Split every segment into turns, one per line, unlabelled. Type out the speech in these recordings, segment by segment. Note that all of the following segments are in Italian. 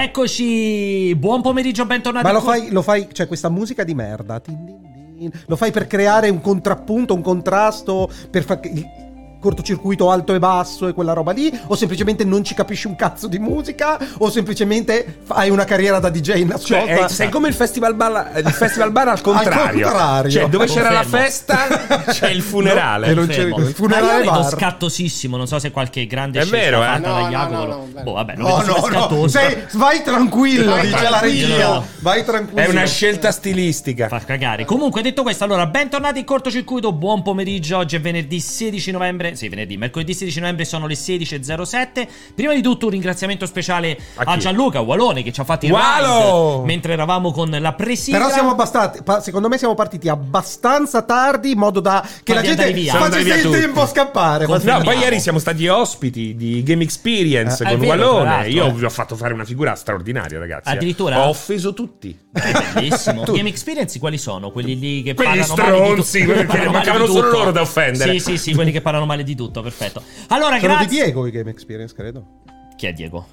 Eccoci! Buon pomeriggio, bentornati.
Ma lo
a-
fai, lo fai, cioè questa musica di merda. tin, din, din, lo fai per creare un contrappunto, un contrasto, per far che- il cortocircuito alto e basso e quella roba lì? O semplicemente non ci capisci un cazzo di musica? O semplicemente fai una carriera da DJ nascosta?
Cioè, è- sei come il festival bar, eh, il festival bar al contrario.
Al contrario.
Cioè, dove c'era la
Confermo.
festa c'è il funerale.
No, e non c'è
Fermo.
il
Ma io
funerale
vedo
bar.
scattosissimo. Non so se qualche grande
È
scelta
vero, eh?
fatta
No,
da
no,
Jacopo.
no, no, bello.
boh, vabbè, lo
No,
vedo
Oh, no,
Cioè,
super
no,
scattoso. eh.
sei, vai tranquillo,
Vai
dice la
tranquillo.
regia. Vai tranquillo.
È una scelta stilistica.
Fa cagare. Comunque, detto questo, allora, bentornati in cortocircuito. Buon pomeriggio. Oggi è venerdì 16 novembre. Sì, venerdì, mercoledì 16 novembre sono le 16.07. Prima di tutto, un ringraziamento speciale
A
a,
chi?
Gianluca Ualone che ci ha fatto il
Ualo!
ride mentre eravamo con la presigla.
Però siamo abbastanza, pa- secondo me siamo partiti abbastanza tardi in modo da che la
Farli andare
gente
via. Farli
facesse
andare
il
via tutti.
tempo a scappare.
Con-
No, poi
Fermiamo.
ieri siamo stati ospiti di Game Experience
Ah, è
con
vero, tra
Walone.
l'altro,
Io
eh.
vi ho fatto fare una figura straordinaria, ragazzi. eh.
Addirittura?
Ho offeso tutti.
È bellissimo.
Tu-
Game Experience quali sono? Quelli lì che
Quelli
parlano male di
stronzi,
tutto.
quelli che
parlano male
mancavano
di
solo
tutto.
loro da offendere.
Sì, sì, sì, quelli che parlano male di tutto, perfetto. Allora,
Sono di
grazie.
Diego i Game Experience, credo.
Chi è Diego?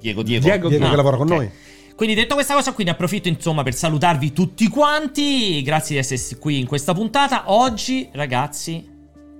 Diego, Diego.
Diego
Diego
Ah,
che lavora con
ok.
noi.
Quindi detto questa cosa qui ne approfitto insomma per salutarvi tutti quanti, grazie di essere qui in questa puntata. Oggi ragazzi,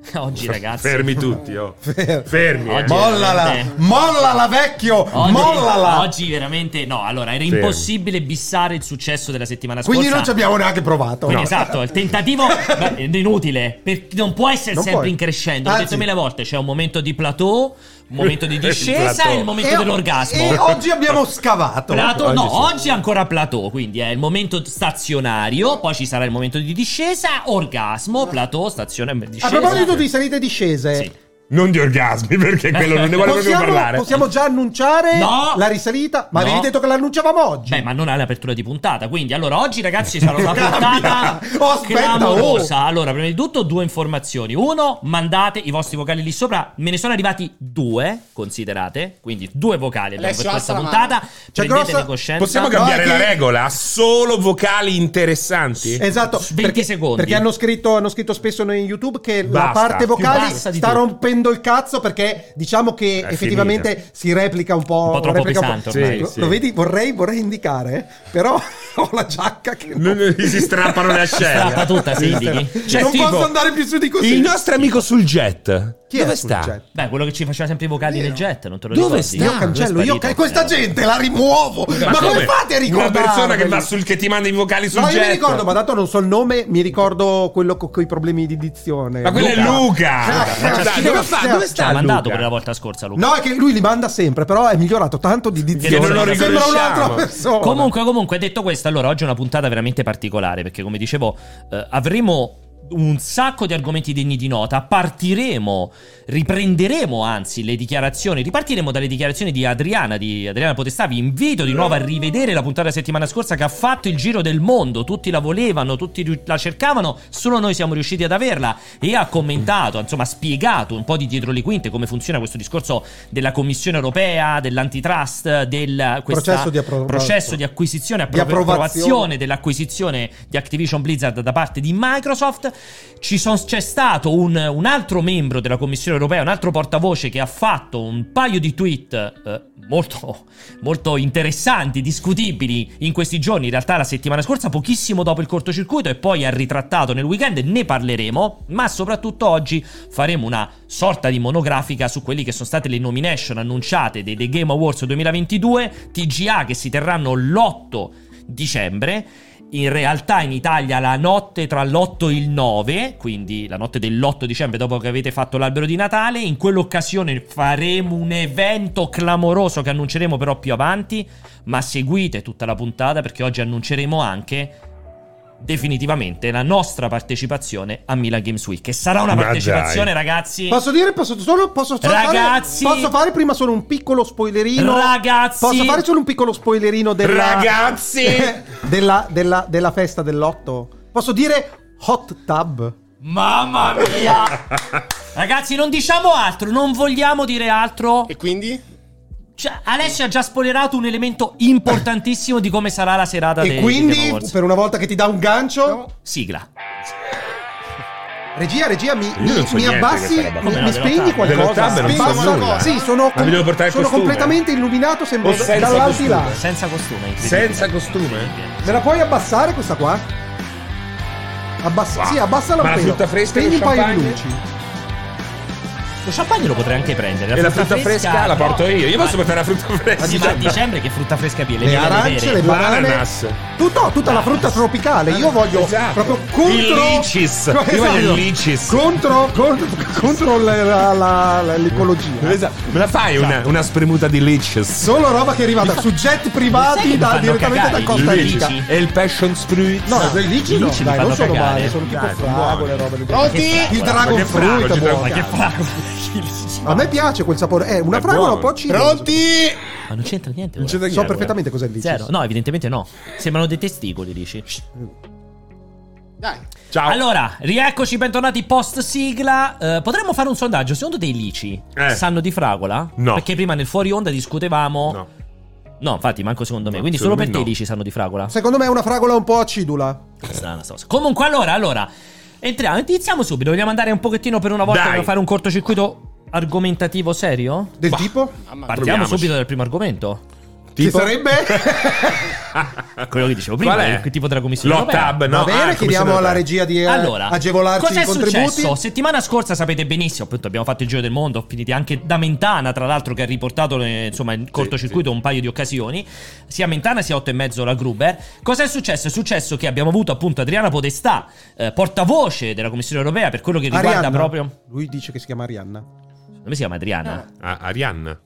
oggi ragazzi,
Fermi tutti, oh.
Fer-
Fermi. eh.
Oggi-
Mollala,
veramente.
mollala vecchio,
oggi,
mollala.
oggi veramente no, allora era
Fermi.
impossibile bissare il successo della settimana
Quindi
scorsa.
non ci abbiamo neanche provato.
Quindi, Esatto, il tentativo beh, è inutile, perché non può essere
Non
sempre
puoi.
in crescendo. L'ho
Anzi.
detto mille volte, c'è un momento di plateau, un momento di discesa e
Plateau.
il momento dell'orgasmo.
E oggi abbiamo scavato.
Plato,
Oggi
no,
sì.
oggi è ancora platò, quindi è il momento stazionario, poi ci sarà il momento di discesa, orgasmo, platò, stazione
A
discesa.
proposito di salite e discese,
Sì.
Non di orgasmi, perché quello non ne vuole proprio
possiamo,
parlare.
possiamo già annunciare
No.
la risalita? Ma
No.
avevi detto che l'annunciavamo oggi.
Beh, ma non all'apertura di puntata, quindi allora oggi ragazzi sarà una puntata
Oh, aspetta, oh!
clamorosa. Allora, prima di tutto due informazioni. Uno, mandate i vostri vocali lì sopra, me ne sono arrivati due, considerate, quindi due vocali abbiamo per
Alessio,
questa
alza la mano.
puntata.
C'è
Prendetene
grossa-
coscienza.
Possiamo
No,
cambiare
che-
la regola? Solo vocali interessanti?
Esatto,
20
perché,
secondi.
perché hanno scritto, hanno scritto spesso in YouTube che la
Basta,
parte
più
vocale
basta
sta
di tutto.
rompendo il cazzo perché diciamo che
È
effettivamente si replica un po',
Un po' troppo
replica
pesante
ormai.
Sì, lo,
Sì,
lo
sì.
vedi, vorrei, vorrei indicare, però ho la giacca che non,
Non- si strappano le ascelle.
Strappa tutta, si indichi. Cioè,
non
tipo-
posso andare più su di così.
Il nostro amico sul jet.
Chi è
dove
sul
sta?
jet?
Beh, quello che ci faceva sempre i vocali nel jet, non te lo
Dove
ricordi?
sta?
Io cancello, io
Sparito.
ca-
Eh,
questa gente la rimuovo. Ma, come fate a ricordare?
Una persona che va sul che ti manda i vocali sul
No,
jet.
io mi ricordo, ma dato non so il nome, mi ricordo quello con i problemi di dizione.
Ma quello è Luca.
Luca, cioè,
Dai, dove
ci
sta?
ha-
Dove
Ci
sta?
ha mandato
Luca?
per la volta scorsa, Luca.
No, è che lui li manda sempre, però è migliorato tanto di dizione.
Che non lo
Sembra
riconosciamo.
un'altra persona.
Comunque, comunque, detto questo, allora oggi è una puntata veramente particolare perché, come dicevo, eh, avremo un sacco di argomenti degni di nota. Partiremo, riprenderemo anzi le dichiarazioni. Ripartiremo dalle dichiarazioni di Adriana, di Adriana Potestà. Vi invito di nuovo a rivedere la puntata della settimana scorsa che ha fatto il giro del mondo. Tutti la volevano, tutti ri- la cercavano, solo noi siamo riusciti ad averla e ha commentato, insomma, ha spiegato un po' di dietro le quinte come funziona questo discorso della Commissione europea, dell'antitrust, del questa-
Processo di appro-
processo di acquisizione,
Di
appro-
approvazione.
approvazione dell'acquisizione di Activision Blizzard da parte di Microsoft. Ci son- c'è stato un, un altro membro della Commissione europea, un altro portavoce che ha fatto un paio di tweet eh, molto, molto interessanti, discutibili in questi giorni, in realtà la settimana scorsa, pochissimo dopo il cortocircuito e poi ha ritrattato nel weekend, ne parleremo, ma soprattutto oggi faremo una sorta di monografica su quelli che sono state le nomination annunciate dei The Game Awards 2022, TGA che si terranno l'8 dicembre. In realtà in Italia la notte tra l'8 e il 9, quindi la notte dell'8 dicembre dopo che avete fatto l'albero di Natale, in quell'occasione faremo un evento clamoroso che annunceremo però più avanti, ma seguite tutta la puntata perché oggi annunceremo anche definitivamente la nostra partecipazione a Milan Games Week. Che sarà una
Ma
partecipazione,
dai.
ragazzi.
Posso dire, posso solo, posso solo
Ragazzi!
fare, posso fare prima solo un piccolo spoilerino.
Ragazzi!
posso fare solo un piccolo spoilerino della,
Ragazzi!
della, della, della festa dell'otto. Posso dire hot tub.
Mamma mia! Ragazzi, non diciamo altro, non vogliamo dire altro.
E quindi?
Cioè, Alessio ha già spoilerato un elemento importantissimo di come sarà la serata
E
dei- dei Game
quindi,
Awards.
per una volta che ti dà un gancio,
Sigla.
Regia, regia, mi, mi,
Io non so
mi
niente
abbassi,
di questa
mi,
roba.
Come no,
mi
dello
spegni
tab-
dello
qualcosa.
tab non
Spegni
so
qualcosa.
nulla.
Sì, sono,
Ma mi devo portare il
sono
costume.
completamente illuminato, sembra
O senza
dall'aldilà.
costume.
Senza costume. incredibile.
Senza costume?
Incredibile.
Me la puoi abbassare questa qua? Abbassa,
Wow.
Sì, abbassala
Ma
un
la
pelo.
frutta fresca e
Spegni un
lo
paio di
champagne?
luci.
Lo champagne lo potrei anche prendere.
E la frutta fresca, la porto
no.
io. Io posso certo.
Ma-
portare la frutta fresca.
Ma di- ma a dicembre che frutta fresca viene?
Le
Viene da
arance,
vedere.
le banane.
L'ananas.
Tutto, tutta la frutta tropicale. Io voglio
Esatto.
proprio contro.
Il licis. Io
Esatto.
voglio il licis.
Contro, contro, contro la- la- la- la- l'ecologia.
Esatto. Me la fai una, una spremuta di leeches?
Solo roba che arriva
Esatto.
da soggetti
Sai che
privati
mi
da-
fanno
direttamente
cagare
da
i
Costa
lici?
Rica.
E il passion fruit?
No, i lici
I
no,
lici mi
dai, non
fanno
sono
cagare.
male, sono tipo
Dai, sono
fragole,
buoni.
robe del
Ma
genere.
che
Il
fragola,
dragon
che
fruit è
fragola,
Ma
buono.
che fragola.
A me piace quel sapore. È una
È
fragola un
buono.
po' cinese.
Pronti?
Ma non c'entra niente.
Non
guarda.
c'entra
So
niente.
perfettamente cos'è il licis.
Zero. No, evidentemente no. Sembrano dei testicoli, dici.
Dai.
Ciao.
Allora, rieccoci, bentornati post sigla. Eh, potremmo fare un sondaggio. Secondo te i lici
Eh.
sanno di fragola?
No.
Perché prima nel fuori onda discutevamo.
No.
No, infatti, manco secondo me.
No,
Quindi solo
secondo
per
me
te i
no. Eh.
lici sanno di fragola.
Secondo me è una fragola un po' acidula.
Strana sta cosa. Comunque, allora, allora. Entriamo, iniziamo subito. Vogliamo andare un pochettino per una volta
Dai.
per fare un cortocircuito argomentativo serio?
Del tipo?
Mamma mia.
Partiamo
Proviamoci.
subito dal primo argomento.
Che
Tipo?
sarebbe?
Quello che dicevo prima,
Qual è?
il tipo della commissione.
Lo
europea.
tab, no?
Va bene,
ah,
chiediamo
Commissione
alla
Europea.
regia di eh,
Allora,
agevolarci
cos'è
i contributi.
successo? Settimana scorsa sapete benissimo, appunto abbiamo fatto il giro del mondo, finiti anche da Mentana, tra l'altro che ha riportato eh, insomma in cortocircuito un paio di occasioni, sia Mentana sia 8 e mezzo la Gruber. Cos'è successo? È successo che abbiamo avuto appunto Adriana Podestà, eh, portavoce della Commissione Europea per quello che riguarda
Arianna.
proprio Esatto.
Lui dice che si chiama Arianna.
Come si chiama Adriana?
Ah, Arianna.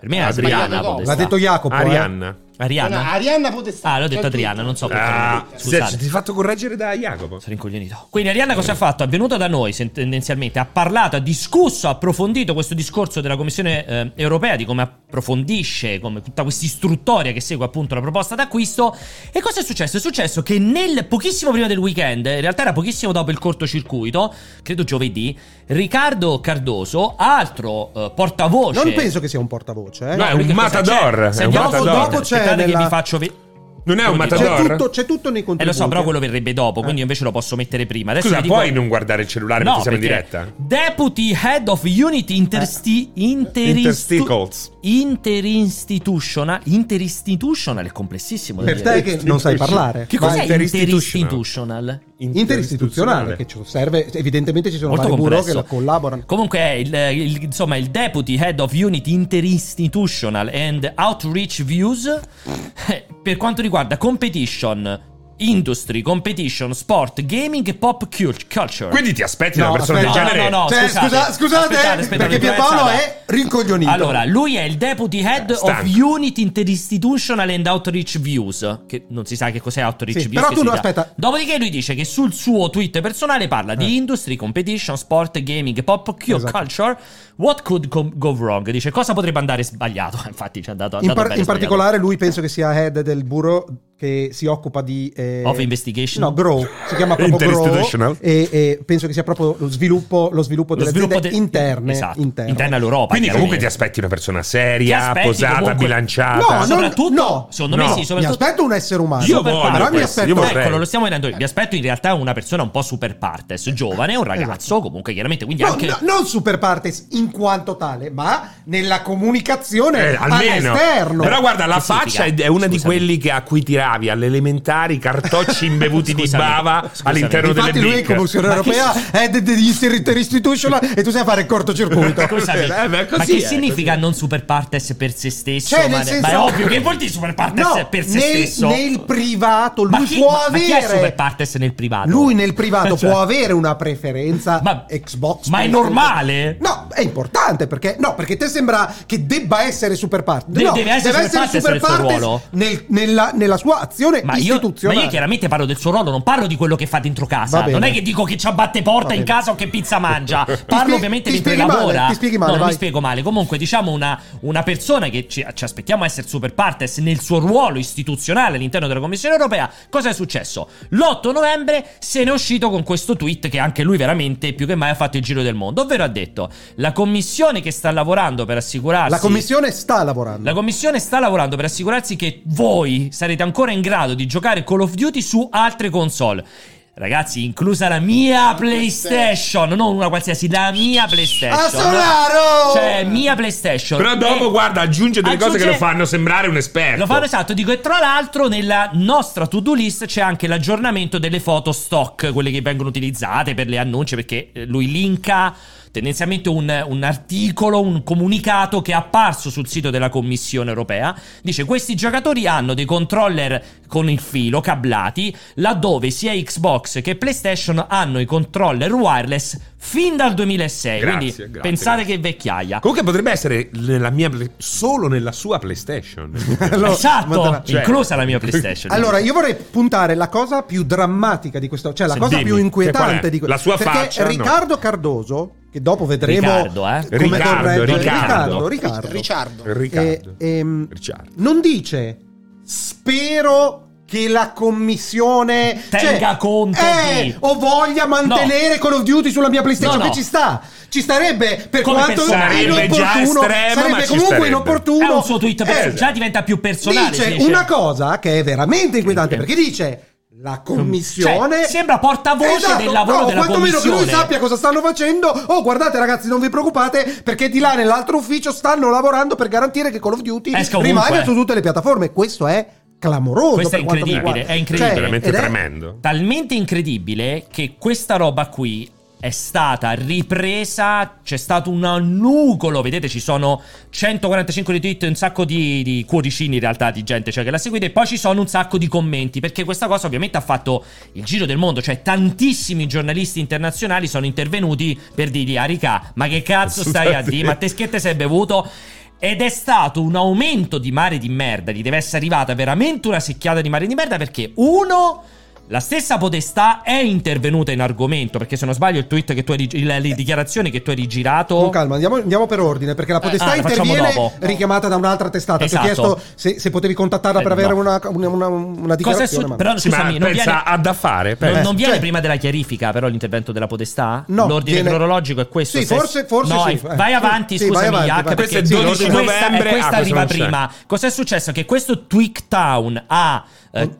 Per me è
Adriana.
Adriana
L'ha
Podestà.
L'ha detto Jacopo. eh.
Arianna.
No,
Arianna.
Arianna Podestà.
Ah, l'ho detto
Ciao a
Adriana,
tutti.
non so perché.
Ah,
Scusate.
se- ti hai fatto correggere da Jacopo.
Sono incoglionito. Quindi Arianna cosa ha fatto? È venuta da noi sen- tendenzialmente, ha parlato, ha discusso, ha approfondito questo discorso della Commissione eh, europea di come approfondisce, come tutta questa istruttoria che segue appunto la proposta d'acquisto. E cosa è successo? È successo che nel pochissimo prima del weekend, in realtà era pochissimo dopo il cortocircuito, credo giovedì, Riccardo Cardoso, altro eh, portavoce...
Non penso che sia un portavoce. eh.
No, è un
perché cosa
matador,
c'è?
è un
Sentiamo
matador.
dopo,
Dopo c'è
aspettate che
nella-
vi faccio vedere...
Non è
Devo
un
dire-
Cioè, C'è
matador?
tutto, c'è tutto nei
E
contributi.
Eh, lo so, però quello verrebbe dopo, quindi io invece lo posso mettere prima. Adesso
Scusa,
vi dico-
puoi non guardare il cellulare
No,
mentre siamo in
perché
diretta? Eh.
Deputy Head of Unity Intersti- Interistu-
Intersticles.
Interinstitutional Interinstitutional è complessissimo da
Per
dire.
te che non sai parlare.
Che
Vai.
cos'è
Interinstitutional?
Interinstitutional?
Interistituzionale, che ci serve, evidentemente ci sono
Molto
vari burò
complesso.
che la collaborano.
Comunque è il, il- insomma, il Deputy Head of Unit Interinstitutional and Outreach Views eh, per quanto riguarda competition, industry, competition, sport, gaming e pop cult- culture.
Quindi ti aspetti
No,
una persona
aspetta.
del genere?
No, no, no.
Cioè,
scusate.
scusa- scusate,
Aspettate, aspettate,
perché
dove è
Pierpaolo
stata?
è rincoglionito.
Allora, lui è il Deputy Head
Eh,
of
stanco.
Unit Interinstitutional and Outreach Views, che non si sa che cos'è Outreach
Sì,
Views.
però
che
tu
si
no,
sa.
aspetta. Eh.
Dopodiché lui dice che sul suo tweet personale parla di industry, competition, sport, gaming, pop cu-
Esatto.
culture. What could com- go wrong? Dice cosa potrebbe andare sbagliato. Infatti ci è andato, è
In,
andato
par-
bene
in
sbagliato.
particolare lui penso che sia head del bureau che si occupa di... eh,
Of investigation?
No, grow, si chiama proprio grow
Interinstitutional?
e, e penso che sia proprio lo sviluppo, lo sviluppo
Lo
delle
sviluppo
aziende
de-
interne.
esatto,
interne.
interna all'Europa.
Quindi comunque ti
chiaramente.
aspetti una persona
Ti
seria,
aspetti
posata,
comunque-
bilanciata.
No, no,
soprattutto,
no,
secondo me
no.
sì,
Mi
soprattutto
aspetto un essere umano.
Io
Super-
voglio
però mi
questo, io
aspetto-
vorrei.
Eccolo, lo stiamo vedendo. Vi aspetto in realtà una persona un po' super partes, giovane, un ragazzo, comunque chiaramente, quindi
Eh, esatto. No,
anche
no, non super partes in quanto tale, ma nella comunicazione
Eh, almeno.
all'esterno.
Però guarda, la
Che significa?
faccia è- è una di
Scusami.
quelli che- a cui tiravi alle elementari cartocci imbevuti di
Scusami.
bava
Scusami.
all'interno
Infatti
delle
lui è
BIC.
Commissione Europea, è de- degli interinstitutional e tu sai fare il cortocircuito.
Scusami,
Eh, beh, così
ma che
è,
significa non super partes per se stesso?
Cioè,
ma,
nel senso-
ma è ovvio che vuol dire super partes
No,
per se
nel-
stesso.
nel privato,
Ma
lui
chi-
può
ma- ma chi è
avere-
super partes nel privato?
Lui nel privato
Cioè-
può avere una preferenza
Ma-
Xbox.
ma è normale?
No, è importante perché no, perché te sembra che debba essere super parte.
De-
no,
deve essere super partes nel suo
partes
ruolo.
nel- nella, nella sua azione
Ma io, ma
istituzionale.
io chiaramente parlo del suo ruolo, non parlo di quello che fa dentro casa.
Va bene.
Non è che dico che ci abbatte
Va
porta
bene.
in casa o che pizza mangia. Parlo
spie-
ovviamente
ti
di
spieghi male,
lavora.
ti spieghi male,
no, non
vai.
mi spiego male. Comunque, diciamo una, una persona che ci, ci aspettiamo essere super partes nel suo ruolo istituzionale all'interno della Commissione europea. Cosa è successo? L'8 novembre se ne è uscito con questo tweet che anche lui veramente più che mai ha fatto il giro del mondo. Ovvero ha detto: la commissione che sta lavorando per assicurarsi.
La commissione sta lavorando.
La commissione sta lavorando per assicurarsi che voi sarete ancora in grado di giocare Call of Duty su altre console. Ragazzi, inclusa la mia PlayStation, non una qualsiasi, la mia
A
PlayStation.
Solaro!
Cioè, mia PlayStation. Eh,
Però dopo,
E-
guarda, aggiunge delle cose che
aggiunge-
lo fanno sembrare un esperto.
Lo fanno esatto, dico, e tra l'altro nella nostra to-do list c'è anche l'aggiornamento delle foto stock, quelle che vengono utilizzate per le annunce, perché eh, lui linka tendenzialmente un, un articolo, un comunicato che è apparso sul sito della Commissione europea. Dice, questi giocatori hanno dei controller con il filo, cablati, laddove sia Xbox che PlayStation hanno i controller wireless fin dal 2006.
Grazie,
Quindi
grazie,
pensate
grazie.
che vecchiaia.
Comunque potrebbe essere nella mia play- solo nella sua PlayStation.
Allora,
esatto,
madonna,
cioè-
inclusa la mia PlayStation.
Allora, io vorrei puntare la cosa più drammatica di questo, cioè la
Sì,
cosa
dimmi,
più
che
inquietante
qual è?
di questo.
La sua
perché
faccia, no?
Riccardo Cardoso, che dopo vedremo
Riccardo, eh?
come
Riccardo,
corregge- Riccardo,
Riccardo.
Riccardo.
Riccardo.
Ricciardo.
Riccardo.
Eh, ehm,
Ricciardo.
non dice spero che la commissione
Tenga
cioè,
conto
eh,
di-
o voglia mantenere Call of Duty sulla mia PlayStation
No,
che
no.
ci sta ci starebbe per
Come
quanto
pensare?
Sarebbe già
inopportuno
estremo, ma
sarebbe
ci
comunque
starebbe.
inopportuno
è un suo tweet, perso-
Eh,
già diventa più personale.
dice
si dice.
una cosa che è veramente inquietante perché dice la commissione Esatto.
Cioè, sembra portavoce del lavoro
no,
della
quantomeno che lui
commissione.
sappia cosa stanno facendo oh guardate ragazzi non vi preoccupate perché di là nell'altro ufficio stanno lavorando per garantire che Call of Duty
Esca ovunque,
rimanga
eh.
su tutte le piattaforme questo è clamoroso
Questo è
per quanto mi
incredibile,
riguarda.
è incredibile.
Cioè,
veramente
ed è-
tremendo.
Talmente incredibile che questa roba qui è stata ripresa, c'è stato un annugolo, vedete ci sono 145 retweet, un sacco di, di cuoricini in realtà di gente cioè, che la seguite e poi ci sono un sacco di commenti perché questa cosa ovviamente ha fatto il giro del mondo, cioè tantissimi giornalisti internazionali sono intervenuti per dirgli a Ricà ma che cazzo stai a dire, ma te schiette sei bevuto? Ed è stato un aumento di mare di merda. Gli deve essere arrivata veramente una secchiata di mare di merda perché, uno, la stessa potestà è intervenuta in argomento. Perché se non sbaglio, il tweet che tu hai, rig- il- le dichiarazioni che tu hai rigirato.
Con calma, andiamo, andiamo per ordine, perché la potestà
ah, la facciamo
interviene
dopo.
richiamata da un'altra testata.
Esatto.
Ti ho chiesto se, se potevi contattarla per
Eh,
avere
no.
una, una, una- una
Cosa è
dichiarazione.
successo?
ma-
Però
Sì, ma
scusami, non
pensa
viene,
a da fare.
non-
pensa.
non viene
cioè-
prima della chiarifica, però, l'intervento della potestà?
No,
L'ordine
viene-
cronologico è questo.
Sì,
se-
forse- forse
no,
sì,
eh,
eh,
vai
sì,
avanti,
sì, vai
scusami,
avanti,
H,
vai.
perché
Questo è 12
questa-
novembre,
eh, questa
ah, questo
arriva
non c'è.
prima. Cos'è successo? Che questo Twigtown ha. eh,
Mm.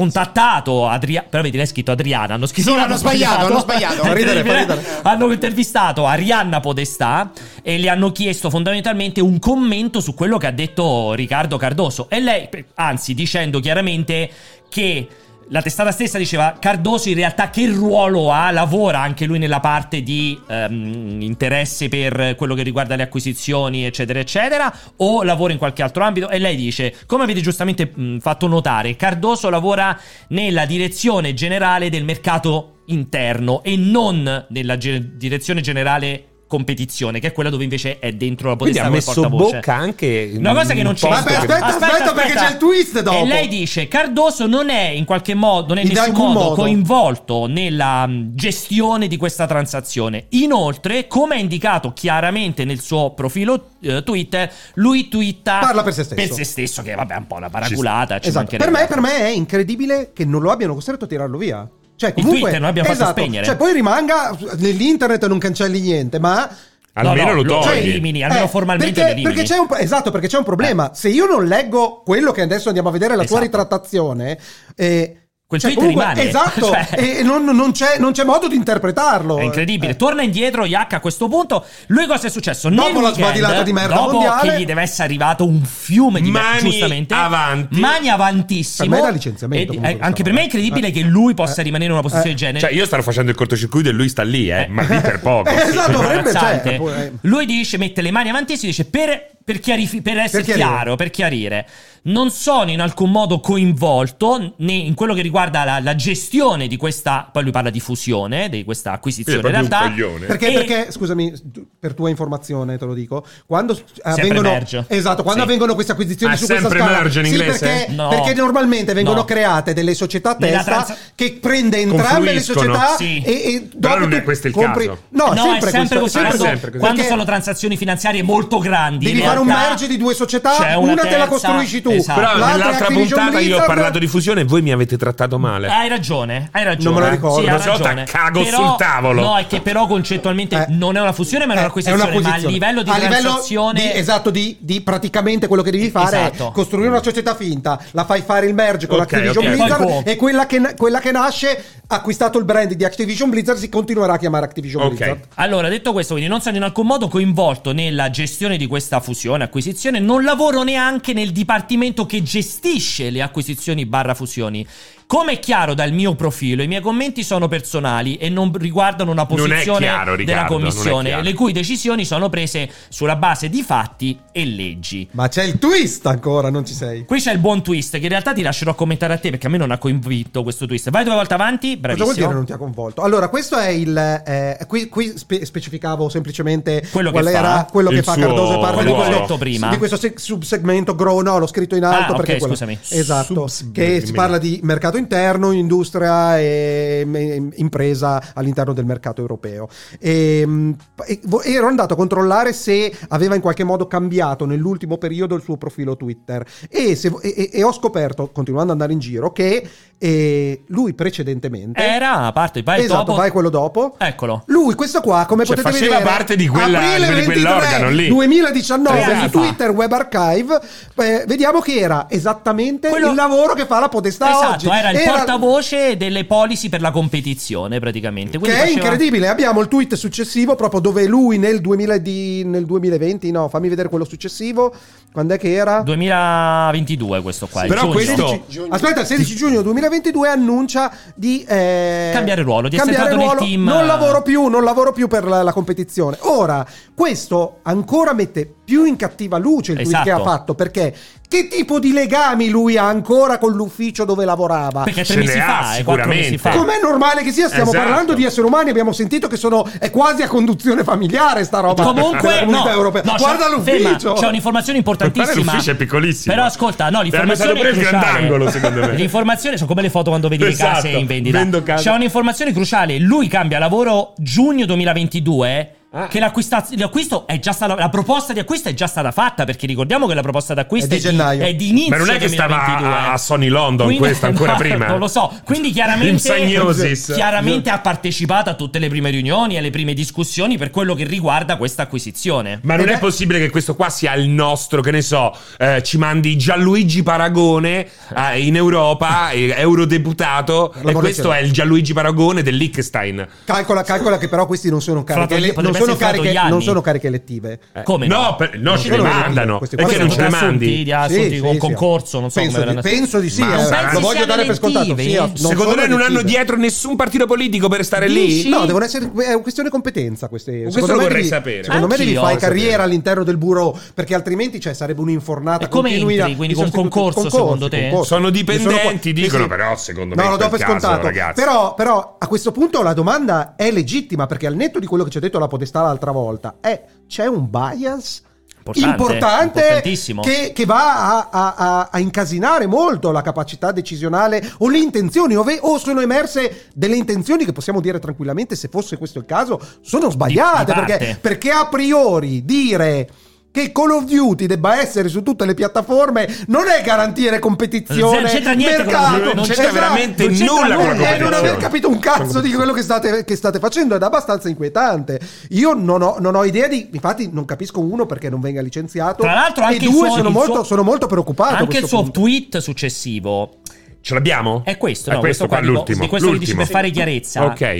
Contattato Adriana, però vedi, l'hai scritto Adriana. Hanno scritto.
Sì, l'hanno sbagliato, l'hanno sbagliato.
È
Fa
ridere, fa
terribile.
ridere.
Hanno intervistato Arianna Podestà e le hanno chiesto fondamentalmente un commento su quello che ha detto Riccardo Cardoso. E lei, anzi, dicendo chiaramente che. La testata stessa diceva Cardoso in realtà che ruolo ha, lavora anche lui nella parte di ehm, interesse per quello che riguarda le acquisizioni eccetera eccetera o lavora in qualche altro ambito e lei dice come avete giustamente mh, fatto notare Cardoso lavora nella direzione generale del mercato interno e non nella ge- direzione generale competizione, che è quella dove invece è dentro la
Quindi
potestà
ha
come
messo
portavoce.
bocca anche.
Una cosa che non c'è.
Ma aspetta, aspetta, aspetta, perché c'è il twist dopo.
E lei dice: Cardoso non è in qualche modo, non è in
In
nessun
alcun
modo,
modo.
coinvolto nella mh, gestione di questa transazione. Inoltre, come ha indicato chiaramente nel suo profilo eh, Twitter, lui twitta
Parla per se stesso.
Per se stesso, che vabbè, è un po' una paraculata. Ah, ci
Esatto. Per,
mancherebbe.
me, per me è incredibile che non lo abbiano costretto a tirarlo via. Cioè,
Il
comunque,
Twitter non l'abbiamo fatto
esatto.
spegnere.
Cioè, poi rimanga nell'internet e non cancelli niente, ma
No,
Almeno
no, cioè,
lo
lo
togli.
elimini, almeno
Eh,
formalmente lo
perché,
elimini.
perché c'è un, esatto perché c'è un problema se io non leggo quello che adesso andiamo a vedere la tua
Esatto.
ritrattazione eh,
Quel tweet rimane.
esatto
Cioè-
e non, non c'è, non c'è modo di interpretarlo
È incredibile.
Eh.
Torna indietro Yak a questo punto. Lui cosa è successo?
Dopo
Nel
la
weekend,
sbadilata di merda
dopo
mondiale-
che gli deve essere arrivato un fiume di merda,
Mani
giustamente.
avanti.
Mani avantissimo.
Per me era licenziamento,
E-
comunque,
eh, anche per me
questa
è
roba.
incredibile
Eh.
che lui possa
Eh.
rimanere in una posizione
Eh.
del genere.
Cioè, io stavo facendo il cortocircuito e lui sta lì, eh, ma lì per poco.
Eh, esatto, dovrebbe, cioè,
Imbarazzante.
eh,
Lui dice, mette le mani avanti e si dice per, per chiarifi- per essere
Per chiarire.
chiaro, per chiarire. Non sono in alcun modo coinvolto né in quello che riguarda la, la gestione di questa. Poi lui parla di fusione, di questa acquisizione.
Quindi
In
è proprio
realtà,
un coglione.
Perché,
E-
perché, scusami, tu- per tua informazione te lo dico, quando eh, avvengono,
merge.
esatto, quando
Sì.
avvengono queste acquisizioni
Ah,
su questa
sempre
scala,
merge in
sì,
inglese?
perché,
No.
perché normalmente vengono
No.
create delle società
Nella
testa
trans-
che prende entrambe le
Confluiscono.
società
Sì.
e, e
Però
dopo
non è
tu
questo il
compri-
caso.
No,
Eh No,
sempre
è sempre
questo,
così.
sempre
quando
questo.
sempre così.
quando
Perché
sono transazioni finanziarie molto grandi,
devi
ne
fare fare un merge di due società,
C'è una
una, te
terza,
la costruisci tu.
esatto.
Però
l'altra è
nell'altra
Activision
puntata io ho
Blizzard.
parlato di fusione e voi mi avete trattato male.
Eh, Hai ragione, hai ragione.
Non me lo ricordo.
Sì, hai
Una volta
ragione.
cago
Però-
sul tavolo.
No, è che però concettualmente
Eh.
non è una fusione, ma è
Eh,
una acquisizione. Ma a
acquisizione.
livello di
A livello
transazione.
di- esatto, di, di praticamente quello che devi fare
Esatto.
è costruire una società finta, la fai fare il merge con
Ok,
l'Activision
ok.
Poi
Blizzard
può-
e quella che, quella che nasce, acquistato il brand di Activision Blizzard, si continuerà a chiamare Activision
Ok.
Blizzard.
Allora, detto questo, quindi non sono in alcun modo coinvolto nella gestione di questa fusione, acquisizione, non lavoro neanche nel dipartimento che gestisce le acquisizioni barra fusioni. Come è chiaro dal mio profilo, i miei commenti sono personali e non riguardano una
Non è
posizione della
chiaro, Riccardo, non è
commissione,
chiaro.
le cui decisioni sono prese sulla base di fatti e leggi.
Ma c'è il twist ancora, non ci sei.
Qui c'è il buon twist, che in realtà ti lascerò commentare a te perché a me non ha convinto questo twist. Vai due volte avanti,
Cosa
bravissimo.
vuol dire non ti ha coinvolto? Allora, questo è il. eh, qui qui spe- specificavo semplicemente
Quello che
qual
fa,
era quello
il
che fa
suo
Cardoso e parte
Quello
di
che ho
ruolo.
detto
questo,
prima.
di questo se- subsegmento grow. No, l'ho scritto in alto
Ah,
perché
ok,
quello-
scusami.
Esatto. Che
Subsegmento.
si parla di mercato interno, industria e m- impresa all'interno del mercato europeo. E, mh, e vo- ero andato a controllare se aveva in qualche modo cambiato nell'ultimo periodo il suo profilo Twitter e, se- e- e- e ho scoperto, continuando ad andare in giro, che eh, lui precedentemente
Era, parte, vai
Eh? esatto,
dopo. Eh.
vai quello dopo.
Eccolo.
Lui, questo qua, come
Cioè,
potete
faceva
vedere,
parte di quella-
aprile
di
23,
quell'organo lì. Esatto.
2019
Tre anni
su
fa.
Twitter Web Archive, eh, vediamo che era esattamente
Quello-
il lavoro che fa la podestà
esatto,
oggi.
era il portavoce delle policy per la competizione, praticamente.
Che
Quindi
è
faceva-
incredibile, abbiamo il tweet successivo proprio dove lui nel, 2000 di- nel 2020, no, fammi vedere quello successivo, quando è che era?
2022 questo qua. il
Però
giugno.
questo-
Giugno.
Aspetta, il 16 giugno 2022 annuncia di eh,
Cambiare ruolo, di essere
cambiare
entrato nel
ruolo.
team.
Non lavoro più, non lavoro più per la, la competizione. Ora, questo ancora mette più in cattiva luce il tweet
Esatto.
che ha fatto perché che tipo di legami lui ha ancora con l'ufficio dove lavorava?
Perché
Ce
tre mesi
ne ha,
fa, eh, quattro
sicuramente.
mesi fa.
Com'è normale che sia? Stiamo
Esatto.
parlando di esseri umani, abbiamo sentito che sono è quasi a conduzione familiare sta roba. della
Comunque,
comunità
no,
europea.
no, c'è-
Guarda
ferma,
l'ufficio.
c'è un'informazione importantissima.
Per fare l'ufficio è piccolissimo.
Però ascolta, no,
Era
l'informazione
stato preso
è
il
cruciale.
grandangolo, secondo me.
L'informazione sono come le foto quando vedi le
Esatto,
case in vendita.
vendo casa.
C'è un'informazione cruciale. Lui cambia lavoro giugno 2022.
Ah.
Che l'acquista- l'acquisto è già stata, la proposta di acquisto è già stata fatta perché ricordiamo che la proposta d'acquisto
È di gennaio.
è di inizio
Ma non è che stava
2022.
a- a Sony London
Quindi-
questa, ancora
no,
prima?
Non lo so. Quindi
In
chiaramente,
sagnosis.
chiaramente ha partecipato a tutte le prime riunioni, alle prime discussioni per quello che riguarda questa acquisizione.
Ma non
Ed
è
è-
possibile che questo qua sia il nostro, che ne so, eh, ci mandi Gianluigi Paragone eh, in Europa, eh, eurodeputato,
l'amor
e
del
questo
cielo.
è il Gianluigi Paragone del Liechtenstein.
Calcola, calcola che però questi non sono cariche,
Fratelli,
ele- non
potrebbe
sono
essere
cariche,
Fratoianni.
non sono cariche elettive.
Eh,
Come no?
per- no,
Non
ce
ce
le
lo devi
mandano.
dire, questi
E
qua
che non ce le
Assunti,
mandi?
di assunti
Sì,
con
sì, sì.
concorso, non so
penso,
come
di,
verranno-
penso di sì,
Ma
eh,
non
pensi
lo voglio
siano
dare per scontato.
elettive?
sì, eh, non sono
Secondo te non hanno
elettive.
dietro nessun partito politico per stare
Dici?
lì?
No, devono essere. È una questione di competenza. Queste,
Questo
secondo
lo
me
vorrei
devi-
sapere.
Secondo me devi
Anch'io.
fare
Vorrei
carriera
sapere.
all'interno del bureau, perché altrimenti cioè, sarebbe un'infornata.
E come
continua
entri, quindi,
di
con
sostituti-
concorso, secondo te?
concorsi.
Sono
Ci qua-
dipendenti,
sì,
dicono,
sì.
però secondo me
No,
in
lo do per
quel caso,
scontato.
ragazzi.
Però, però, a questo punto la domanda è legittima, perché al netto di quello che ci ha detto la podestà l'altra volta, è c'è un bias?
Importante,
importante
importantissimo.
che, che va a, a- a- a incasinare molto la capacità decisionale o le intenzioni o, ve- o sono emerse delle intenzioni che possiamo dire tranquillamente se fosse questo il caso sono sbagliate
di parte.
perché, perché a priori dire che Call of Duty debba essere su tutte le piattaforme non è garantire competizione
Non c'entra niente con la-
mercato
non c'entra
esatto,
veramente
non c'entra
nulla con la
nulla, e Eh, non aver
competizione.
capito un cazzo di quello che state, che state facendo ed è abbastanza inquietante io non ho, non ho idea di infatti non capisco uno perché non venga licenziato
Tra l'altro anche
e
il
due
suo-
sono,
il
molto,
suo-
sono molto preoccupato. a
Anche il
questo
suo
punto.
tweet successivo
Ce l'abbiamo?
è questo,
È
no,
questo, qua,
dico-
l'ultimo.
di questo che dici
l'ultimo.
per fare chiarezza.
Ok.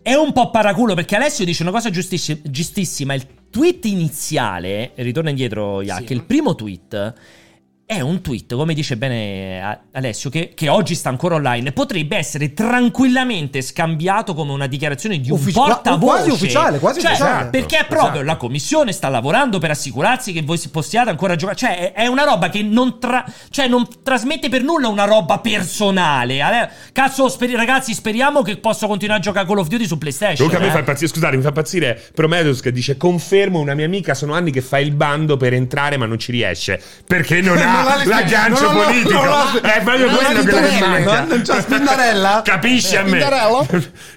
È un po' paraculo perché Alessio dice una cosa giustissi- giustissima. Il tweet iniziale, ritorna indietro Iac,
Sì.
il primo tweet è un tweet, come dice bene A- Alessio, che, che oggi sta ancora online, potrebbe essere tranquillamente scambiato come una dichiarazione di un
Uffici-
portavoce.
quasi ufficiale, quasi
Cioè,
ufficiale.
Perché è
Esatto,
proprio
esatto.
la commissione sta lavorando per assicurarsi che voi si possiate ancora giocare. Cioè, è è una roba che non, tra- cioè, non trasmette per nulla una roba personale. Ale- Cazzo, sper- ragazzi, speriamo che posso continuare a giocare a Call of Duty su
Cioè,
PlayStation.
Luca mi
eh.
fa impazzire, scusate, mi fa impazzire Prometheus che dice confermo una mia amica, sono anni che fa il bando per entrare ma non ci riesce perché non ha
non ha le
l'aggancio
non ho-
politico.
non ho-
è proprio
non ho
quello
le
che mi
spintarelle,
manca.
no? Non c'ho
spintarella?
Capisci a me?
Spintarello?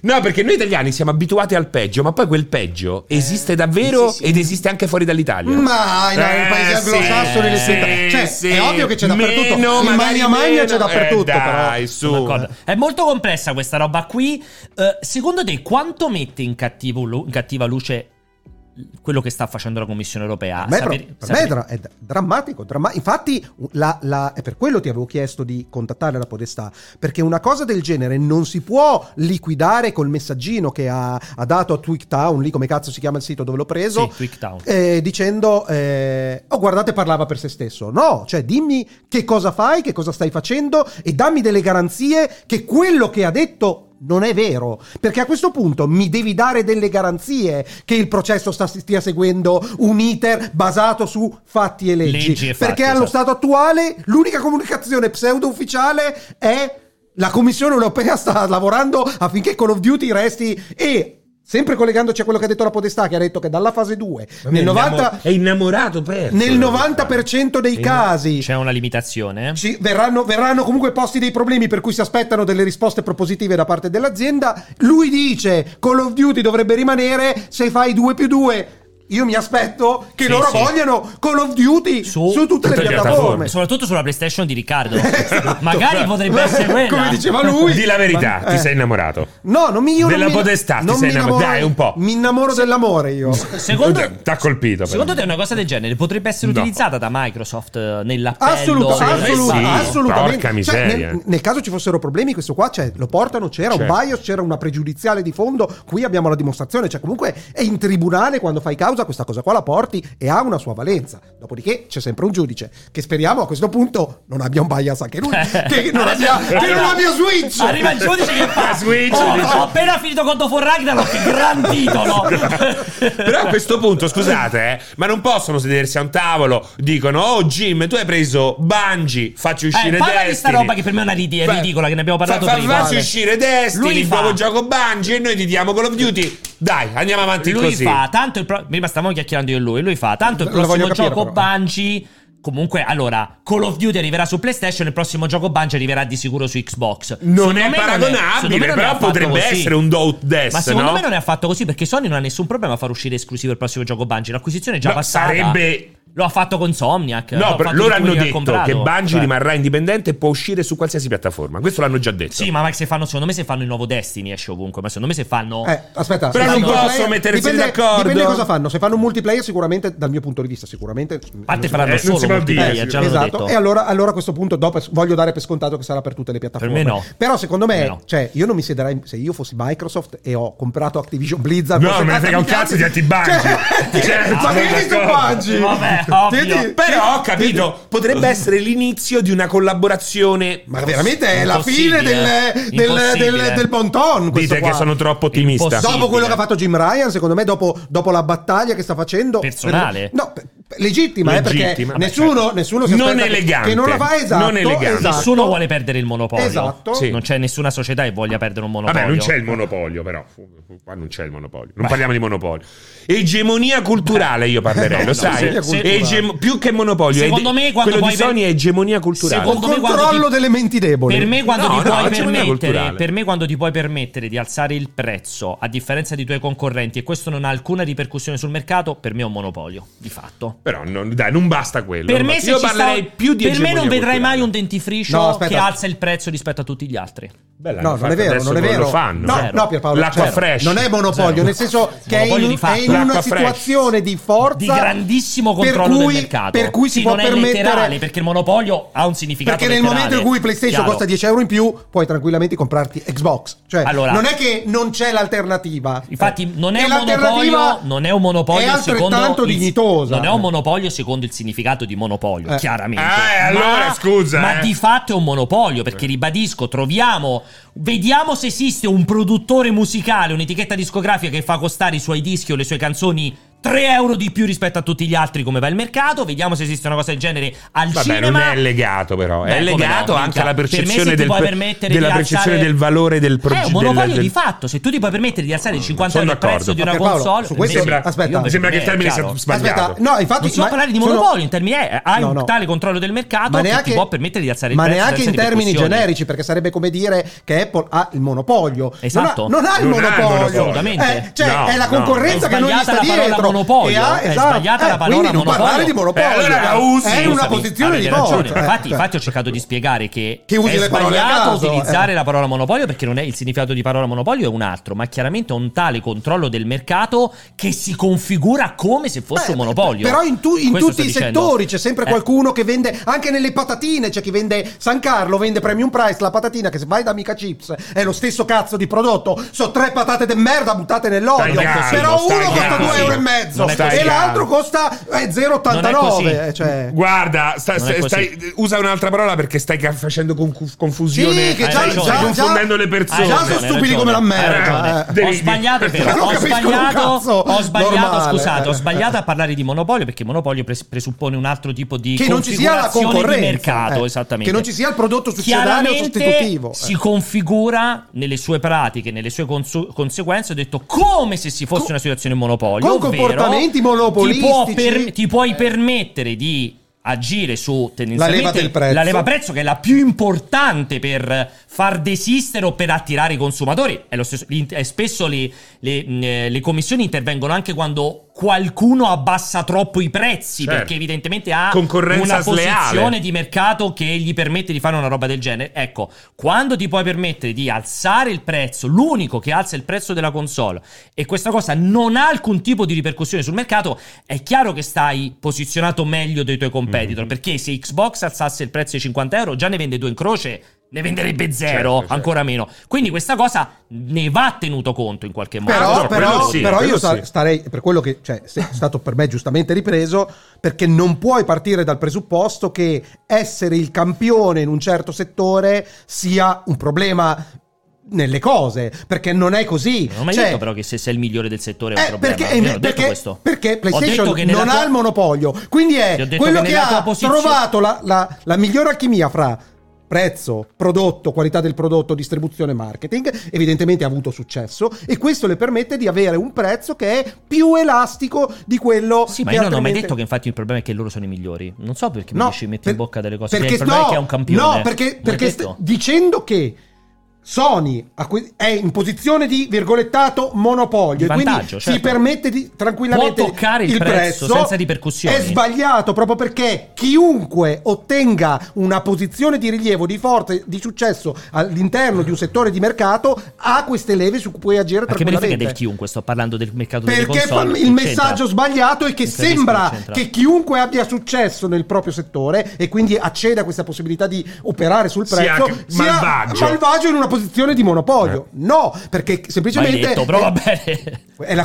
No, perché noi italiani siamo abituati al peggio, ma poi quel peggio esiste davvero
Eh,
sì, sì.
ed esiste anche fuori dall'Italia.
Ma no,
Eh,
nel paese
sì,
anglosassone le
sì,
Eh,
spintarelle.
Cioè,
sì.
è ovvio che c'è dappertutto.
Meno,
In
magari
Magna Magna
meno.
c'è dappertutto,
Eh, dai,
Sono
su.
d'accordo. È molto complessa questa roba qui. Eh, secondo te, quanto mette in, cattivo lu- in cattiva luce quello che sta facendo la Commissione europea?
Per me, è
Sapere-
pro- per me
sapere-
è, dra- è d- drammatico, dramma- infatti la- la- è per quello che ti avevo chiesto di contattare la Podestà, perché una cosa del genere non si può liquidare col messaggino che ha, ha dato a Twigtown, lì come cazzo si chiama il sito dove l'ho preso,
Sì, Twigtown.
eh, dicendo eh, oh guardate parlava per se stesso no cioè dimmi che cosa fai che cosa stai facendo e dammi delle garanzie che quello che ha detto non è vero perché a questo punto mi devi dare delle garanzie che il processo sta- stia seguendo un iter basato su fatti e leggi,
Leggi e fatti,
perché allo
esatto.
stato attuale l'unica comunicazione pseudo ufficiale è la Commissione europea sta lavorando affinché Call of Duty resti e Sempre collegandoci a quello che ha detto la Podestà, che ha detto che dalla fase 2 nel 90,
È innamorato perso.
nel 90% dei casi
C'è una limitazione.
ci- verranno, verranno comunque posti dei problemi per cui si aspettano delle risposte propositive da parte dell'azienda. Lui dice Call of Duty dovrebbe rimanere se fai 2 più 2. Io mi aspetto che
Sì,
loro
sì.
vogliano Call of Duty su,
Su-
tutte le
Tutte le
piattaforme.
piattaforme.
Soprattutto sulla PlayStation di Riccardo. Magari potrebbe essere quella.
Esatto. Come diceva lui.
Di la verità,
Ma- eh.
ti sei innamorato.
No, non mi io
Della
non mi-
Podestà ti
non
sei
mi
innamorato.
innamoro-
Dai, un po'.
Mi innamoro dell'amore io.
Secondo,
T'ha colpito. però.
secondo te una cosa del genere potrebbe essere
No.
utilizzata da Microsoft eh, nell'appello?
Assoluta,
Secondo me
assoluta,
sì.
assolutamente.
Porca
Cioè,
miseria.
nel, nel caso ci fossero problemi, questo qua cioè, lo portano. C'era
Certo.
un bias, c'era una pregiudiziale di fondo. Qui abbiamo la dimostrazione. Cioè, comunque è in tribunale quando fai causa, questa cosa qua la porti e ha una sua valenza. Dopodiché c'è sempre un giudice che speriamo a questo punto non abbia un bias anche lui, che non abbia, che non abbia switch.
Arriva il giudice che fa
Switch,
"Oh,
dice.
ho appena finito God of War Ragnarok, che gran titolo!
Però a questo punto, scusate, eh, ma non possono sedersi a un tavolo. Dicono: Oh, Jim, tu hai preso Bungie, facci uscire
Eh, parla di sta
Destiny.
roba che per me è una ridi- è
Fa-
ridicola, che ne abbiamo parlato
fa, fa-
prima.
Facci uscire Destiny,
Lui
il
fa-
nuovo gioco Bungie, e noi ti diamo Call of Duty. Dai, andiamo avanti
lui
così.
fa tanto il pro- prima stavamo chiacchierando io e lui lui fa tanto il
Lo
prossimo
voglio capire,
gioco
però.
Bungie comunque allora Call of Duty arriverà su PlayStation il prossimo gioco Bungie arriverà di sicuro su Xbox
Non
Secondo
è
me
paragonabile,
secondo me non è
però
affatto
potrebbe
così.
essere un Dot Death.
ma secondo
Eh, no?
me non è affatto così perché Sony non ha nessun problema a far uscire esclusivo il prossimo gioco Bungie l'acquisizione è già
No,
passata
sarebbe-
lo ha fatto con Somniac
No,
l'ha fatto
però loro
tutti quelli
hanno
ha
detto
comprato.
che Bungie
Cioè,
rimarrà indipendente e può uscire su qualsiasi piattaforma. Questo l'hanno già detto.
sì ma se fanno secondo me se fanno il nuovo Destiny esce ovunque ma secondo me se fanno
Eh, aspetta,
Però
se
non
fanno
posso
multiplayer-
mettersi
dipende,
d'accordo.
Dipende cosa fanno. Se fanno un multiplayer, sicuramente, dal mio punto di vista, sicuramente.
a parte
Eh,
faranno
non
solo
si può
multiplayer
dire,
già l'hanno
esatto.
detto
E allora, allora a questo punto dopo voglio dare per scontato che sarà per tutte le piattaforme.
Per me no.
Però secondo me,
Per me no.
cioè, io non mi siederei se io fossi Microsoft e ho comprato Activision Blizzard.
No,
forse
me ne
cazzo
frega un
mi
cazzo
chiami.
di Anti-Bungie.
Cioè,
Cioè,
ma
sono
che ti
d'accordo.
Bungie?
Vabbè, ovvio.
Tieni-
Però ho capito, potrebbe essere l'inizio di una collaborazione.
Ma veramente è la
Impossibile.
fine del, del,
Impossibile.
del, del bon ton questo
Dite
qua.
che sono troppo ottimista.
Impossibile.
Dopo quello che ha fatto Jim Ryan, secondo me, dopo, dopo la battaglia che sta facendo
Personale?
no, pe- pe- legittima, eh, perché
Legittima.
nessuno,
Vabbè, certo.
nessuno si
Non
aspetta che-
elegante.
che non la fa esatto.
Non elegante.
esatto.
Nessuno vuole perdere il monopolio.
Esatto.
Sì.
Non c'è nessuna società che voglia perdere un monopolio.
Vabbè, non c'è il monopolio, però. Qua non c'è il monopolio. Non parliamo di monopolio. Egemonia culturale, io parlerei, lo
No,
sai?
se- se-
Egem- più che monopolio.
Secondo
ed-
me, quando
quello di
puoi per-
Sony è egemonia culturale.
Secondo- me quando
Controllo
ti-
delle menti deboli.
Per me, quando
No,
ti
no,
puoi
c'è una
permettere,
culturale.
per me quando ti puoi permettere di alzare il prezzo a differenza dei tuoi concorrenti e questo non ha alcuna ripercussione sul mercato, per me è un monopolio, di fatto.
Però non, dai, non basta quello.
Per
Non
me,
basta.
se
io
ci sta-
parlerei più di
per me non
egemonia
vedrai
culturale.
mai un dentifricio
No, aspetta.
che alza il prezzo rispetto a tutti gli altri.
Beh, l'hanno
No, non
fatto
è vero,
adesso
non è
come
vero.
Lo fanno.
no,
Zero.
no, Pierpaolo,
L'acqua
zero.
fresh.
Non è monopolio,
Zero.
nel senso che è
Monopolio
in,
di fatto.
è in una
L'acqua fresh.
situazione di forza
Di grandissimo
per
controllo
cui-
del mercato.
Per cui si
Sì,
può
non è letterale,
permettere
perché il monopolio ha un significato
perché nel
letterale.
momento in cui PlayStation
Chiaro.
costa 10 euro in più, puoi tranquillamente comprarti Xbox. Cioè,
Allora-
non è che non c'è l'alternativa.
Infatti, non è,
Eh, E
un
l'alternativa
monopoliio, non è un monopolio
È altrettanto
secondo il-
dignitosa.
Non è un monopolio secondo il significato di monopolio,
Eh.
chiaramente.
Ah, eh, allora, scusa,
Ma
eh.
di fatto è un monopolio, perché ribadisco, troviamo. Vediamo se esiste un produttore musicale, un'etichetta discografica che fa costare i suoi dischi o le sue canzoni 3 euro di più rispetto a tutti gli altri come va il mercato, vediamo se esiste una cosa del genere al
Vabbè,
cinema.
non è legato, però.
Beh,
è
come
legato
no,
anche
minchia.
alla
Per me se
percezione,
ti
del,
puoi permettere
della
di
percezione
alzare- Eh,
del valore del
È
progetto.
un monopolio di fatto, se tu ti puoi permettere di alzare il 50
Sono
euro il prezzo
d'accordo.
di una
Ma Pierpaolo,
console,
su questo-
mi sembra-
aspetta.
io per
Mi sembra che il
me è
termine sia
Eh, chiaro.
sbagliato.
Aspetta, no, infatti.
Non si può
ma-
parlare di
sono-
monopolio in termini eh, hai
No,
un
no.
tale controllo del mercato
Ma
che ti può permettere di alzare il
ma
prezzo
neanche
senza
in termini
ripercussioni.
generici, perché sarebbe come dire che Apple ha il monopolio.
Esatto.
Non ha, non ha il
Non ha il
monopolio.
monopolio.
Assolutamente.
Eh, cioè,
No,
è la
no.
concorrenza
È
che non gli
sbagliata
sta
la parola
dietro.
monopolio.
E ha-
È
esatto.
sbagliata la
Eh,
parola
quindi non
monopolio.
parlare di monopolio.
Eh, allora la usi.
È una
Scusami,
posizione di
avete ragione.
forza.
Infatti,
Eh,
infatti ho cercato di spiegare che,
Che usi
è
le parole a
sbagliato
caso,
utilizzare
eh.
la parola monopolio perché non è il significato di parola monopolio è un altro, ma chiaramente è un tale controllo del mercato che si configura come se fosse
Beh,
un monopolio.
Però in, tu- in
Questo
tutti
sto
i
dicendo.
settori c'è sempre
Eh,
qualcuno che vende, anche nelle patatine, c'è chi vende San Carlo, vende premium price la patatina che se vai da Amica Chips è lo stesso cazzo di prodotto, sono tre patate de merda buttate nell'olio,
Stai calmo,
però
stai
uno costa
calmo.
2,5 euro e mezzo
Non è
e
così.
l'altro costa eh,
Non è
0,89.
così.
eh, Cioè...
Guarda, sta-
Non è
sta-
così.
stai- usa un'altra parola perché stai ca- facendo concu- confusione.
Sì, che
Stai-
già-
stai
già-
confondendo le
Hai
persone.
Già
ragione,
sono
hai
stupidi
ragione,
come la
hai
merda,
ragione.
eh.
Ho
Devi-
sbagliato, è vero,
Non
ho
capiscono un
sbagliato,
cazzo.
ho sbagliato,
Normale.
scusate, ho
Eh.
sbagliato a parlare di monopolio perché monopolio pres- presuppone un altro tipo di
Che non ci sia la
configurazione
concorrenza.
di mercato,
eh.
esattamente.
Che non ci sia il prodotto succedaneo
Chiaramente
sostitutivo. eh.
si configura nelle sue pratiche, nelle sue consu- conseguenze, ho detto come se si fosse
Con-
una situazione monopolio.
con
ovvero
comportamenti
Ti,
monopolistici.
può per- ti puoi permettere di agire su tendenzialmente
La leva del prezzo.
la leva prezzo che è la più importante per far desistere o per attirare i consumatori è lo stesso gli int- eh, spesso le, le, mh, eh, le commissioni intervengono anche quando qualcuno abbassa troppo i prezzi
Certo.
perché evidentemente ha
Concorrenza
una
sleale.
posizione di mercato che gli permette di fare una roba del genere. Ecco, quando ti puoi permettere di alzare il prezzo, l'unico che alza il prezzo della console, e questa cosa non ha alcun tipo di ripercussione sul mercato, è chiaro che stai posizionato meglio dei tuoi
Mm-hmm.
competitor. Perché se Xbox alzasse il prezzo di 50 euro, già ne vende due in croce. Ne venderebbe zero,
Certo, certo.
ancora meno. Quindi questa cosa ne va tenuto conto in qualche modo.
però,
no,
però,
quello sì,
però
quello
io sta-
sì.
starei per quello che cioè, se è stato per me giustamente ripreso perché non puoi partire dal presupposto che essere il campione in un certo settore sia un problema nelle cose perché non è così
Non ho mai
Cioè,
detto però che se sei il migliore del settore è un
eh,
problema.
perché,
Io non ho
eh,
detto
perché-
questo.
perché
Ho
PlayStation
detto che nella
non ha
tua-
il monopolio quindi
Ti ho
è
detto
quello
che
che,
nella tua
ha
posizione-
trovato la, la- la migliore alchimia fra prezzo, prodotto, qualità del prodotto, distribuzione, marketing, evidentemente ha avuto successo e questo le permette di avere un prezzo che è più elastico di quello
Sì,
che
ma io non ho mai
altrimenti-
detto che infatti il problema è che loro sono i migliori. Non so perché mi
No,
dici metti
per-
in bocca delle cose. Cioè,
Perché
il problema
no,
è che è un campione.
No, perché,
Non
perché
è
st-
detto.
dicendo che Sony ha que- è in posizione di virgolettato monopolio
Di
e quindi
vantaggio,
si
certo.
permette di tranquillamente
Può toccare il prezzo senza ripercussioni.
È sbagliato proprio perché chiunque ottenga una posizione di rilievo, di forza, di successo all'interno di un settore di mercato ha queste leve su cui puoi agire
Ma che me ne frega
tranquillamente.
del chiunque, sto parlando del mercato delle
Perché
console.
fa-
che
il
c'entra?
messaggio sbagliato è che
Non capisco,
sembra
c'entra.
che chiunque abbia successo nel proprio settore e quindi acceda a questa possibilità di operare sul
Sia
prezzo
che- malvagio.
malvagio in una posizione di monopolio. No, perché
L'hai
semplicemente
Eh. detto, però va bene.
è la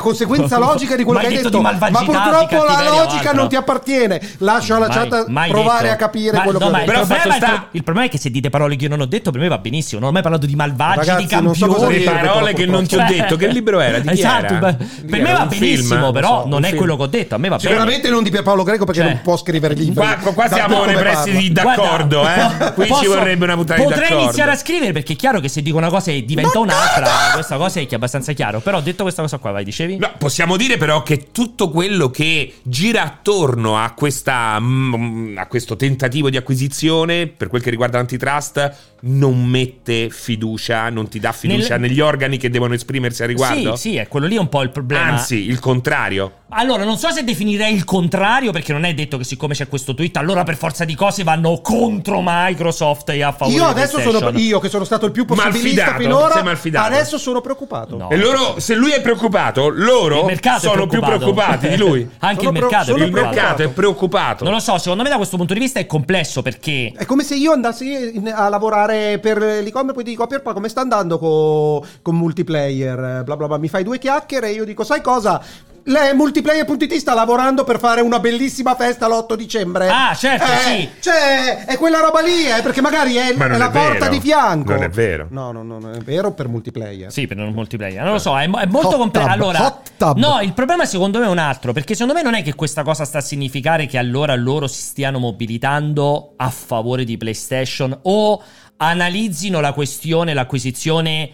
conseguenza logica di quello
Ma
che
hai
hai
detto
detto,
di
ma
malvagità, di
purtroppo la
cattiveria o
logica
altro.
non ti appartiene. Lascio alla
Mai-
chat
mai
provare
detto.
a capire
Ma-
quello
no,
che
ma
ho
il,
Però
detto.
problema
fatto
è il,
sta-
pro- il problema è che se dite parole che io non ho detto, per me va benissimo. Non ho mai parlato di malvagi,
Ragazzi,
di
non so cosa
campioni.
Le
dire,
parole che non ti ho
Cioè-
detto. Che libro era? Di chi
Esatto,
era?
ma-
Di chi
per me
era?
va
Un film?
benissimo, però
so,
non
un
è
film.
quello che ho detto. A me va bene.
Sicuramente non di Pierpaolo Greco perché
Cioè,
non può scrivere libri.
Qua, qua- qua
Da-
siamo
come
nei
parla.
pressi di
Guarda,
d'accordo, eh? Qui ci
posso-
vorrebbe una puntata di
Potrei
d'accordo.
iniziare a scrivere perché è chiaro che se dico una cosa e diventa un'altra. Questa cosa è chi- abbastanza chiaro. Però detto questa cosa qua, vai, dicevi?
No, possiamo dire però che tutto quello che gira attorno a, questa, mm, a questo tentativo di acquisizione, per quel che riguarda l'antitrust, non mette fiducia, non ti dà fiducia
Nel-
negli organi che devono esprimersi al riguardo?
Sì, sì, è quello lì è un po' il problema.
Anzi, il contrario.
Allora, non so se definirei il contrario, perché non è detto che siccome c'è questo tweet, allora per forza di cose vanno contro Microsoft e a favore
Io
di
adesso sono
PlayStation.
io che sono stato il più possibilista
Malfidato, sei
finora,
malfidato.
adesso sono preoccupato.
No.
e loro, se lui è preoccupato,
Oh. Il
loro
mercato è
sono più preoccupati di lui.
Anche
Sono
il
pro-
mercato
sono
è
il
preoccupato.
mercato è preoccupato.
Non lo so, secondo me da questo punto di vista è complesso perché
È come se io andassi in- a lavorare per l'e-commerce e poi ti dico, Pierpa, come sta andando co- con multiplayer? Bla bla bla, mi fai due chiacchiere e io dico, sai cosa? le multiplayer.it sta lavorando per fare una bellissima festa l'8 dicembre.
Ah, certo,
Eh,
sì.
Cioè, è quella roba lì, eh, perché magari è,
Ma non
è la
è vero.
porta di fianco.
Non è vero.
No, no, no, non è vero per multiplayer.
Sì, per non multiplayer. Non lo so, è, mo- è molto
Hot
complesso.
tub,
Allora,
hot tub.
no, il problema secondo me è un altro. Perché secondo me non è che questa cosa sta a significare che allora loro si stiano mobilitando a favore di PlayStation o analizzino la questione, l'acquisizione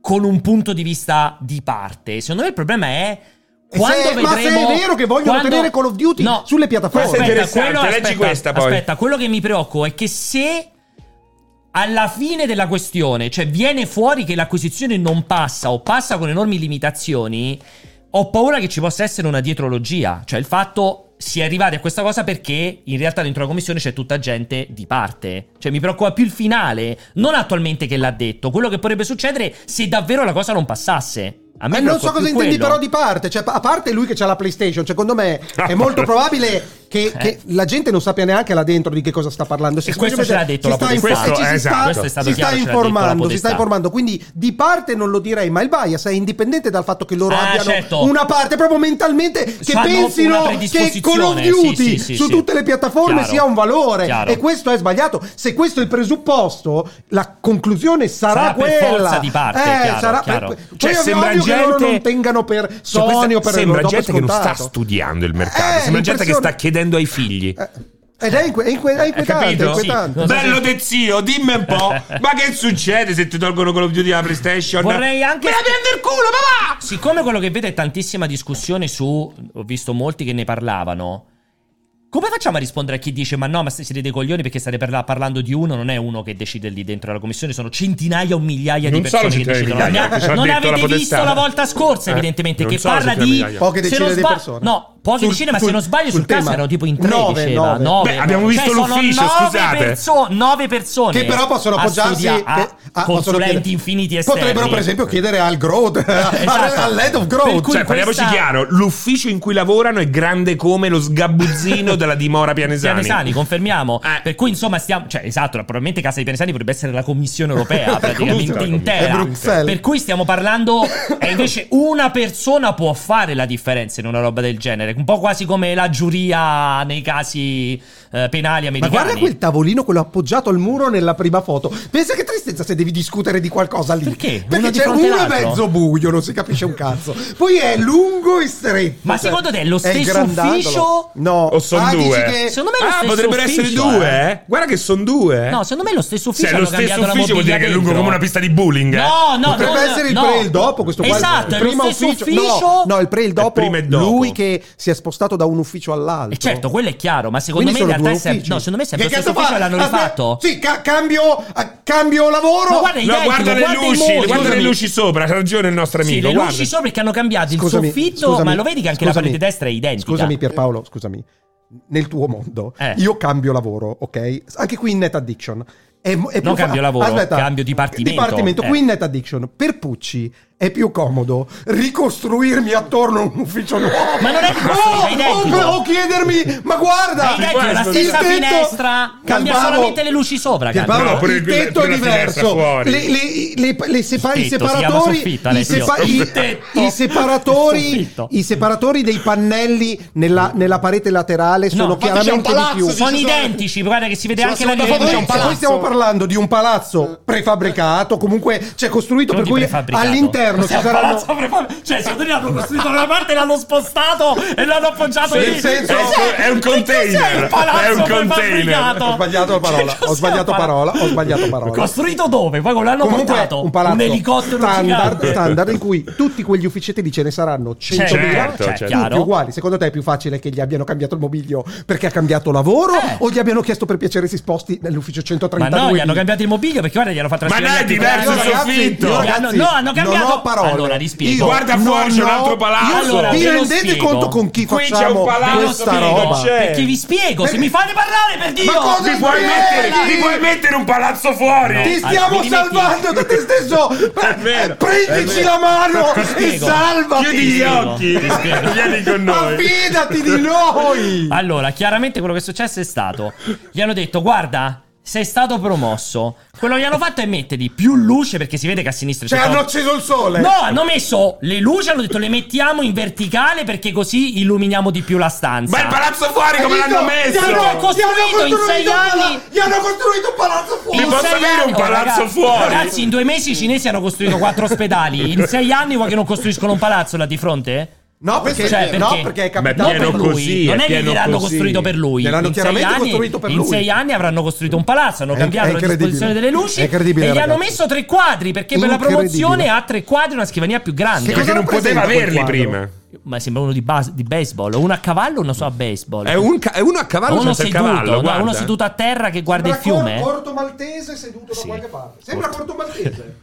con un punto di vista di parte. Secondo me il problema è.
E
Quando
se- ma se
vedremo,
è vero che vogliono tenere Call of Duty sulle piattaforme?
Aspetta,
Questo è
quello-
interessante, leggi
aspetta,
questa poi.
aspetta, quello che mi preoccupa è che se alla fine della questione, cioè viene fuori che l'acquisizione non passa o passa con enormi limitazioni, ho paura che ci possa essere una dietrologia, cioè il fatto si è arrivati a questa cosa perché in realtà dentro la commissione c'è tutta gente di parte. Cioè mi preoccupa più il finale, non attualmente che l'ha detto, quello che potrebbe succedere se davvero la cosa non passasse. A me
Eh, non so
preoccupa
cosa
più
intendi
quello.
però di parte, cioè a parte lui che c'ha la PlayStation, secondo me è molto probabile che,
Eh.
che la gente non sappia neanche là dentro di che cosa sta parlando. Si
E Eh, questo
semplicemente
ce l'ha detto la
si sta
potestà.
info-
Questo,
ci si
esatto.
sta-
Questo è stato
si sta
chiaro, ce l'ha detto la
informando, si sta
potestà.
informando, quindi di parte non lo direi, ma il bias è indipendente dal fatto che loro
Ah,
abbiano
certo.
una parte proprio mentalmente che
Hanno una
pensino che Call of
predisposizione,
Duty
sì, sì, sì,
su
sì.
tutte le piattaforme
Chiaro.
sia un valore
Chiaro.
e questo è sbagliato. Se questo è il presupposto, la conclusione sarà,
Sarà per
quella.
forza di parte,
Eh,
chiaro,
sarà
chiaro.
per- poi
Cioè,
è
sembra
ovvio che loro
gente-
non tengano per
Cioè,
Sony
questa-
o per
sembra
Europa
gente che non sta
scontato.
studiando il mercato,
Eh,
sembra gente che sta
l'impressione-
chiedendo ai figli.
Eh, Ed è, inque- è inque- è
Hai
inquietante, è
capito?
inquietante.
Sì.
Bello te zio, dimmi un po'. ma che succede se ti tolgono Call of Duty dalla PlayStation?
Vorrei anche-
Me la prendo il culo, papà!
Siccome quello che vedo è tantissima discussione su. Ho visto molti che ne parlavano. Come facciamo a rispondere a chi dice: Ma no, ma se siete dei coglioni perché state parla- parlando di uno? Non è uno che decide lì dentro la commissione, sono centinaia o migliaia
Non
di
sono
persone che
centinaia di
decidono.
migliaia,
Non-
ci ha
non
detto la
avete
potestà.
visto la volta scorsa,
Eh,
evidentemente,
non
che
sono
parla
centinaia di
di.
migliaia.
Poche
se
decine
non
di
sba-
persone.
No, poche
Sul-
decine, ma se
sul-
non sbaglio sul,
sul
caso
tema.
erano tipo in tre.
Nove,
diceva,
nove.
nove, Cioè,
Beh, abbiamo visto
sono
l'ufficio,
nove
scusate.
perso- nove persone
Che però possono
a
appoggiarsi
studia- a
che- ah, possono
consulenti
chiedere-
infiniti esterni.
Potrebbero, per esempio, chiedere al growth,
Esatto.
al head of
Per
growth.
cui-
Cioè, parliamoci
questa-
chiaro, l'ufficio in cui lavorano è grande come lo sgabuzzino della dimora Pianesani.
Pianesani, confermiamo.
Eh.
Per cui, insomma, stiamo. Cioè, esatto, probabilmente casa di Pianesani potrebbe essere la Commissione europea, praticamente
Commissione.
È
intera.
Bruxelles.
Per cui stiamo parlando. E invece una persona può fare la differenza in una roba del genere. Un po' quasi come la giuria nei casi eh, penali
Ma
americani.
guarda quel tavolino, quello appoggiato al muro nella prima foto. Pensa che tristezza se devi discutere di qualcosa lì.
Perché? Uno
Perché
di
c'è
fronte
uno è
all'altro.
mezzo buio, non si capisce un cazzo. Poi è lungo e stretto.
Ma
Cioè,
secondo te è lo
il
stesso
grandangolo.
ufficio?
No.
O sono
Ah, dici
due?
che-
Secondo me è lo
ah,
stesso
potrebbero essere
ufficio,
due,
eh.
eh? Guarda che sono due. eh?
No, secondo me è lo stesso ufficio.
Se è lo
hanno
stesso
cambiato la
ufficio vuol dire
mobilia
che è lungo
dentro.
come una pista di bowling. eh?
No, no,
Potrebbe
no,
essere il
no.
pre e il dopo questo qua.
Esatto, è
il
lo
primo
stesso
ufficio.
ufficio.
No, no, il pre e il dopo.
prima e dopo.
Lui che si è spostato da un ufficio
E
all'altro.
certo, quello è chiaro, ma secondo me
Quindi
in
sono due
realtà è sempre,
uffici.
no, secondo me è sempre
Che
lo stesso
cazzo
ufficio
fa?
l'hanno
Aspetta,
rifatto.
Sì, ca- cambio, ah, cambio lavoro.
Ma guarda, è
No,
identico,
guarda le
i
luci,
modi,
guarda le
scusami.
luci sopra, ha ragione il nostro
Sì,
amico.
le
guarda.
luci sopra perché hanno cambiato il
Scusami,
soffitto,
scusami,
ma lo vedi che anche la
scusami.
parete destra è identica.
Scusami Pierpaolo, scusami. Nel tuo mondo
Eh.
io cambio lavoro, ok? Anche qui in Net Addiction. È, mo- è
Non
più
cambio lavoro, cambio dipartimento.
Dipartimento,
Eh.
qui in Net Addiction. Per Pucci è più comodo ricostruirmi attorno a un ufficio nuovo.
Ma non è ricostruire, è identico.
o, o, o chiedermi, ma
È
guarda,
identico,
è la
il
stessa
tetto-
finestra, cambia
Calmavo.
solamente le luci sopra,
Calmavo,
cambia.
No, pure
il
quella-
tetto è
quella finestra
diverso.
fuori.
Le, le- le- le separa-
Il
i
tetto si chiama
separatori,
soffitto,
i,
Alessio.
sepa-
Il
i-
tetto.
i
Il
separatori,
soffitto.
i separatori dei pannelli nella, nella parete laterale sono
No,
infatti c'è un
chiaramente di
palazzo
più.
di-
Sono
Ci sono-
identici, guarda che si vede
Sulla
anche la
seconda foto c'è
Noi
un
differenza.
palazzo.
stiamo parlando di un palazzo prefabbricato, comunque cioè costruito
Non
per
di
cui
prefabbricato.
all'interno
Cos'è
ci
un
saranno
palazzo prefab- Cioè, secondo te l'hanno costruito da una parte, l'hanno spostato e l'hanno appoggiato
Sì,
lì.
nel senso-
Che cos'è?
è un
Che cos'è
container,
il palazzo
è un container.
prefabbricato? Cioè,
Ho sbagliato
Che
parola, ho
cos'è
sbagliato
un pal-
parola, ho sbagliato parola.
Costruito dove? Poi come l'hanno
Comunque
portato?
un palazzo
elicottero
standard,
gigante.
standard in cui tutti quegli ufficetti lì ce ne saranno 100.000
Certo,
cioè,
certo.
tutti
chiaro.
uguali. Secondo te è più facile che gli abbiano cambiato il mobilio perché ha cambiato lavoro
Eh.
o gli abbiano chiesto per piacere si sposti nell'ufficio
Ma
132?
no, gli hanno cambiato il mobilio perché guarda, gli hanno fatto
Ma no,
trasferire
è
gli altri
diverso il
palazzi.
soffitto.
io,
Gli hanno- no, hanno cambiato-
Non ho parole.
Allora, vi spiego.
Guarda
non
fuori, c'è un
ho-
altro palazzo.
Io-
Allora,
vi
ve lo
rendete
spiego.
conto con chi
Qui c'è un
facciamo
palazzo,
questa
ve lo
roba?
spiego.
Perché vi spiego, se
Perché-
mi fate parlare per Dio.
Ma cosa-
Ti puoi,
Eh,
mettere,
dai!
ti puoi mettere un palazzo fuori?
No.
Ti
Allora,
stiamo
mi metti-
salvando da te stesso!
vero,
Eh, Prendici
è vero.
la mano
Ti
e
spiego.
salvati!
Chiudi gli
spiego,
occhi,
ti spiego.
vieni con
Ma
noi.
fidati di noi!
Allora, chiaramente quello che è successo è stato. Gli hanno detto: guarda, sei stato promosso. Quello che hanno fatto è metterti più luce perché si vede che a sinistra
Cioè,
c'è
hanno
troppo-
acceso il sole.
No, hanno messo le luci, hanno detto le mettiamo in verticale perché così illuminiamo di più la stanza.
Ma il palazzo fuori come
Capito?
l'hanno
Gli
messo?
Perché
hanno-
è costruito in
gli hanno costruito
sei
un pala-
anni-
Gli hanno costruito un palazzo fuori.
Mi
In
posso
sei
avere un palazzo
ragazzi-
fuori?
Ragazzi, in due mesi i cinesi hanno costruito quattro ospedali. In sei anni vuoi che non costruiscono un palazzo là di fronte?
No, perché,
Cioè, perché?
no, perché è capitato.
Non
pieno
per lui,
così,
non
è
è che
pieno
gliel'hanno
così.
costruito per lui.
Gliel'hanno
in sei
chiaramente
anni-
costruito per
in
lui.
sei anni avranno costruito un palazzo, hanno
È-
cambiato
è
la
incredibile.
disposizione delle luci
È incredibile,
e gli hanno
ragazzi.
messo tre quadri perché per la
Incredibile.
promozione ha tre quadri e una scrivania più grande.
Che
Perché
cosa
non poteva
rappresenta quel
averli
quadro?
prima.
Ma sembra uno di, bas- di baseball, uno a cavallo e uno solo a baseball.
È, un ca- è uno a cavallo
uno
senza il
seduto,
cavallo.
no,
guarda.
uno seduto a terra che guarda il
Sembra Cor-
fiume. eh.
Corto Maltese seduto
Sì.
da qualche parte. Sembra Corto Maltese.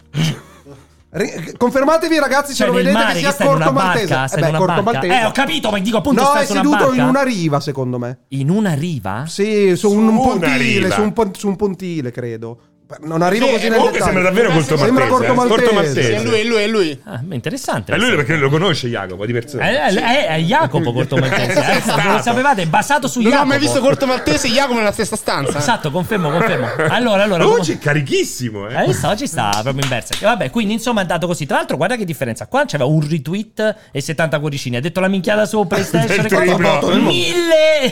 Re- Confermatevi ragazzi se
Cioè,
lo
nel
vedete
mare
che
che
sia
sta in una
Corto Maltese.
barca, sta
Eh
in
beh,
una
Corto
barca.
Maltese.
Eh, ho capito, ma dico appunto
No,
sta
è
su una
seduto in
barca.
una riva secondo me.
In una riva?
Sì, su un,
Su una
pontile,
riva.
su un, pon- su un pontile credo. Beh, Non arrivo
Sì,
così nel
comunque
dettaglio.
sembra davvero Corto
Sembra
Maltese,
Corto
eh,
Maltese.
Corto Maltese.
È lui, è lui, è lui.
Ah, ma interessante.
È lui perché lo conosce Jacopo di persona.
È, è- è- è eh, Jacopo Corto Maltese. eh.
Sì, è
Non lo
stato.
sapevate, è basato su
Non
Jacopo.
ho mai visto Corto Maltese e Jacopo nella stessa stanza.
Esatto, confermo, confermo. Allora, allora.
Oggi
come-
è carichissimo, eh.
Hai visto? Oggi sta proprio in versa. E Vabbè, quindi insomma è andato così. Tra l'altro, guarda che differenza. Qua c'aveva un retweet e 70 cuoricini. Ha detto la minchiata su PlayStation.
Del
e quanto?
triplo.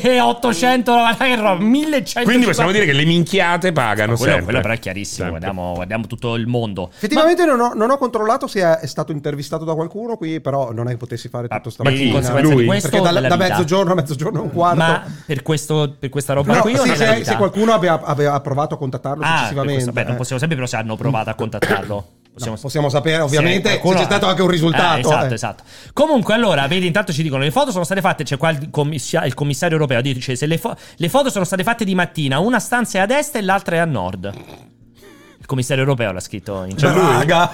1800. guarda che roba, 1100.
Quindi possiamo dire che le minchiate pagano
Eh? Quello,
sempre.
quello però è chiarissimo.
Sempre.
Guardiamo, guardiamo tutto il mondo.
Effettivamente non, ho, non ho controllato se è, è stato intervistato da qualcuno qui, però non è che potessi fare tutto sta
ma chi?
mattina.
Conseguenza
di
Lui.
questo
Perché
o
da,
della
da
vita?
mezzogiorno a mezzogiorno e un quarto.
Ma per, questo, per questa roba
No,
qui o
sì,
nella
se,
vita?
se qualcuno abbia, aveva provato a contattarlo
Ah, per
successivamente.
questo- beh, non
eh.
possiamo sapere, però se hanno provato a contattarlo.
No, possiamo sapere ovviamente
Sì,
se,
qualcuno-
c'è stato anche un risultato.
Ah, esatto,
eh.
esatto. Comunque, allora, vedi, intanto ci dicono: le foto sono state fatte. C'è qua il, commissia- il commissario europeo. Dice: se le, fo- le foto sono state fatte di mattina, una stanza è a destra e l'altra è a nord. Il commissario europeo l'ha scritto in chat.
Cioè, Raga.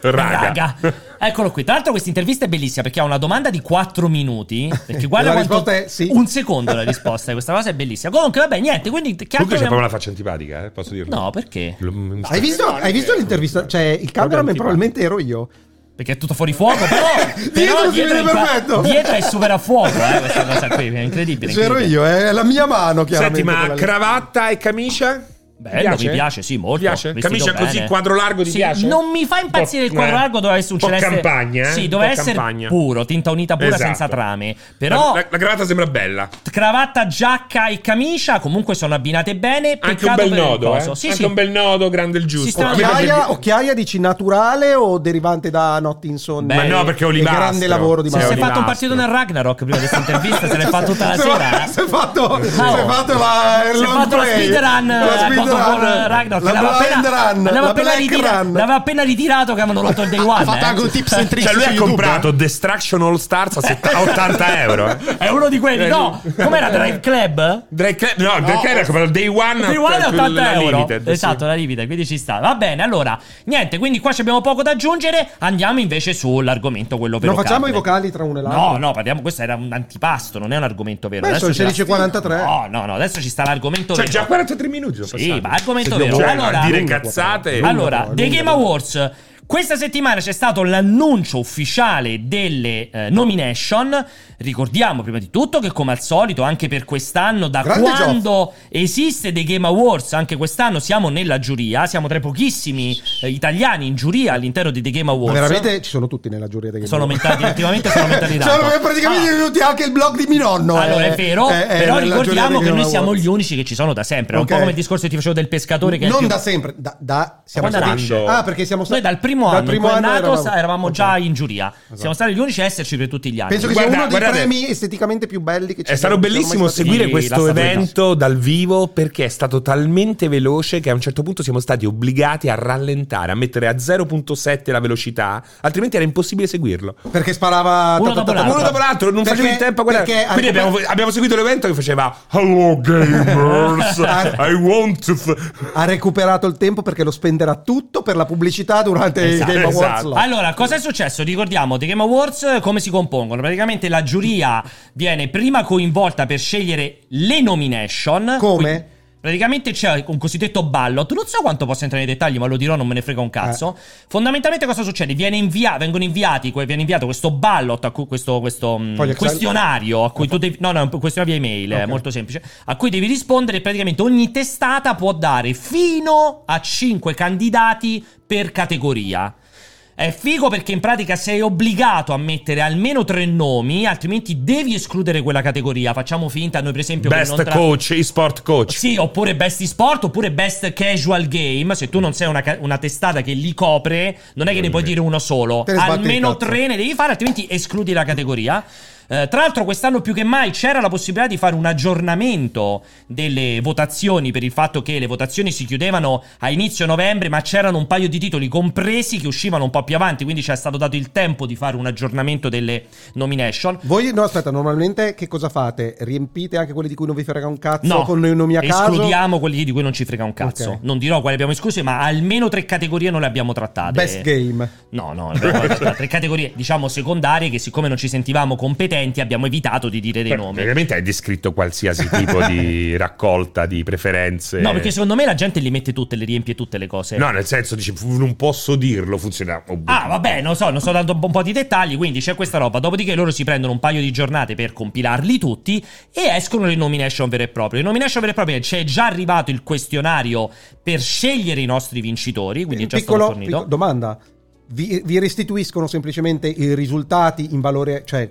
Raga.
Raga. Eccolo qui. Tra l'altro, questa intervista è bellissima perché ha una domanda di 4 minuti. Perché guarda
E la
quanto.
risposta è sì.
Un secondo la risposta. Questa cosa è bellissima. Comunque, vabbè, niente. Quindi,
Comunque c'è
chiacchieriamo-
proprio una faccia antipatica, eh, posso dirlo.
Certo No, perché?
Lo- mi sta-
Hai visto, hai visto l'intervista? Cioè, il cameraman probabilmente ero io.
Perché è tutto fuori fuoco, però.
Dietro
però
si vede
è qua-
perfetto.
dietro è super a fuoco, eh, questa cosa qui. È incredibile.
C'ero
incredibile.
io, è la mia mano chiaramente.
Senti, ma
quella lì.
cravatta e camicia?
Bello, mi piace, sì, molto.
Ti piace?
Vestito
Camicia
bene.
così, quadro largo, ti
Sì,
piace?
Non mi fa impazzire il
Un po',
quadro
eh,
largo, doveva essere un
un po'
celeste.
campagna, eh?
Sì,
Un
doveva
po'
essere
campagna.
puro, tinta unita pura
Esatto.
senza trame. Però
La, la- la cravatta sembra bella.
cravatta, giacca e camicia comunque sono abbinate bene.
Anche un
peccato
bel
per il
nodo, eh.
coso. Sì,
Anche
sì.
un bel nodo, grande il
Si
giusto.
sta-
Quello che-
Occhiaia, occhiaia dici naturale o derivante da notti insonni?
Beh, Ma no,
perché è
Il
olivastro.
grande lavoro di
Sì,
Se si è
Leoni
fatto un
Lastro.
partito nel Ragnarok prima di questa intervista, se l'è fatto tutta la
Se-
sera. eh.
Se è fatto, se
Oh.
è fatto la il
si è
long
fatto la
play,
speedrun
la
eh,
speedrun,
God of War Ragnarok,
la
l'aveva
blind
appena-
run,
l'aveva
la
appena
black
ritira-
run.
l'aveva appena ritirato che avevano rotto il day one
Ha fatto
eh.
anche un tips and tricks
Cioè, lui
su
ha
YouTube,
comprato
eh.
Destruction All Stars a sett- a 80 euro. eh.
è uno di quelli no com'era Drive Club
Drake, no, Drake era come il Day One.
Day One è
eh,
80
la
euro
Limited, sì.
esatto la Limited quindi ci sta va bene allora niente quindi qua ci abbiamo poco da aggiungere andiamo invece sull'argomento quello vero
Non facciamo
carne.
i vocali tra uno e l'altro.
No, no, parliamo. Questo era un antipasto, non è un argomento vero.
Beh, sono
Adesso c'è la-
16.43.
No, no, no, adesso ci sta l'argomento
Cioè,
vero.
già 43 minuti sono
Sì,
passati.
ma argomento
Se
vero.
Dio
Cioè,
allora,
a dire
lunga,
cazzate.
Allora,
però,
The
lunga,
Game
però.
Awards. Questa settimana c'è stato l'annuncio ufficiale delle eh, nomination. Ricordiamo prima di tutto che, come al solito, anche per quest'anno, da
Grande
quando esiste The Game Awards, anche quest'anno siamo nella giuria. Siamo tra i pochissimi eh, italiani in giuria all'interno di The Game
Ma
Awards.
veramente ci sono tutti nella giuria dei
Sono
Game Awards.
aumentati, ultimamente sono aumentati tanto.
Sono praticamente
Ah.
tutti anche il blog di mio nonno.
Allora è,
eh,
vero,
eh, eh,
però
nella giuria
ricordiamo
dei
che noi
Game
siamo
Awards.
gli unici che ci sono da sempre. È Un
Ok.
po' come il discorso che ti facevo del pescatore che è il
non
più-
da sempre, da, da- siamo
Quando
stati-
eravamo-
Ah, perché siamo
Noi
stati
dal primo anno,
dal
in cui è nato, sa- eravamo,
Ok. Esatto.
già in giuria. Siamo stati gli unici a esserci per tutti gli anni.
Penso che
Ah, Guarda-
sia uno dei
guardate-
premi esteticamente più belli che ci
È stato
siano mai
Cioè, bellissimo
stati.
seguire
Sì,
questo
la statuina.
evento dal vivo perché è stato talmente veloce che a un certo punto siamo stati obbligati a rallentare, a mettere a 0.7 la velocità, altrimenti era impossibile seguirlo.
Perché sparava
Uno dopo
ta- ta- ta- ta-
l'altro.
Uno dopo l'altro, non
Ah, Perché-
facevi in tempo a guardare.
perché
Quindi
anche-
abbiamo, abbiamo seguito l'evento che faceva Hello gamers, I want to... f-"
Ha recuperato il tempo perché lo spenderà tutto per la pubblicità durante
Esatto,
i Game Awards.
esatto.
Live.
Allora, cosa è successo? Ricordiamo The Game Awards eh, come si compongono. Praticamente la giuria viene prima coinvolta per scegliere le nomination.
Come?
Quindi- Praticamente c'è un cosiddetto ballot. Non so quanto possa entrare nei dettagli, ma lo dirò, non me ne frega un cazzo. Fondamentalmente, cosa succede? Viene invia- vengono inviati, que- viene inviato questo ballot, a cui- questo, questo mh,
Foglio Excel?
questionario a cui tu devi. No, no, è un questionario via email, è
Ok.
molto semplice. A cui devi rispondere. e Praticamente ogni testata può dare fino a 5 candidati per categoria. È figo perché in pratica sei obbligato a mettere almeno tre nomi, altrimenti devi escludere quella categoria. Facciamo finta, noi per esempio... che non
Best
tra-
coach, e-sport coach.
Sì, oppure best sport, oppure best casual game. Se tu non sei una, ca- una testata che li copre, non è che ne puoi dire uno solo.
Te ne sbatti
Almeno
il cazzo.
tre ne devi fare, altrimenti escludi la categoria. Eh, tra l'altro, quest'anno più che mai c'era la possibilità di fare un aggiornamento delle votazioni per il fatto che le votazioni si chiudevano a inizio novembre, ma c'erano un paio di titoli compresi che uscivano un po' più avanti. Quindi ci è stato dato il tempo di fare un aggiornamento delle nomination.
Voi, no, aspetta, normalmente che cosa fate? Riempite anche quelli di cui non vi frega un cazzo
No,
con i nomi a caso?
escludiamo quelli di cui non ci frega un cazzo.
Ok.
Non dirò quali abbiamo esclusi, ma almeno tre categorie non le abbiamo trattate.
Best game.
No, no, abbiamo trattate tre categorie, diciamo secondarie, che siccome non ci sentivamo competenti abbiamo evitato di dire dei
Beh,
nomi.
Veramente hai descritto qualsiasi tipo di raccolta di preferenze.
No, perché secondo me la gente li mette tutte, le riempie tutte le cose.
No, nel senso, dici, "Fu- non posso dirlo, funziona. ob-
Ah, vabbè, non so, non sto dando un po' di dettagli, quindi c'è questa roba. Dopodiché loro si prendono un paio di giornate per compilarli tutti e escono le nomination vere e proprie. Le nomination vere e proprie c'è già arrivato il questionario per scegliere i nostri vincitori, quindi è già
Eh, Piccolo-
stato fornito.
picco- domanda. Vi, vi restituiscono semplicemente i risultati in valore, cioè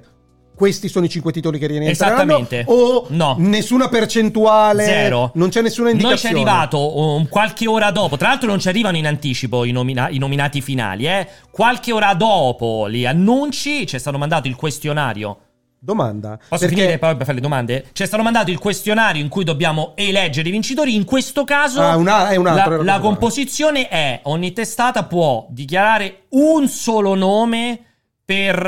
questi sono i cinque titoli che rientreranno
Esattamente.
o
No.
nessuna percentuale?
Zero.
Non c'è nessuna
Noi ci è
indicazione.
arrivato um, qualche ora dopo. Tra l'altro, non ci arrivano in anticipo i, nomina- i nominati finali. Eh. Qualche ora dopo li annunci. Ci è stato mandato il questionario.
Domanda.
Posso finire e poi fare le domande? Ci è stato mandato il questionario in cui dobbiamo eleggere i vincitori. In questo caso,
Ah, una- è un'altra
la,
cosa.
la composizione è: ogni testata può dichiarare un solo nome per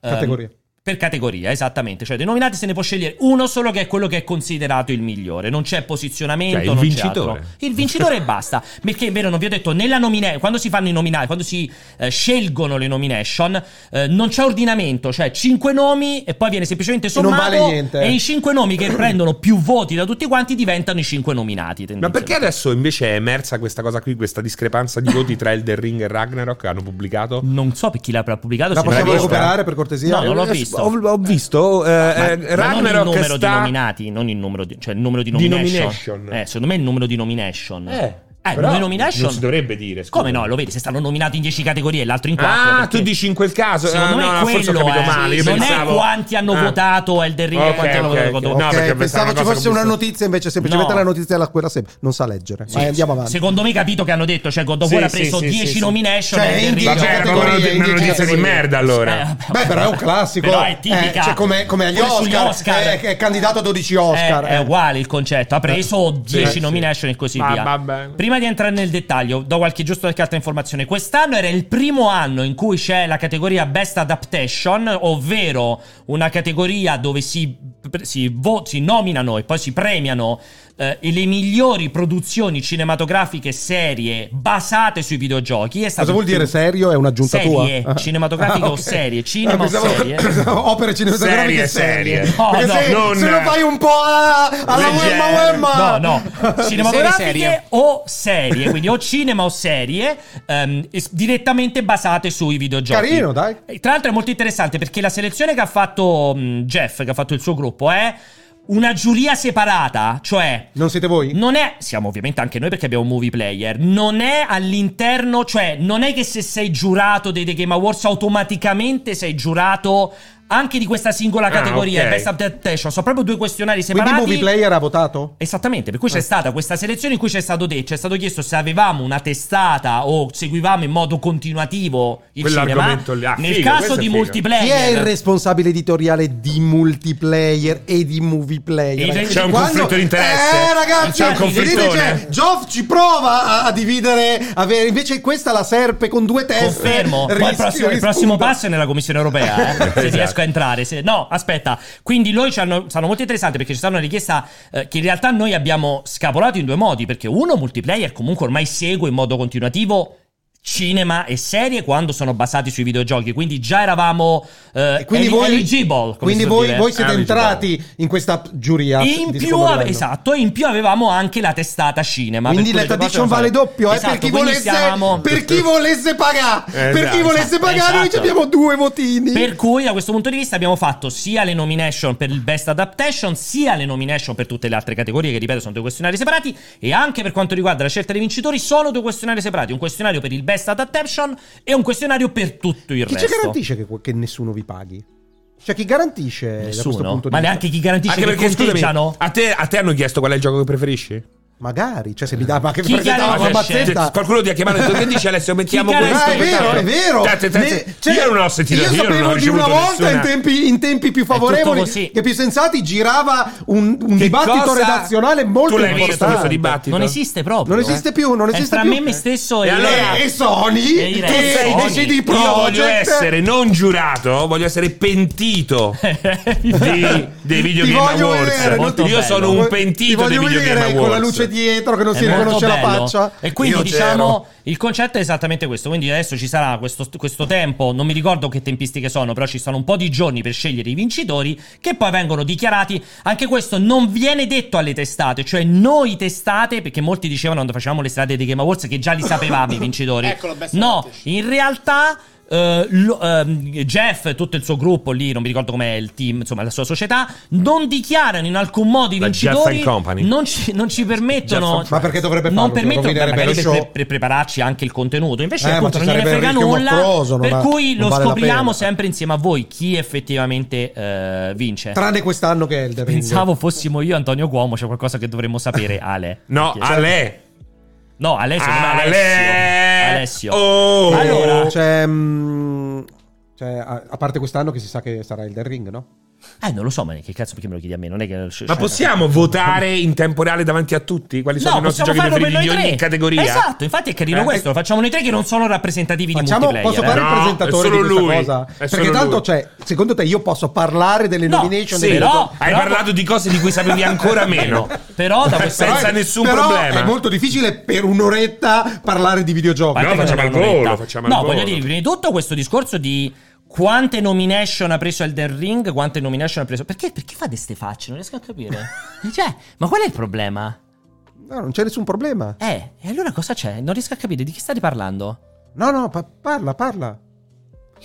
ehm,
Categoria.
per categoria, esattamente. Cioè, dei nominati se ne può scegliere uno solo che è quello che è considerato il migliore. Non c'è posizionamento,
Cioè, il
non
vincitore.
c'è altro. Il vincitore e basta. Perché è vero, non vi ho detto, nella nomina- quando si fanno i nominati, quando si eh, scelgono le nomination, eh, non c'è ordinamento, cioè cinque nomi e poi viene semplicemente
non
sommato
vale niente.
e i cinque nomi che prendono più voti da tutti quanti diventano i cinque nominati.
Mm.
Ma perché
tendenzialmente.
adesso invece è emersa questa cosa qui, questa discrepanza di voti tra Elden Ring e Ragnarok che hanno
Mm.
pubblicato?
Non so per chi l'ha pubblicato.
La
se l'hai
possiamo
visto.
recuperare per cortesia?
No, non l'ho
Eh,
visto.
Ho, ho visto eh,
Ma-
eh,
ma non il
Ragnarok
numero di
sta
nominati, non il numero di, cioè il numero di
Di
nomination.
nomination.
Eh, secondo me il numero di nomination.
Eh,
eh
però
numero di nomination.
non si dovrebbe dire, scusa.
Come no, lo vedi, se stanno nominati in 10 categorie e l'altro in 4.
Ah, tu dici in quel caso?
Secondo
Ah,
me
no, no, forse ho
quello
capito
è-
male. Io
non
pensavo-
è quanti hanno
Ah.
votato Elden Ring e
Ok,
quanti hanno
ok,
votato
ok.
contro-
Ok,
No, perché pensavo
pensavo
una
ci
cosa
fosse una
complessa.
notizia, invece semplicemente
No.
la notizia era quella sempre. Non sa leggere. Ma andiamo avanti.
Secondo me capito che hanno detto, cioè God of
Sì,
War ha
sì,
preso
sì,
10
sì, sì.
nomination
Cioè,
Elden
in
Ring-
dieci
Vabbè, era proprio una
categorie,
una
in dieci
notizia di
categorie.
merda
Eh,
allora.
vabbè,
Beh, però è un classico.
Però è tipica.
Eh, cioè, come, come agli
Pure sugli
Oscar, eh,
Oscar.
È, è candidato a 12 Oscar.
Eh, È,
eh.
uguale il concetto. Ha preso
sì,
10
Eh, sì.
nomination e così
Ma-
via.
vabbè.
Prima di entrare nel dettaglio, do qualche giusto qualche altra informazione. Quest'anno era il primo anno in cui c'è la categoria Best Adaptation, ovvero una categoria dove si, si vo- si nominano e poi si premiano eh, e le migliori produzioni cinematografiche serie basate sui videogiochi. È stato
Cosa vuol
il
dire
primo-
serio? È un'aggiunta
Serie,
tua? Ah.
cinematografiche o
ok. Ah,
serie, cinema
pensavo-
o serie.
opere cinematografiche
Serie,
serie.
serie.
No,
Perché
no,
se,
non-
se lo fai un po' a, alla
Leggero.
Wemma Wemma.
No, no,
Serie,
cinematografiche
serie.
o serie, quindi o cinema o serie, ehm, es- direttamente basate sui videogiochi.
Carino, dai.
E Tra l'altro è molto interessante perché la selezione che ha fatto mh, Jeff, che ha fatto il suo gruppo, è una giuria separata, cioè
Non siete voi?
non è, siamo ovviamente anche noi perché abbiamo un movie player, non è all'interno, cioè non è che se sei giurato dei The Game Awards automaticamente sei giurato anche di questa singola
Ah,
categoria,
ok.
Best Adaptation, sono proprio due questionari
Quindi
separati.
Movie Player ha votato?
Esattamente, per cui
Ah.
c'è stata questa selezione in cui c'è stato detto, c'è stato chiesto se avevamo una testata o seguivamo in modo continuativo il cinema.
Quell'argomento lì. Ah,
Nel
figo,
caso
questo è
di
figo.
multiplayer
Chi è il responsabile editoriale di multiplayer e di movie player?
Il-
Ragazzi,
c'è
un conflitto di interesse.
Eh, ragazzi,
C'è un conflittone.
dite, Geoff ci prova a, a dividere, a avere- invece questa la serpe con due teste.
Confermo, poi il
Rischio-
prossimo, il
risponda.
prossimo passo è nella Commissione europea. eh, se
Esatto.
riesco a entrare, se- no, aspetta. Quindi loro ci hanno- sono molto interessanti perché ci sta una richiesta eh, che in realtà noi abbiamo scapolato in due modi. Perché uno, multiplayer comunque ormai segue in modo continuativo cinema e serie quando sono basati sui videogiochi. Quindi già eravamo eh,
E quindi
eli-
voi,
eligible. come
quindi
si può
voi,
dire.
voi siete
Ah,
entrati in questa giuria.
In
di
più,
secondo
ave-
livello.
esatto, in più avevamo anche la testata cinema.
Quindi
per cui
la
le cose
tradition
non
vale
sono-
doppio, eh,
Esatto,
per chi
quindi
volesse,
siamo-
per chi volesse pagare.
Esatto,
per chi volesse
esatto,
pagare, noi
esatto.
abbiamo due votini.
Per cui a questo punto di vista abbiamo fatto sia le nomination per il Best Adaptation, sia le nomination per tutte le altre categorie, che ripeto sono due questionari separati, e anche per quanto riguarda la scelta dei vincitori sono due questionari separati, un questionario per il Best Adaptation e un questionario per tutto il
chi ci
resto.
garantisce che, che nessuno vi paghi? Cioè, chi garantisce da questo
Nessuno,
punto di
ma
vista?
neanche chi garantisce
Anche
che
perché, scusami,
conteggiano.
a te, a te hanno chiesto qual è il gioco che preferisci?
Magari, cioè, se mi dà, ma che
Chi
perché dava
garantisce?
una
Cioè,
mazzetta.
qualcuno ti ha chiamato e detto, che dici Alessio mettiamo
Chi
questo
garantisce?
Esatto. Ah, è vero, è vero.
Tanto- tanto-
Ne- cioè,
io non ho sentito
io
non ho
sapevo di una
ricevuto
volta in
nessuna-
tempi, in tempi più
tutto
favorevoli
così.
e più sensati girava un, un
Che
dibattito
cosa-
redazionale molto
Tu l'hai
importante.
visto questo dibattito?
Non esiste proprio.
Non esiste
eh.
più, non
È
esiste
tra
più.
me me stesso e,
E allora-
Lea.
Eh, E Sony
E i
e,
re-
e
Sony.
CD
Io voglio
Projekt.
essere non giurato, voglio essere pentito dei, dei Video
Ti
Game
voglio
Awards.
vedere,
io
molto bello.
sono un pentito
Ti
dei
voglio
Video Game
vedere
Awards.
con la luce dietro che non si
È molto
riconosce la
bello.
faccia.
E quindi
Io
diciamo il concetto è esattamente questo. Quindi adesso ci sarà questo, questo tempo, non mi ricordo che tempistiche sono, però ci sono un po' di giorni per scegliere i vincitori che poi vengono dichiarati. Anche questo non viene detto alle testate, cioè noi testate, perché molti dicevano quando facevamo le strade dei Game Awards che già li sapevamo i vincitori.
Eccolo, best
no,
adaptation.
in realtà eh, lo- ehm, Jeff e tutto il suo gruppo lì, non mi ricordo com'è il team, insomma la sua società, non dichiarano in alcun modo i
La Jeff
vincitori,
and Company.
non ci, non ci permettono,
Ma perché dovrebbe
Cioè, non
farlo? Cioè,
permettono beh,
Rovinerebbe
magari
lo
per,
show.
pre- pre- prepararci anche il contenuto. Invece,
Eh, ma
appunto,
ci
non gliene
sarebbe il
frega
rischio
nulla.
mostruoso, non
per
va-
cui
non
lo
vale la
scopriamo
pena.
sempre insieme a voi chi effettivamente eh, vince.
Tranne quest'anno che è Elden Ring.
Pensavo fossimo io, Antonio Cuomo. C'è qualcosa che dovremmo sapere, Ale.
No,
Perché- cioè,
Ale.
no, certo. Alessio. non
Ale.
Alessio. Alessio.
Oh.
Allora-
Cioè, mm, cioè, a, a parte quest'anno che si sa che sarà Elden Ring, no?
Eh, non lo so, ma che cazzo perché me lo chiedi a me? Non è che.
Ma possiamo votare in tempo reale davanti a tutti? Quali sono
No,
i nostri
possiamo
giochi
farlo per
preferiti
noi
di ogni
tre.
categoria?
Esatto, infatti è carino
Eh?
questo. Lo facciamo noi tre che non sono rappresentativi
Facciamo,
di
posso
multiplayer.
fare
eh.
il
No,
presentatore
è
di
solo
questa
lui,
cosa?
è
Perché
solo
tanto,
lui.
cioè, secondo te io posso parlare delle
No,
nomination?
sì,
delle-
però-
Hai parlato di cose di cui sapevi ancora meno.
Però da questo
senza nessun
però
problema.
è molto difficile per un'oretta parlare di videogiochi.
No,
Parte che
facciamo
non
al
è un'oretta.
volo, facciamo al
no,
volo.
voglio dire, prima di tutto questo discorso di quante nomination ha preso Elden Ring, quante nomination ha preso... Perché, perché fa queste facce? Non riesco a capire. cioè, ma qual è il problema?
No, non c'è nessun problema.
Eh, e allora cosa c'è? Non riesco a capire di chi state parlando.
No, no, pa- parla, parla.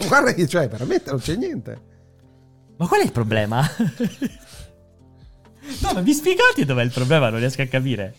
Guarda che, cioè, veramente non c'è niente.
Ma qual è il problema? no, ma vi spiegate dov'è il problema? Non riesco a capire.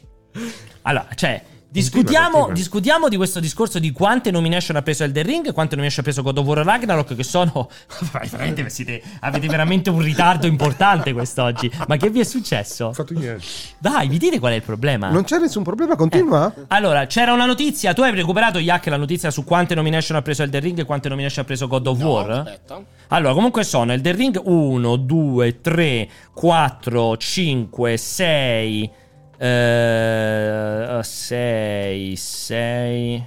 Allora, cioè... Discutiamo,
continua.
discutiamo di questo discorso di quante nomination ha preso Elden Ring e quante nomination ha preso God of War Ragnarok, che sono. veramente siete- avete veramente un ritardo importante quest'oggi. Ma che vi è successo?
fatto niente.
Dai, mi dite qual è il problema?
Non c'è nessun problema, continua.
Allora, c'era una notizia. Tu hai recuperato, Jack, la notizia su quante nomination ha preso Elden Ring e quante nomination ha preso God of
eh? No,
War?
aspetta.
Allora, comunque sono Elden Ring 1, 2, 3, 4, 5, 6. eh, 6, 6,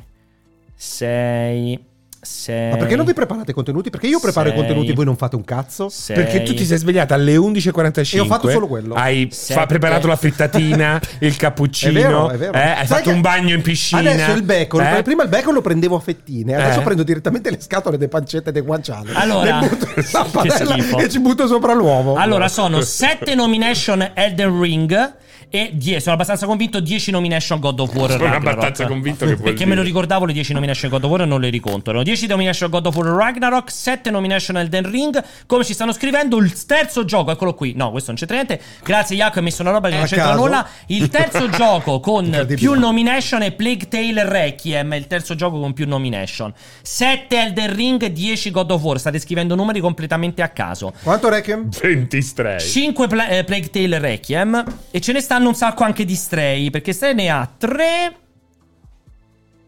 6, 6.
Ma perché non vi preparate i contenuti? Perché io preparo
Sei.
i contetenuti e voi non fate un cazzo?
Perché tu ti sei svegliata alle 11.45
E ho fatto solo quello.
Hai fa-
Sette.
preparato la frittatina, il cappuccino,
È vero, è vero.
eh, hai
Sai
fatto
che
un bagno in piscina.
Adesso il bacon,
eh?
prima il bacon lo prendevo a fettine, adesso
Eh.
prendo direttamente le scatole dei pancette dei guanciale.
Allora-
le butto nella
Che
padella
schifo.
e ci butto sopra l'uovo.
Allora, sono 7 nomination Elden Ring e 10, sono abbastanza convinto 10 nomination God of War.
Sono
Ragnarok.
abbastanza convinto che vuol
Perché
dire.
me lo ricordavo le 10 nomination God of War e non le riconto. Erano 10 nomination God of War Ragnarok, 7 nomination Elden Ring. Come ci stanno scrivendo, il terzo gioco, eccolo qui. No, questo non c'entra niente. Grazie, Jacopo, hai messo una roba che non
Eh,
A
c'entra
caso.
nulla. Il terzo gioco con
Incredibile.
più nomination è Plague Tale Requiem, il terzo gioco con più nomination. 7 Elden Ring, 10 God of War. State scrivendo numeri completamente a caso.
Quanto Requiem?
23.
5 eh, Plague Tale Requiem e ce ne stanno un sacco anche di Stray perché Stray ne ha 3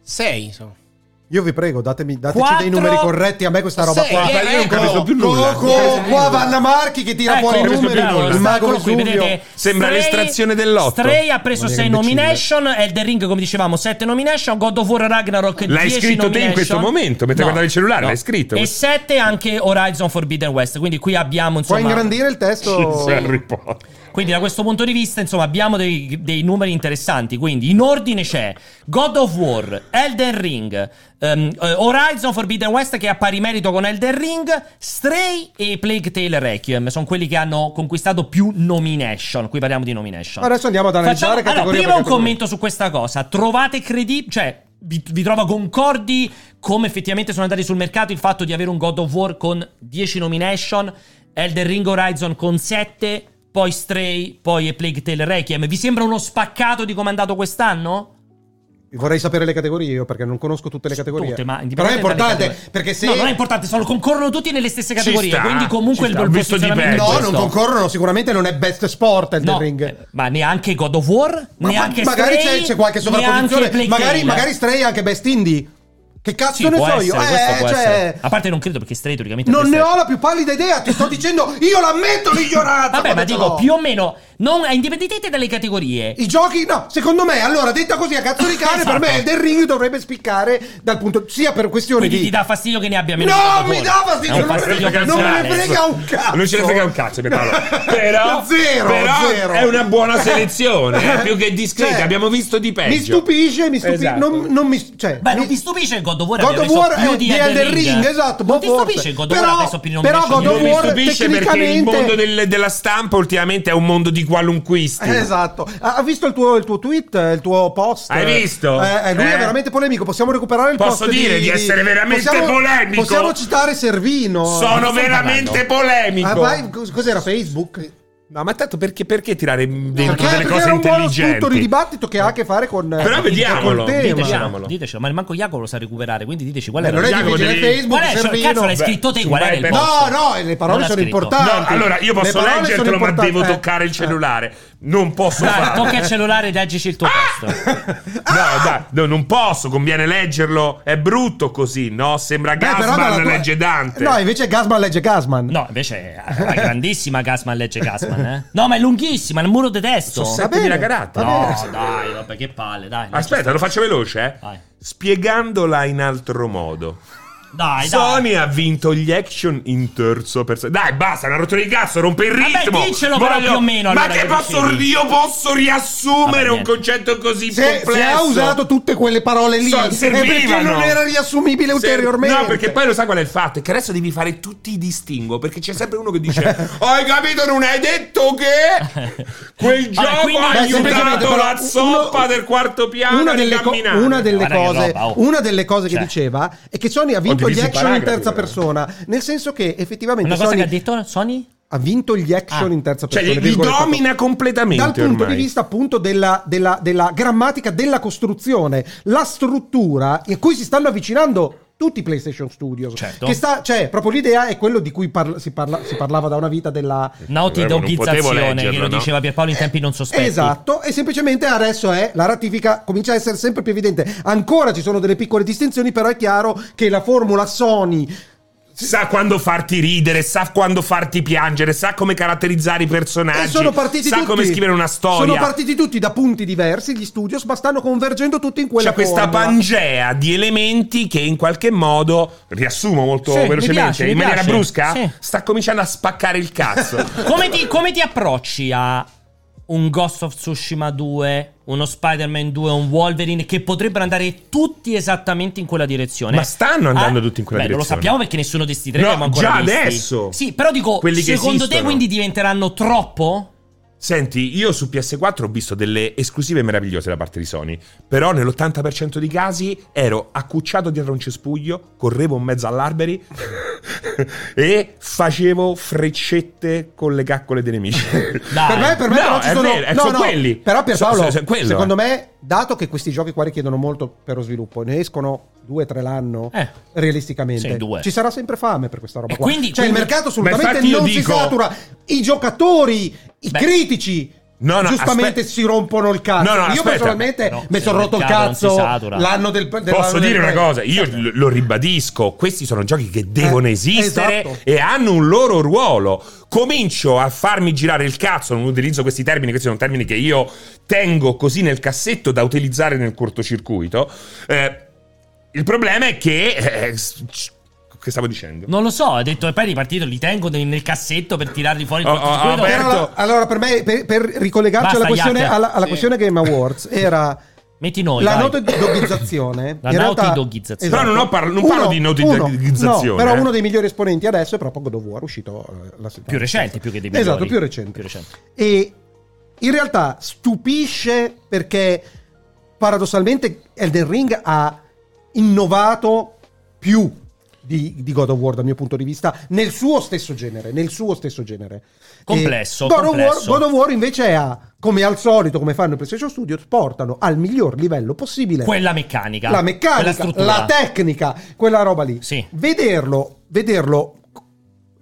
Sei. so.
Io vi prego, datemi, dateci
Quattro-
dei numeri corretti. A me questa roba
Sei,
qua.
eh,
Io non
ecco.
capisco più nulla.
Coco, qua Vanna Marchi che
Ecco,
tira fuori i numeri. il mago
qui,
Vesuvio.
vedete,
Sembra
Stray-
l'estrazione dell'otto.
Stray ha preso
Guarda che
6
imbecille.
nomination, Elden Ring come dicevamo 7 nomination, God of War Ragnarok 10
L'hai scritto te in
nomination.
questo momento, mentre guardavi il cellulare, l'hai scritto.
E 7 anche Horizon Forbidden West, quindi qui abbiamo
Puoi
insomma
ingrandire il testo?
Harry Potter.
Quindi da questo punto di vista, insomma, abbiamo dei, dei numeri interessanti. Quindi in ordine c'è God of War, Elden Ring, ehm, eh, Horizon Forbidden West che è a pari merito con Elden Ring, Stray e Plague Tale Requiem. Sono quelli che hanno conquistato più nomination. Qui parliamo di nomination.
Adesso andiamo ad
Facciamo,
analizzare
allora,
categoria
prima
per
un
categoria.
commento su questa cosa. Trovate credibile, cioè vi, vi trovo concordi come effettivamente sono andati sul mercato il fatto di avere un God of War con 10 nomination, Elden Ring Horizon con 7, poi Stray, poi A Plague Tale Requiem. Vi sembra uno spaccato di come è andato quest'anno?
Vorrei sapere le categorie io perché non conosco tutte le categorie.
Tutte, ma
Però è
indipendentemente dalle
importante
categorie.
perché se
No, non è importante, sono concorrono tutti nelle stesse categorie,
sta,
quindi comunque il
ci sta. Ho visto di
posizionamento
peggio.
è
No,
questo.
non concorrono, sicuramente non è best sport Elden
Eh, No,
Ring.
eh, ma neanche God of War,
Ma- ma-
neanche
magari
Stray,
c'è, c'è qualche
neanche
sovrapposizione,
Plague
magari,
Tale.
magari Stray è anche best indie. Che cazzo
Sì,
ne
può
so
essere,
io?
questo
Eh,
può
cioè,
essere. Ah, A parte non credo perché Stray teoricamente
non ne
dovrebbe
ho la più pallida idea, ti sto dicendo, io l'ammetto l'ignoranza.
Vabbè,
quando
ma
ce
dico
l'ho.
più o meno, non, indipendentemente dalle categorie.
I giochi, no, secondo me, allora, detta così a cazzo di cane, per me
Esatto.
Elden Ring dovrebbe spiccare dal punto sia per questione
Quindi ti
di
dà fastidio che ne abbia meno. di
No,
God of
mi
War.
dà
È
fastidio,
un
non me,
fastidio
ne, non me
personale.
ne frega un cazzo.
Non ce ne frega un cazzo, Pierpaolo. Però,
Zero,
però
zero.
è una buona selezione, eh, più che discreta.
Cioè,
Abbiamo visto di peggio.
Mi stupisce, mi stupisce,
Esatto.
non, non mi cioè
Beh, non
mi-
ti stupisce il God of War
God
abbia
of
preso
War
più
è
di
di Elden Ring, esatto, boh,
Non ti stupisce
forse.
il God of War
Però-
abbia preso più di
però
nomination
God of
di
non mi
Elden
War-
Ring?
stupisce perché il
tecnicamente-
mondo del- della stampa ultimamente è un mondo di qualunquisti.
Esatto, ha ha visto il tuo, il tuo tweet, eh, il tuo post?
Hai visto?
Eh, eh, lui
Eh?
è veramente polemico. Possiamo recuperare il
Posso
post?
dire di essere veramente polemico?
Possiamo citare Servino.
Sono veramente polemico.
Ah, vai, cos- cos'era Facebook?
No, ma tanto perché, perché tirare dentro
Perché,
delle
perché
cose
era un buono spunto di
intelligenti?
dibattito che ha a che fare con.
Però
col tema.
vediamolo, diteci
Ditecelo,
Diciamolo.
ditecelo, ma manco Jacopo lo sa recuperare, quindi diteci qual
Eh,
era.
non
il-
è
Jacopo,
difficile
devi-
Facebook,
Qual è? Cioè,
Servino.
cazzo, l'hai scritto te
Beh,
qual era il
vai,
post?
No, no, le
Non
parole
l'ha
sono
scritto.
importanti.
No, allora io
Le
posso
parole sono
leggertelo, ma
importanti.
devo
Eh.
toccare il cellulare. Non posso
Dai,
farlo.
tocca il cellulare e leggici il tuo
Ah!
post.
No, dai, no, non posso, conviene leggerlo. È brutto così, no? Sembra
Beh, Eh, però
Gasman
dalla tua-
legge Dante.
No, invece Gasman legge Gasman.
No, invece è la grandissima Gasman legge Gasman, eh. No, ma è lunghissima, è il muro di testo.
Sono
Va
7000
bene,
caratteri.
va bene.
No, dai, vabbè, che palle, dai.
Aspetta, lo faccio veloce, eh.
Vai.
Spiegandola in altro modo.
Dai, dai.
Sony ha vinto gli action in terzo per Dai, basta, una rottura di cazzo, rompe il
Vabbè,
ritmo.
diccelo
Voglio-
però più o meno,
Ma
allora,
che
che
posso
dicevi.
io posso riassumere
Vabbè,
un
niente.
concetto così
se,
complesso?
se ha usato tutte quelle parole lì,
So-
è perché
servivano.
non era riassumibile
Se-
ulteriormente.
No, perché poi lo sai qual è il fatto? È che adesso devi fare tutti i distinguo. Perché c'è sempre uno che dice: Hai capito, non hai detto che quel gioco
quindi-
ha
Beh,
semplicemente,
aiutato
però,
la zoppa
uno-
del quarto piano
una
a
delle, co-
camminare.
una delle
Guarda che
cose,
roba, oh.
una delle cose che
Cioè.
diceva è che Sony ha vinto gli
diviso i
action in
paragrafi,
terza
però.
persona. Nel senso che effettivamente
Una cosa che
Sony
ha detto Sony?
ha vinto gli action
Ah.
in terza
Cioè,
persona.
li, li
virgolettato.
domina completamente.
Dal punto
ormai.
di vista appunto della, della- della grammatica della costruzione, la struttura a cui si stanno avvicinando tutti i PlayStation Studios.
Certo.
Che sta, cioè, proprio l'idea è quello di cui parla- si, parla- si parlava da una vita della...
Naughty
Potevo- non potevo
Dogizzazione, che
leggerlo,
lo
no?
diceva Pierpaolo in tempi non sospetti.
Esatto, e semplicemente adesso è la ratifica comincia a essere sempre più evidente. Ancora ci sono delle piccole distinzioni, però è chiaro che la formula Sony
Sa quando farti ridere, sa quando farti piangere, sa come caratterizzare i personaggi.
e sono partiti
sa
tutti
come scrivere una storia.
Sono partiti tutti da punti diversi gli studios, ma stanno convergendo tutti in quella
C'è questa
formula.
pangea di elementi che in qualche modo, riassumo molto
Sì, mi
velocemente,
piace, mi
in maniera
piace.
brusca,
Sì.
sta cominciando a spaccare il cazzo.
Come ti, come ti approcci a un Ghost of Tsushima 2, uno Spider-Man 2, un Wolverine che potrebbero andare tutti esattamente in quella direzione? Ah,
Ma stanno andando tutti in quella
Beh,
direzione.
Non lo sappiamo perché nessuno di sti tre
No,
li abbiamo ancora
già
visti.
adesso.
Sì, però dico,
Quelli che
secondo te
esistono.
quindi diventeranno troppo?
Senti, io su PS4 ho visto delle esclusive meravigliose da parte di Sony, però nell'80% dei casi ero accucciato dietro un cespuglio, correvo in mezzo all'alberi e facevo freccette con le caccole dei nemici.
Dai.
Per me, per me
Ah, No,
però ci
è
sono,
vero, eh, sono quelli.
Però per
So-
Paolo,
so- so- quello,
secondo
eh.
me, dato che questi giochi qua richiedono molto per lo sviluppo, ne escono due o tre l'anno,
Eh.
realisticamente,
Sì, due.
ci sarà sempre fame per questa roba
E
qua.
quindi-
cioè
quindi-
il mercato
Ma
assolutamente
infatti io
non si
dico-
satura, i giocatori, i
Beh.
critici
No, no,
giustamente
aspetta.
si rompono il cazzo.
No, no,
Io
aspetta.
personalmente
No,
mi
se
sono
il
rotto il
mercato non si
cazzo
satura.
l'anno del della-
Posso
del-
dire una cosa, io l- lo ribadisco, questi sono giochi che devono
Eh,
esistere
esatto.
e hanno un loro ruolo. Comincio a farmi girare il cazzo, non utilizzo questi termini, questi sono termini che io tengo così nel cassetto da utilizzare nel cortocircuito. Eh, il problema è che eh, s- c- Che stavo dicendo?
Non lo so, ho detto e poi è ripartito, li tengo nel, nel cassetto per tirarli fuori. il
Oh,
porto
oh,
sicuro.
aperto.
Allora, allora, per me, per, per ricollegarci
Basta,
alla, questione,
Jack.
alla, alla
Sì.
questione Game Awards, era
Metti noi.
la
dai.
notodogizzazione.
La
in realtà- esatto.
nautidogizzazione.
Però non ho parlo- non parlo di nautidogizzazione,
uno- no, però
eh.
uno dei migliori esponenti adesso è proprio God of War, uscito eh, la settimana
Più recenti,
scorsa.
più che dei
Esatto,
migliori.
più recente.
Più recenti.
E in realtà stupisce perché paradossalmente Elden Ring ha innovato più di, di God of War dal mio punto di vista nel suo stesso genere nel suo stesso genere
Complesso,
E God, Of
complesso.
War, God of War invece ha come al solito come fanno i PlayStation Studios portano al miglior livello possibile
Quella meccanica.
la
Quella
meccanica,
struttura.
la tecnica, quella roba lì.
Sì.
Vederlo, vederlo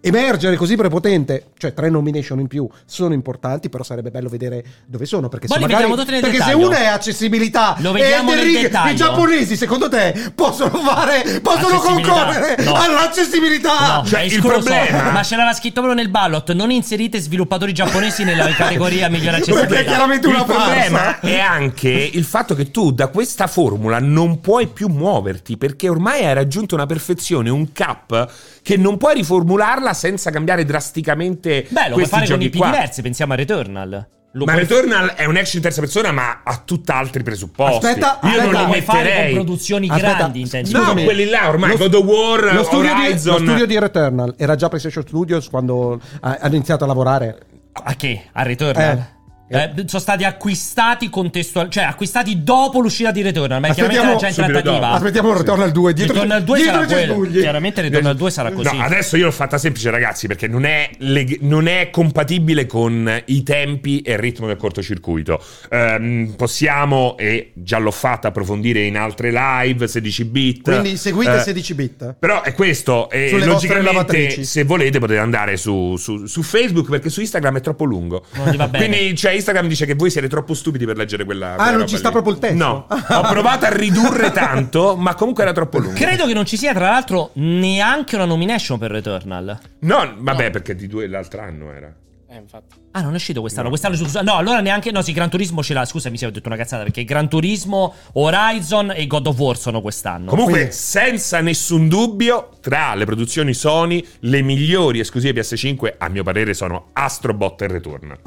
emergere così prepotente, cioè tre nomination in più sono importanti, però sarebbe bello vedere dove sono perché
Ma
se
li
magari
vediamo tutti nel
perché se
dettaglio.
una è accessibilità
Lo
e
vediamo
Elden
nel
Ring,
dettaglio.
i giapponesi secondo te possono fare possono
Accessibilità.
concorrere
No.
all'accessibilità?
No,
Cioè,
è
il
escluso.
problema-
Ma ce l'aveva scritto proprio nel ballot. Non inserite sviluppatori giapponesi nella categoria migliore
Perché
accessibilità.
chiaramente una
il problema
farsa.
è anche il fatto che tu da questa formula non puoi più muoverti perché ormai hai raggiunto una perfezione, un cap che non puoi riformularla senza cambiare drasticamente
Bello, puoi
questi
fare con
giochi
IP
qua.
diversi. Pensiamo a Returnal. Lo
Ma
puoi-
Returnal è un action in terza persona, ma ha tutt'altri presupposti.
Aspetta,
io
aspetta.
non
lo
li
puoi fare con
metterei.
produzioni
Aspetta,
grandi, intendi?
No,
Scusami.
quelli là ormai, God of War, uh,
lo studio, di,
Horizon.
lo studio di Returnal era già PlayStation Studios quando ha- hanno iniziato a lavorare.
A che? A Returnal?
Eh.
Eh, sono stati acquistati contestualmente, cioè acquistati dopo l'uscita di Returnal, ma chiaramente era già in
Subito dopo.
trattativa.
Ah, Aspettiamo Returnal 2 dietro
Returnal 2
dietro
sarà
i cespugli.
quello. Chiaramente Returnal 2 sarà così.
No, ah, adesso io l'ho fatta semplice, ragazzi, perché non è, leg- non è compatibile con i tempi e il ritmo del cortocircuito. Ehm, possiamo, e già l'ho fatta, approfondire in altre live 16 bit.
Quindi seguite
Eh,
16 bit.
Però è questo, e
Sulle vostre
logicamente
lavatrici.
se volete potete andare su, su- su Facebook perché su Instagram è troppo lungo.
Non gli va bene.
Quindi cioè, Instagram dice che voi siete troppo stupidi per leggere quella. quella
Ah, non
roba
ci sta
lì.
proprio il testo?
No, ho provato a ridurre tanto, ma comunque era troppo lungo.
Credo che non ci sia, tra l'altro, neanche una nomination per Returnal.
No, vabbè, perché di due l'altro anno era.
Eh, infatti.
Ah, non è uscito quest'anno. Quest'anno su- No, allora neanche. No, sì, Gran Turismo ce l'ha. Scusami se ho detto una cazzata. Perché Gran Turismo, Horizon e God of War sono quest'anno.
Comunque,
Quindi-
senza nessun dubbio, tra le produzioni Sony, le migliori esclusive PS5, a mio parere, sono Astrobot e Return.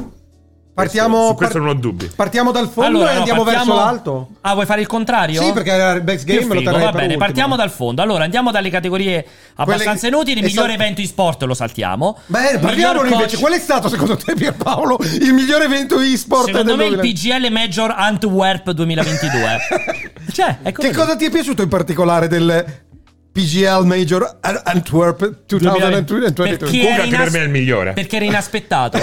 Partiamo,
su questo non ho dubbi.
Partiamo dal fondo
Allora,
e
no,
andiamo
partiamo-
verso l'alto.
Ah, vuoi fare il contrario?
Sì, perché era il best
Più
game me lo
figo,
terrei
va
per
bene,
ultimo.
partiamo dal fondo. Allora andiamo dalle categorie abbastanza
Quelle-
inutili.
e
Miglior
sal-
evento e-sport lo saltiamo.
Beh,
Miglior
parliamolo
coach-
invece. Qual è stato, secondo te, Pierpaolo, il miglior evento e-sport
Secondo
del
me il
2000?
PGL Major Antwerp 2022. cioè, è come
Che cosa ti è piaciuto in particolare del PGL Major Ant- Antwerp 2022?
Perché
Comunque
era
anche per me è il migliore.
Perché era inaspettato.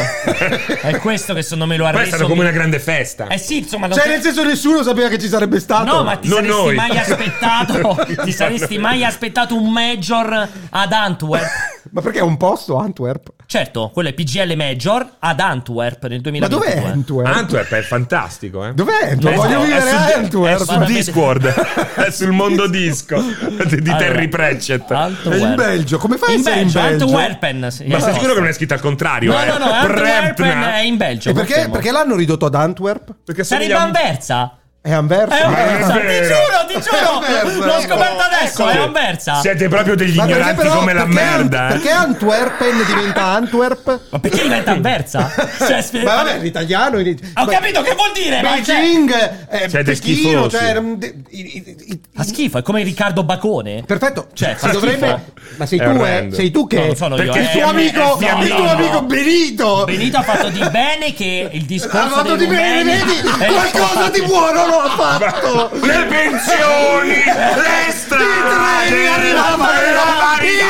è questo che secondo me lo ha
Poi è
reso.
stata come una grande festa.
Eh sì, insomma, non
Cioè,
te-
nel senso, nessuno sapeva che ci sarebbe stato.
No, ma ti
Non
saresti
noi.
mai aspettato. ti
Non
saresti
noi.
mai aspettato un major ad Antwerp?
Ma perché è un posto Antwerp?
Certo, quello è PGL Major ad Antwerp nel
Ma
2022.
dov'è Antwerp?
Antwerp è fantastico, eh.
Dov'è?
Non
Non
lo
voglio
so,
vivere a
è su, è
Antwerp.
su
Guarda,
Discord, è sul mondo disco di, di
Allora,
Terry Pratchett.
Antwerp.
È in Belgio. Come fai a
In
essere in
Belgio,
Belgio?
Antwerpen. sì,
Ma
è
sei
apposta.
sicuro che non è scritto al contrario?
No,
eh?
no, no, Antwerpen
Prempna.
è in Belgio.
E perché,
confermo.
perché l'hanno ridotto ad Antwerp?
Perché
Sarebbe
assomiglia-
Anversa.
È
È
Anversa.
Ma non è
Anversa, ti
vero.
giuro, ti
È
giuro.
Anversa.
L'ho
Ecco,
scoperto adesso, è
Sì.
Anversa.
Siete proprio degli
Ma perché
ignoranti
però-
come la
perché Ant-
merda. eh.
Perché Antwerpen diventa Antwerp?
Ma perché diventa Anversa? Cioè, spe-
Ma vabbè, l'italiano. Ho
Ho capito che vuol dire, ma cioè-
Beijing, eh,
Siete
Pechino,
schifosi.
cioè. mm, de- i- i- i-
Fa schifo, è come Riccardo Bacone.
Perfetto,
Cioè,
si
fa
dovrebbe.
schifo.
Ma sei
È
tu, eh?
orrendo.
Sei tu che.
No, non sono io,
perché
eh.
il tuo
Eh,
amico,
no,
il tuo
no,
amico
no.
Benito.
Benito ha fatto di bene che il
Ha
discorso
fatto
dei Eh.
di bene,
rumeni
vedi?
è
Qualcosa di buono lo ha fatto.
Le pensioni, le
I treni
strade, la
arrivavano,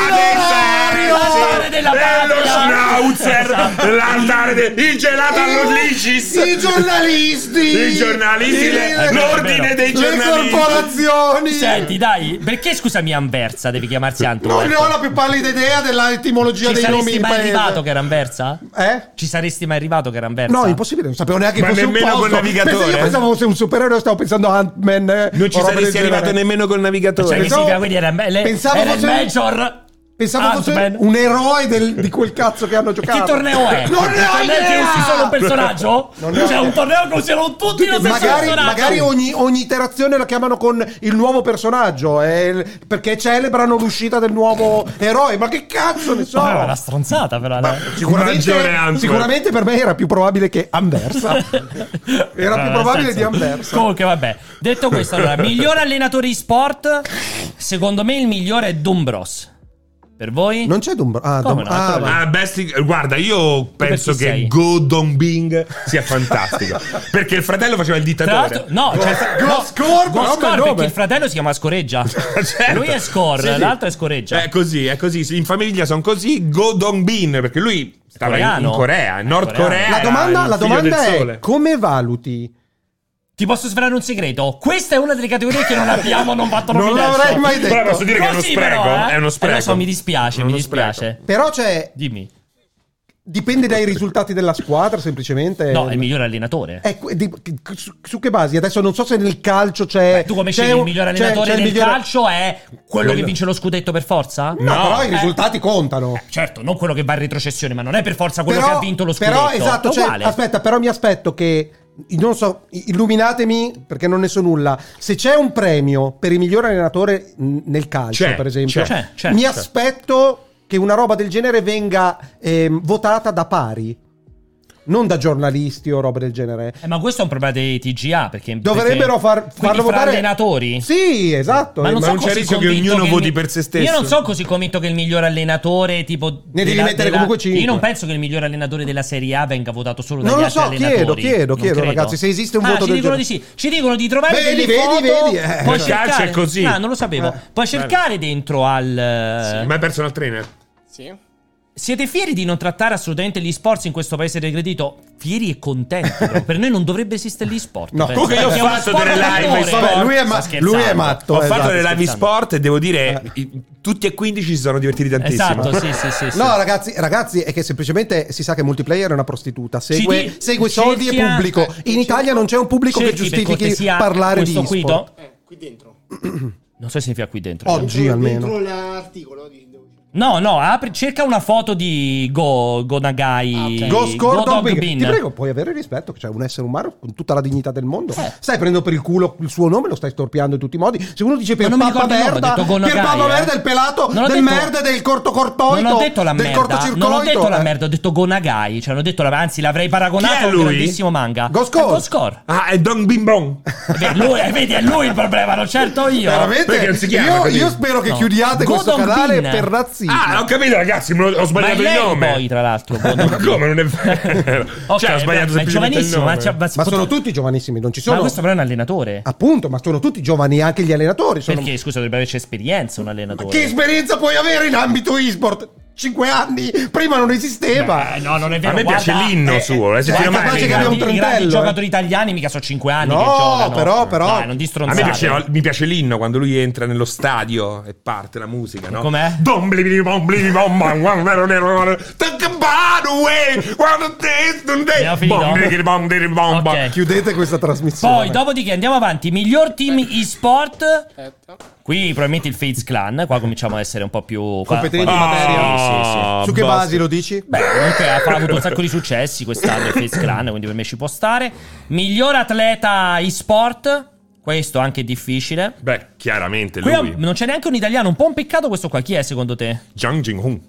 il
barriera
orario,
dei
della
lo
patria.
schnauzer, l'altare, de- il gelato allo licis,
Esatto. I giornalisti.
i giornalisti, le-
vero,
l'ordine
è vero.
dei
le
giornalisti.
corporazioni.
Senti, dai, perché scusami Anversa devi chiamarsi Antonio?
Non ne ho la più pallida idea dell'etimologia
Ci
dei nomi
saresti
in
mai
paese.
arrivato che era Anversa?
Eh?
Ci saresti mai arrivato che era Anversa?
No, impossibile, non sapevo neanche
Ma
che fosse un
nemmeno
posto.
col navigatore,
Pensavo-
eh?
Io pensavo fosse un supereroe, stavo pensando a Ant-Man. eh, o roba del genere.
nemmeno col
Cioè,
navigatore.
che significa quindi era, le-
pensavo
era il
fosse-
Major Ah,
Pensavo fosse
Ant-Man.
un eroe del- di quel cazzo che hanno giocato.
Che torneo è? Cioè,
Non ne ho
Non è che
idea!
usi solo un personaggio?
Non ne ho
C'è
idea.
un torneo che usano tutti lo stesso
Magari,
personaggio.
magari ogni, ogni iterazione la chiamano con il nuovo personaggio eh, il- perché celebrano l'uscita del nuovo eroe. Ma che cazzo ne so?
Ah, è una stronzata però. eh. no?
Maggiore Ant-Man.
Sicuramente, sicuramente per me era più probabile che Anversa. Era
No,
più
Eh, nel
probabile
senso-
di Anversa.
Comunque, vabbè. Detto questo, allora, miglior allenatore di sport. Secondo me il migliore è Dumbros. Per voi?
Non c'è Dumbro. Ah,
Come
Dum-
no?
ah,
Allora,
Ah, best- guarda, io penso
chi sei?
che Go Dong Bing sia fantastico. perché il fratello faceva il
Tra l'altro,
dittatore.
no, c'è
Go-
no,
Go Score, però
Score,
bel nome.
perché il fratello si chiama Scoreggia.
Certo.
Lui è Score,
Sì, sì.
l'altro è
Eh,
Scoreggia.
Cioè, È così, è così. sì, In famiglia sono così. Go Dong Bin, perché lui stava in, in
Coreano.
Corea, in Nord
Coreano.
Corea.
la
era
domanda,
il
la
figlio
domanda
del
è:
sole.
come valuti?
Ti posso svelare un segreto? Questa è una delle categorie che non abbiamo, non fatto
Non
nominare.
l'avrei mai detto.
Però posso dire che è uno
Così,
spreco.
però, eh.
È uno spreco.
Eh, lo so, mi dispiace,
È
mi
uno
dispiace.
spreco.
Però c'è.
Dimmi.
Dipende dai risultati della squadra, semplicemente.
No, è il migliore allenatore.
Eh, que- di- su, su che basi? Adesso non so se nel calcio c'è.
Beh, tu come
c'è
scegli il
un-
miglior
c'è-
allenatore
c'è il
del
migliore-
calcio è quello che
Quello.
vince lo scudetto per forza?
No,
No,
però
eh.
i risultati contano.
Certo, non quello che va in retrocessione, ma non è per forza quello che ha vinto lo scudetto.
però, esatto,
È
cioè,
uguale.
aspetta, però mi aspetto che. Non so, illuminatemi perché non ne so nulla. Se c'è un premio per il miglior allenatore mh, nel calcio,
C'è,
per esempio,
c'è, c'è,
mi
c'è.
aspetto che una roba del genere venga ehm, votata da pari, non da giornalisti o roba del genere.
Eh, ma questo è un problema dei TGA perché
Dovrebbero
perché-
far,
Quindi
farlo
fra
votare
allenatori.
Sì, esatto.
Ma non
Eh,
so
non c'è
così
rischio che
convinto
ognuno
il
voti
mi-
per se stesso?
Io non sono così convinto che il miglior allenatore tipo
Ne devi mettere comunque cinque.
Io non penso che il miglior allenatore della Serie A venga votato solo dagli
Non lo
altri
so,
allenatori.
chiedo, chiedo,
Non
chiedo,
credo.
ragazzi, se esiste un
Ah,
voto
ci
del
dicono di
genere.
sì. Ci dicono di trovare
Vedi,
delle
vedi,
foto.
vedi, eh.
Puoi
Il calcio
cercare
è così.
No, non lo sapevo.
Eh.
Puoi cercare dentro al
Sì, Ma hai perso il trainer.
Sì.
siete fieri di non trattare assolutamente gli sport in questo paese regredito? Fieri e contenti. però. per noi non dovrebbe esistere gli sport.
No,
penso.
comunque io ho
Perché è uno
fatto
sport
delle live,
minore.
insomma,
Vabbè, lui, è ma-
Sta scherzando.
lui è matto.
Ho
eh,
fatto
esatto.
le live
scherzando.
sport e devo dire,
Eh.
i- tutti e 15 si sono divertiti tantissimo.
Esatto, sì, sì, sì. sì.
No, ragazzi, ragazzi, è che semplicemente si sa che multiplayer è una prostituta. Segue,
Ci eh, di-
segue soldi
cerchia-
e pubblico. In Italia non c'è un pubblico che
Cerchi, per
giustifichi
cortesia,
parlare di
questo qui,
e-sport. Oh.
no?
Eh, qui dentro.
Non so se significa qui dentro.
Oggi
Dentro-
almeno.
Dentro l'articolo. di- devo-
No, no, apri, cerca una foto di Go, Go Nagai.
Ah, ok.
Go score
eh, Go
dog
Dog
Bing.
Bin.
Ti prego, puoi avere rispetto che c'è un essere umano con tutta la dignità del mondo.
Eh.
Stai prendendo per il culo il suo nome, lo stai storpiando in tutti i modi. Se uno dice
Ma
per
non mi
Papa
ricordo il nome,
Merda,
ho detto Go
per
Nagai,
Papa
eh.
Merda il pelato
Non ho
del
detto-
merda del cortocortoito,
Non ho detto la
del
merda,
cortocircoito.
non ho detto la
eh.
merda, ho detto Go Nagai. Cioè, non ho detto la, anzi, l'avrei
Chi
paragonato
è
a un
lui?
grandissimo manga.
Go Score.
È Go Score.
Ah, è Dong Bin Bong.
Beh, lui, eh, vedi, è lui il problema, non certo io.
Perché non
Veramente?
si chiama
Io,
così?
io spero che
No.
chiudiate
Go
questo
Dog
canale
Bin.
per razzismo.
Ah, ho capito, ragazzi, me lo- ho
Ma è
sbagliato il
lei
nome.
poi, tra l'altro. Go
Ma
Nagai.
come non è vero?
Ok,
cioè, ho sbagliato
ma è
semplicemente il
giovanissimo,
nome.
ma, c'ha- ma,
Ma sono tutti giovanissimi, non ci sono.
ma questo però è un allenatore.
Appunto, ma sono tutti giovani, anche gli allenatori. Sono...
Perché, scusa, dovrebbe averci esperienza un allenatore.
Che esperienza puoi avere in ambito e-sport? Cinque anni, prima non esisteva.
Eh, no, non è vero.
A me piace
guarda,
l'inno
eh,
suo, eh,
guarda,
se ti
Cioè, capace
domani-
che abbia un
I grandi
trentello, eh.
giocatori italiani mica sono 5 anni che
No,
giocano.
però, però.
Dai, non
A me piace,
distrozzare.
mi piace l'inno quando lui entra nello stadio e parte la musica, no?
Com'è?
Bom, bli, bli, bom, bli, bom, bom, bom, bom, bom, bom. Take a bite away, wanna taste the day.
Abbiamo finito?
Bom, bli, bli, bom, bli, bli, bom, bom.
Ok.
Chiudete questa trasmissione.
Poi, dopodiché, andiamo avanti. Miglior team e-sport.
Aspetta.
Cioè,
Qui probabilmente il Fates Clan. Qua cominciamo a essere un po' più qua-
Competenti
qua-
in materia.
Sì, sì, sì.
Ah,
Su che
basta.
basi lo dici?
Beh, comunque ha ha avuto un sacco di successi quest'anno il Face Clan, quindi per me ci può stare. Miglior atleta e-sport. Questo anche è difficile.
Beh, chiaramente
Qui
lui.
non c'è neanche un italiano, un po' un peccato questo qua. Chi è secondo te?
Jang Jin-hoon.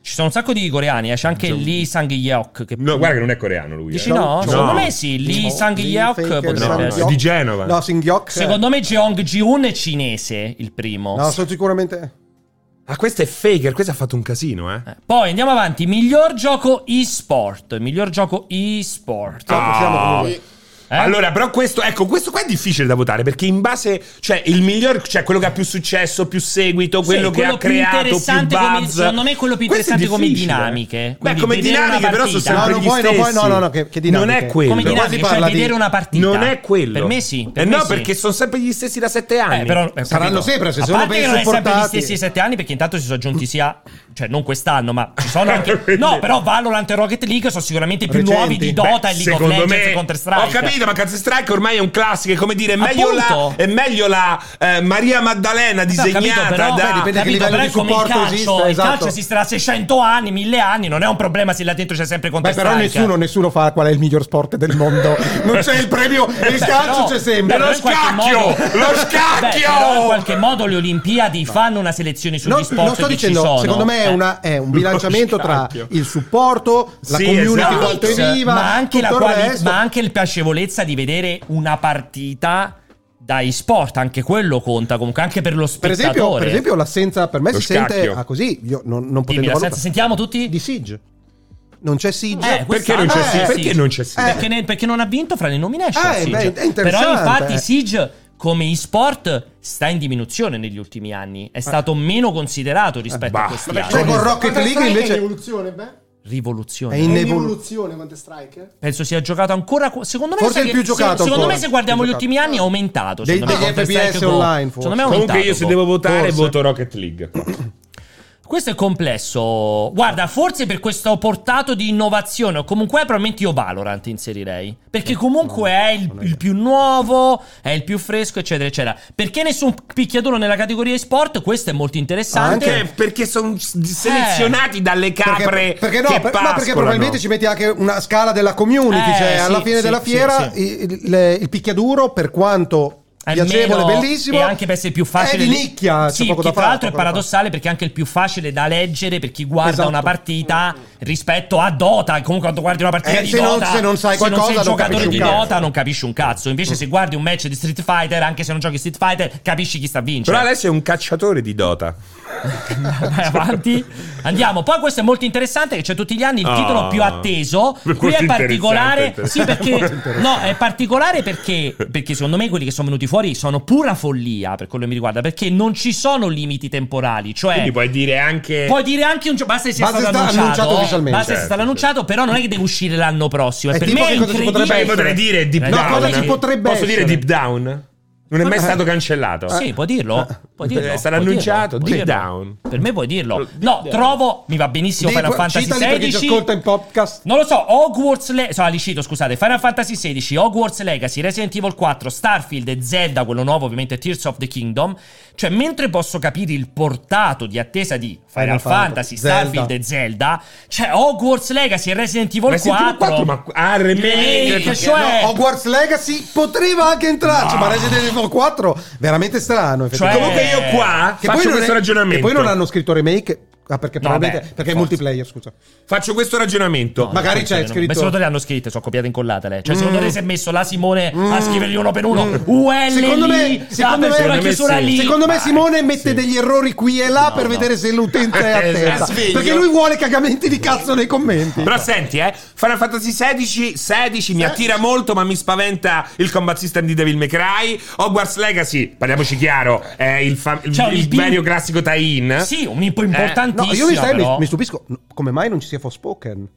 Ci sono un sacco di coreani, eh. c'è anche Lee Sang-yeok. Che...
No, guarda che non è coreano lui. eh.
Dici no?
No.
Secondo me sì,
No,
Lee
Lee
Sang-yeok
Faker
potrebbe
No,
Sang-yeok.
essere.
è di Genova.
No, Singhiok.
Secondo me Jeong Ji-un è cinese, il primo.
No, sono sicuramente.
Ah, questo è Faker, questo ha fatto un casino, eh.
Eh, Poi andiamo avanti, miglior gioco e-sport. Miglior gioco e-sport.
Ah.
Siamo
Eh?
Allora, però questo, ecco, questo qua è difficile da votare perché in base, cioè il miglior, cioè quello che ha più successo, più seguito, quello
Sì,
che ha
più
creato, più
interessante come-
buzz.
secondo me è quello più
Questo è
interessante come
difficile.
dinamiche.
Beh,
Quindi
come
vedere
dinamiche
una
però sono
partita.
sempre
No, no,
gli
poi, no,
stessi.
poi, no, no, no, che- che dinamiche.
Non è quello.
Come
Quindi
Quasi
dinamiche, cioè
parla di-
vedere una partita.
Non è quello.
Per me sì. per
Eh
me
no,
sì.
perché sono sempre gli stessi da sette anni.
Eh, però, eh,
Saranno
capito.
sempre, se
A
sono
parte
ben
che non è sempre gli
supportati.
stessi sette anni perché intanto si sono aggiunti sia cioè non quest'anno ma ci sono anche no però Valorant e Rocket League sono sicuramente più
Recenti.
nuovi di
Beh,
Dota e League of
secondo
Legends e
me
Counter Strike
ho capito capito, ma Cazzo Strike ormai è un classico. È come dire, è meglio la,
Appunto.
è meglio la eh, Maria Maddalena disegnata
capito, però,
da.
dipende-
capito,
che livello
però è
di
come il
supporto
calcio,
esiste,
il
esatto.
calcio esisterà 600 anni, 1000 anni, non è un problema se là dentro c'è sempre
Beh,
contestato.
però nessuno, nessuno fa qual è il miglior sport del mondo. Non c'è il premio. Il
Beh,
calcio
però-
c'è sempre.
beh, però
Lo
in qualche
scacchio! Lo
Beh,
scacchio!
però in qualche modo le Olimpiadi fanno una selezione sugli
No,
sport
non sto
che
dicendo,
ci sono.
secondo me è,
Eh.
una- è un
Lo
bilanciamento tra
scacchio.
il supporto, la
Sì,
community
esatto.
quanto
Mix,
è viva,
ma anche, la
tutto il
quali-
resto.
ma anche il piacevolezza di vedere una partita dai sport, anche quello conta comunque, anche per lo
per,
spettatore.
esempio, per esempio, l'assenza per me
Lo
si sente
scacchio.
ah, così. Io non,
Dimmi,
non potendo
la
valutare.
senza- sentiamo tutti?
di Siege. Non c'è Siege.
Eh,
Perché
quest'anno-
non c'è
eh,
Siege?
sì,
Perché non c'è Siege?
Perché, ne- perché non ha vinto fra le nomination
Eh,
Siege.
beh, è interessante,
Però infatti
eh.
Siege come e-sport sta in diminuzione negli ultimi anni. È stato meno considerato rispetto
bah.
a questi
Vabbè,
anni.
Cioè, con Rocket
Counter
League
Strike
invece-
È in evoluzione, beh.
Rivoluzione.
È
È
in
in
evolu-
evoluzione Counter Strike.
Penso sia giocato ancora. co- Secondo me
Forse
sai
il
che-
più giocato
se- Secondo
ancora.
me, se guardiamo
Più
gli
giocato.
ultimi anni, è aumentato.
Dei-
secondo me,
degli
Counter
FPS
Strike Go.
online, forse.
Secondo me è aumentato. boh.
Comunque, io se
Go.
devo votare,
Forse.
voto Rocket League.
Questo è complesso. Guarda, forse per questo portato di innovazione, o comunque probabilmente io Valorant inserirei. Perché comunque è il, il più nuovo, è il più fresco, eccetera, eccetera. Perché nessun picchiaduro nella categoria di sport? Questo è molto interessante.
Anche perché sono selezionati dalle capre
Eh. Perché, perché no,
che
per- no, perché
pascolano.
probabilmente ci metti anche una scala della community.
Eh,
cioè,
sì,
alla fine
sì,
della
sì,
fiera
sì.
Il, il- il picchiaduro, per quanto
È
piacevole,
meno-
bellissimo,
E anche per essere più facile.
è di nicchia. c'è
Sì,
poco da
che tra
fare,
l'altro è
poco da
paradossale perché è anche il più facile da leggere per chi guarda
Esatto.
una partita rispetto a Dota. Comunque, quando guardi una partita
Eh,
di
se non-
Dota,
se non sai qualcosa,
sei
non
giocatore
capisci
di
un cazzo. Mm.
Dota, non capisci un cazzo. Invece, se guardi un match di Street Fighter, anche se non giochi Street Fighter, capisci chi sta vincendo.
cioè
Però adesso è un cacciatore di Dota.
Vai avanti. Andiamo. Poi questo è molto interessante che c'è tutti gli anni il
Ah.
titolo più atteso.
Molto
Qui è particolare.
interessante,
Sì, perché no, è particolare perché perché secondo me quelli che sono venuti fuori sono pura follia per quello che mi riguarda, perché non ci sono limiti temporali, cioè
Eh.
Quindi puoi dire anche.
Puoi dire anche un gioco, basta che sia
Basta
stato
sta-
annunciato,
annunciato ufficialmente.
basta che sia stato
Certo,
annunciato, però non è che deve uscire l'anno prossimo. E
È
per
tipo
me
che
è
cosa ci potrebbe
Beh,
incredibile.
potrei dire Deep
Eh,
No,
Down.
cosa ci potrebbe
Posso dire
essere?
Deep Down? Non è mai stato cancellato.
Sì, puoi dirlo. Puoi dirlo
Eh, sarà
puoi
annunciato,
puoi
Deep Down.
Per me puoi dirlo.
Deep
No,
Down.
trovo. Mi va benissimo
Dico-
Final Fantasy
citali perché ci
XVI.
ascolta in podcast.
Non lo so, Hogwarts Le- so, li cito, scusate, Final Fantasy XVI, Hogwarts Legacy, Resident Evil 4, Starfield e Zelda, quello nuovo ovviamente, Tears of the Kingdom. Cioè, mentre posso capire il portato di attesa di Final,
Final
Fantasy,
Fantasy,
Starfield
Zelda.
e Zelda, cioè Hogwarts Legacy e Resident Evil
Resident Evil
4...
4, ma ah,
Remake,
remake.
cioè- Eh.
No, Hogwarts Legacy poteva anche entrarci,
No. Cioè,
ma Resident Evil 4 veramente strano. effettivamente.
Comunque io
Ah,
qua
Eh. Che
faccio
poi non
questo
è-
ragionamento.
che poi non hanno scritto remake. Ah, perché,
No,
probabilmente,
beh,
perché è
forza.
multiplayer, scusa.
Faccio questo ragionamento.
No,
Ma- Magari
non
c'è
so,
scritto- Mm.
Ma secondo te le hanno scritte, sono copiate e incollate lei. Cioè, secondo te si è messo la Simone a scrivergli uno per uno. UL
Secondo
lì,
me, secondo
la persona
me-
chiusura
sì.
lì.
Secondo me
Vai.
Simone mette degli errori qui e là per
Ah, no. Esatto.
vedere se l'utente è
Eh,
attenta.
sveglio.
perché lui vuole cagamenti di cazzo nei commenti.
Però senti, eh, Final Fantasy 16, 16 mi attira molto, ma mi spaventa il combat system di Devil May Cry. Hogwarts Legacy, parliamoci chiaro, è il, fa- il-
Cioè,
il
il pin-
vero classico tie-in.
Eh? Sì, un impo importantissimo.
Eh. No, io mi, sai, mi-
però.
mi stupisco no, come mai non ci sia Forspoken.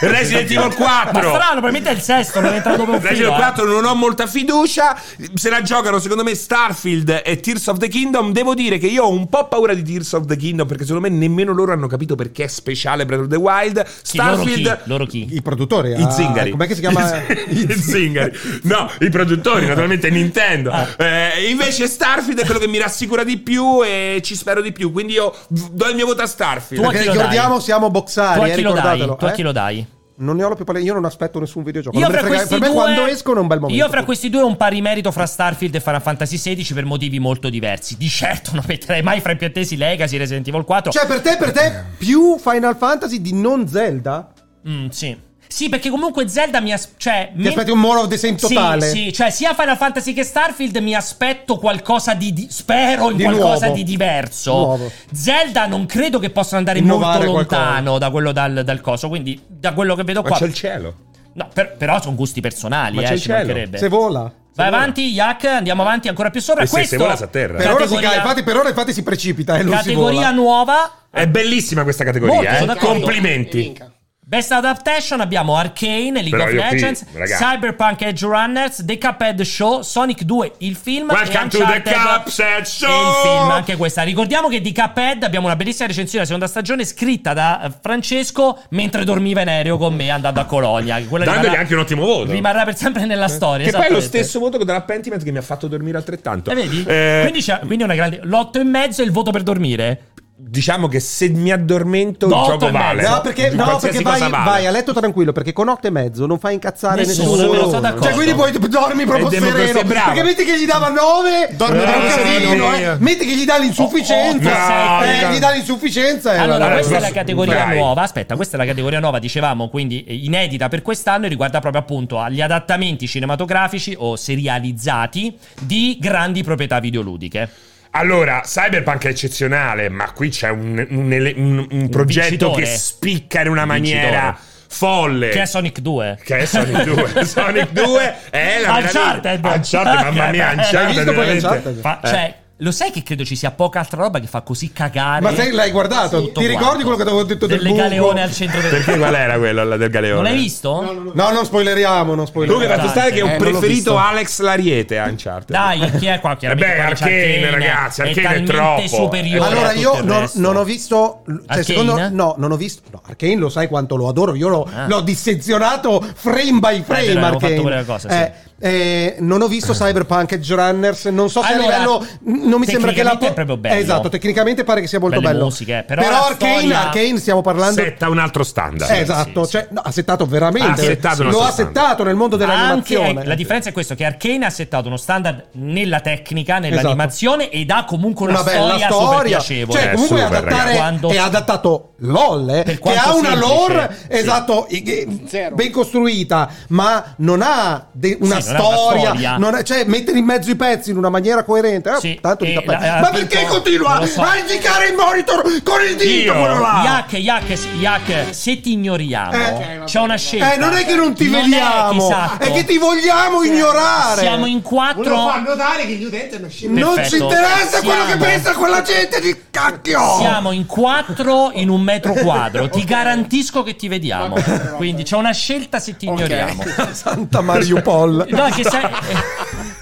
Resident Evil 4.
Ma strano, probabilmente è il sesto, non è entrato dopo un
Resident
filo.
Evil
eh.
4 non ho molta fiducia. Se la giocano, secondo me, Starfield e Tears of the Kingdom. Devo dire che io ho un po' paura di Tears of the Kingdom. Perché secondo me nemmeno loro hanno capito perché è speciale Breath of the Wild.
Chi, loro chi?
Starfield.
Loro chi?
Il produttore.
I
ah,
zingari.
Com'è che si chiama?
I zingari. No, i produttori, naturalmente Nintendo.
Ah.
Eh, invece Starfield è quello che mi rassicura di più e ci spero di più. Quindi io v- do il mio voto a Starfield.
Tu a
Perché
chi lo
ricordiamo,
dai?
siamo
Tu a
boxari, eh,
chi lo dai?
ricordatelo.
Tu a
eh.
chi lo dai?
Non ne ho la più pallina, io non aspetto nessun videogioco.
Io
Non me
fra
frega-
questi
per me
due
quando escono è un bel momento.
Io fra questi due ho un pari merito fra Starfield e Final Fantasy XVI per motivi molto diversi. Di certo non metterei mai fra i più attesi Legacy Resident Evil
Oh.
4.
Cioè, per te, per
Eh.
te, più Final Fantasy di non Zelda?
Mm, sì. Sì, perché comunque Zelda mi as- cioè,
Ti aspetti un More of the Same totale?
Sì, sì, cioè sia Final Fantasy che Starfield mi aspetto qualcosa di, di- spero in
Di
qualcosa
nuovo.
di diverso.
Nuovo.
Zelda non credo che possa andare
Innovare
molto
qualcosa.
lontano da quello dal, dal coso, quindi da quello che vedo
Ma
qua.
c'è il cielo.
No, per- però sono gusti personali,
Ma c'è
eh,
il
ci
cielo.
mancherebbe.
Se vola.
Vai avanti, Yak, andiamo avanti ancora più sopra.
E Eh se- se
Questo
vola si atterra.
Per ora, si cade, infatti, per ora infatti si precipita e non si
categoria
vola.
nuova.
È bellissima questa
Molto,
categoria.
sono
eh.
d'accordo.
Complimenti.
Minchia.
Best Adaptation abbiamo Arcane, League
Però
of
io qui,
Legends,
ragazzi.
Cyberpunk Edge Runners, The Cuphead Show, Sonic 2, il film
Welcome
e
to the
Uncharted
Cuphead Show!
E il film, anche questa. Ricordiamo che di Cuphead abbiamo una bellissima recensione della seconda stagione scritta da eh, Francesco mentre dormiva in aereo con me andando a Colonia. Quella
Dandogli
rimarrà-
anche un ottimo voto.
Rimarrà per sempre nella storia.
Eh. Che poi è lo
esattamente.
stesso voto che della Pentiment che mi ha fatto dormire altrettanto.
Eh, vedi?
Eh,
Quindi, c'è, quindi è una grande. L'otto e mezzo è il voto per dormire.
diciamo che se mi addormento
No,
il
otto e
gioco
mezzo.
vale.
Eh,
No, perché, no,
Qualsiasi
perché
cosa
vai,
vale.
vai a letto tranquillo, perché con otto e mezzo non fai incazzare
Nessuno,
nessuno.
sono d'accordo.
Cioè, quindi poi dormi proprio
È democrazia,
sereno.
bravo.
Perché metti che gli dava nove,
Dormi
eh,
proprio sereno.
eh. Metti che gli dà l'insufficienza,
Oh, oh,
eh,
no.
gli dà l'insufficienza. e
Allora,
allora,
questa è la
questo-
categoria
dai.
nuova. Aspetta, questa è la categoria nuova, dicevamo, quindi eh, inedita per quest'anno e riguarda proprio appunto agli adattamenti cinematografici o serializzati di grandi proprietà videoludiche.
Allora, Cyberpunk è eccezionale, ma qui c'è un, un ele- un- un progetto
vincitore.
che spicca in una
Un vincitore.
maniera folle.
Che è Sonic 2.
Eh. Che è Sonic 2. Sonic 2 è la
Uncharted.
meraviglia. Uncharted, mamma mia,
Hai
Uncharted.
visto poi
veramente. Eh,
Uncharted?
Fa- Cioè, lo sai che credo ci sia poca altra roba che fa così cagare?
Ma te l'hai guardato?
tutto
Ti
quanto.
ricordi quello che ti avevo detto del
Delle
buco?
galeone al centro del...
Perché qual era quello là, del galeone?
Non l'hai visto?
No, no, no.
No, non spoileriamo, non
Lui mi ha
spoileriamo.
fatto stare che è un
Eh, non l'ho
preferito
visto.
Alex L'Ariete a Uncharted.
Dai, chi è qua? Chiaramente
Eh beh,
qua c'è
Arcane, ragazzi, Arcane è
talmente
troppo.
superiore
Allora
a tutto
io
il
non,
resto.
non ho visto cioè,
Arcane?
secondo- no, non ho visto. No, Arcane lo sai quanto lo adoro, io l'ho,
Ah.
l'ho dissezionato frame by frame
vero, avevo
Arcane.
fatto quella cosa, sì. Ah.
Eh, eh, non ho visto Cyberpunk Edge Runners, non so se
Allora,
a livello non mi sembra che la
tecnicamente è proprio bello.
Esatto, tecnicamente pare che sia molto
Belle
bello.
musiche, però la
Arcane,
storia-
Arcane stiamo parlando
Setta un altro standard.
Eh, esatto,
sì, sì.
cioè, no, ha settato veramente.
Ha settato una
lo ha
sostanza.
settato nel mondo
Anche- ecco, eh,
dell'animazione.
la differenza è questo che Arcane ha settato uno standard nella tecnica, nell'animazione ed ha comunque una,
Esatto. una bella
storia, super
storia.
piacevole. Ecco.
Cioè, comunque
Eh, super,
adattare,
ragazzi. Quando-
è adattato LOL, eh,
Per
che
quanto
ha una
semplice,
lore
sì.
esatto, i- che-
Zero.
ben costruita, ma non ha de- una
Sì, non ha una
storia,
storia.
non ha- cioè mettere in mezzo i pezzi in una maniera coerente. eh,
Sì,
tanto di
e
cappello.
la-
ma
appunto,
perché continua
lo so.
a indicare il monitor con il dito?
Io-
quello là?
Yak, yak, s- yak, se ti ignoriamo,
Eh, ok,
vabbè,
c'è una scelta.
Eh, non è che non ti
è
vediamo,
esatto.
è che ti vogliamo ignorare.
Siamo in
Volevo far
quattro.
notare che gli utenti hanno scelto.
Non
Perfetto.
ci interessa quello che
Siamo-
pensa quella gente di cacchio!
Siamo in quattro in un metro quadro. Ti garantisco che ti vediamo.
Va bene, va bene.
Quindi c'è una scelta se ti ignoriamo.
Santa Mariupol.
No, che, sai-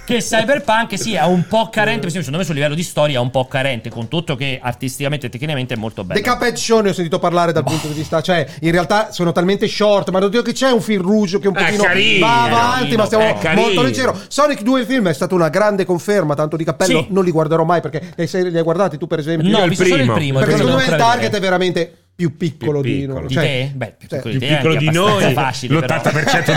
che Cyberpunk sì, è un po' carente. Secondo me sul livello di storia è un po' carente. Con tutto che artisticamente e tecnicamente è molto
The
bello.
Cuphead Show ne ho sentito parlare
Boh.
dal punto di vista, cioè in realtà sono talmente short, ma oddio che c'è un film rugio che un
È
pochino
carino,
va avanti,
carino,
ma stiamo
è carino.
molto leggero. Sonic 2 il film è stata una grande conferma, tanto di cappello
Sì.
non li guarderò mai perché le serie li hai guardati tu per esempio?
No,
Io
ho
il
visto solo il
primo.
primo.
perché
il primo
secondo
devo
me il
ancora
target
vedere.
è veramente più piccolo
Più
di
piccolo.
noi. cioè,
Di te? Beh, più piccolo di
Più
te. è
piccolo
anche
di
abbastanza
noi,
facile, però.
l'80%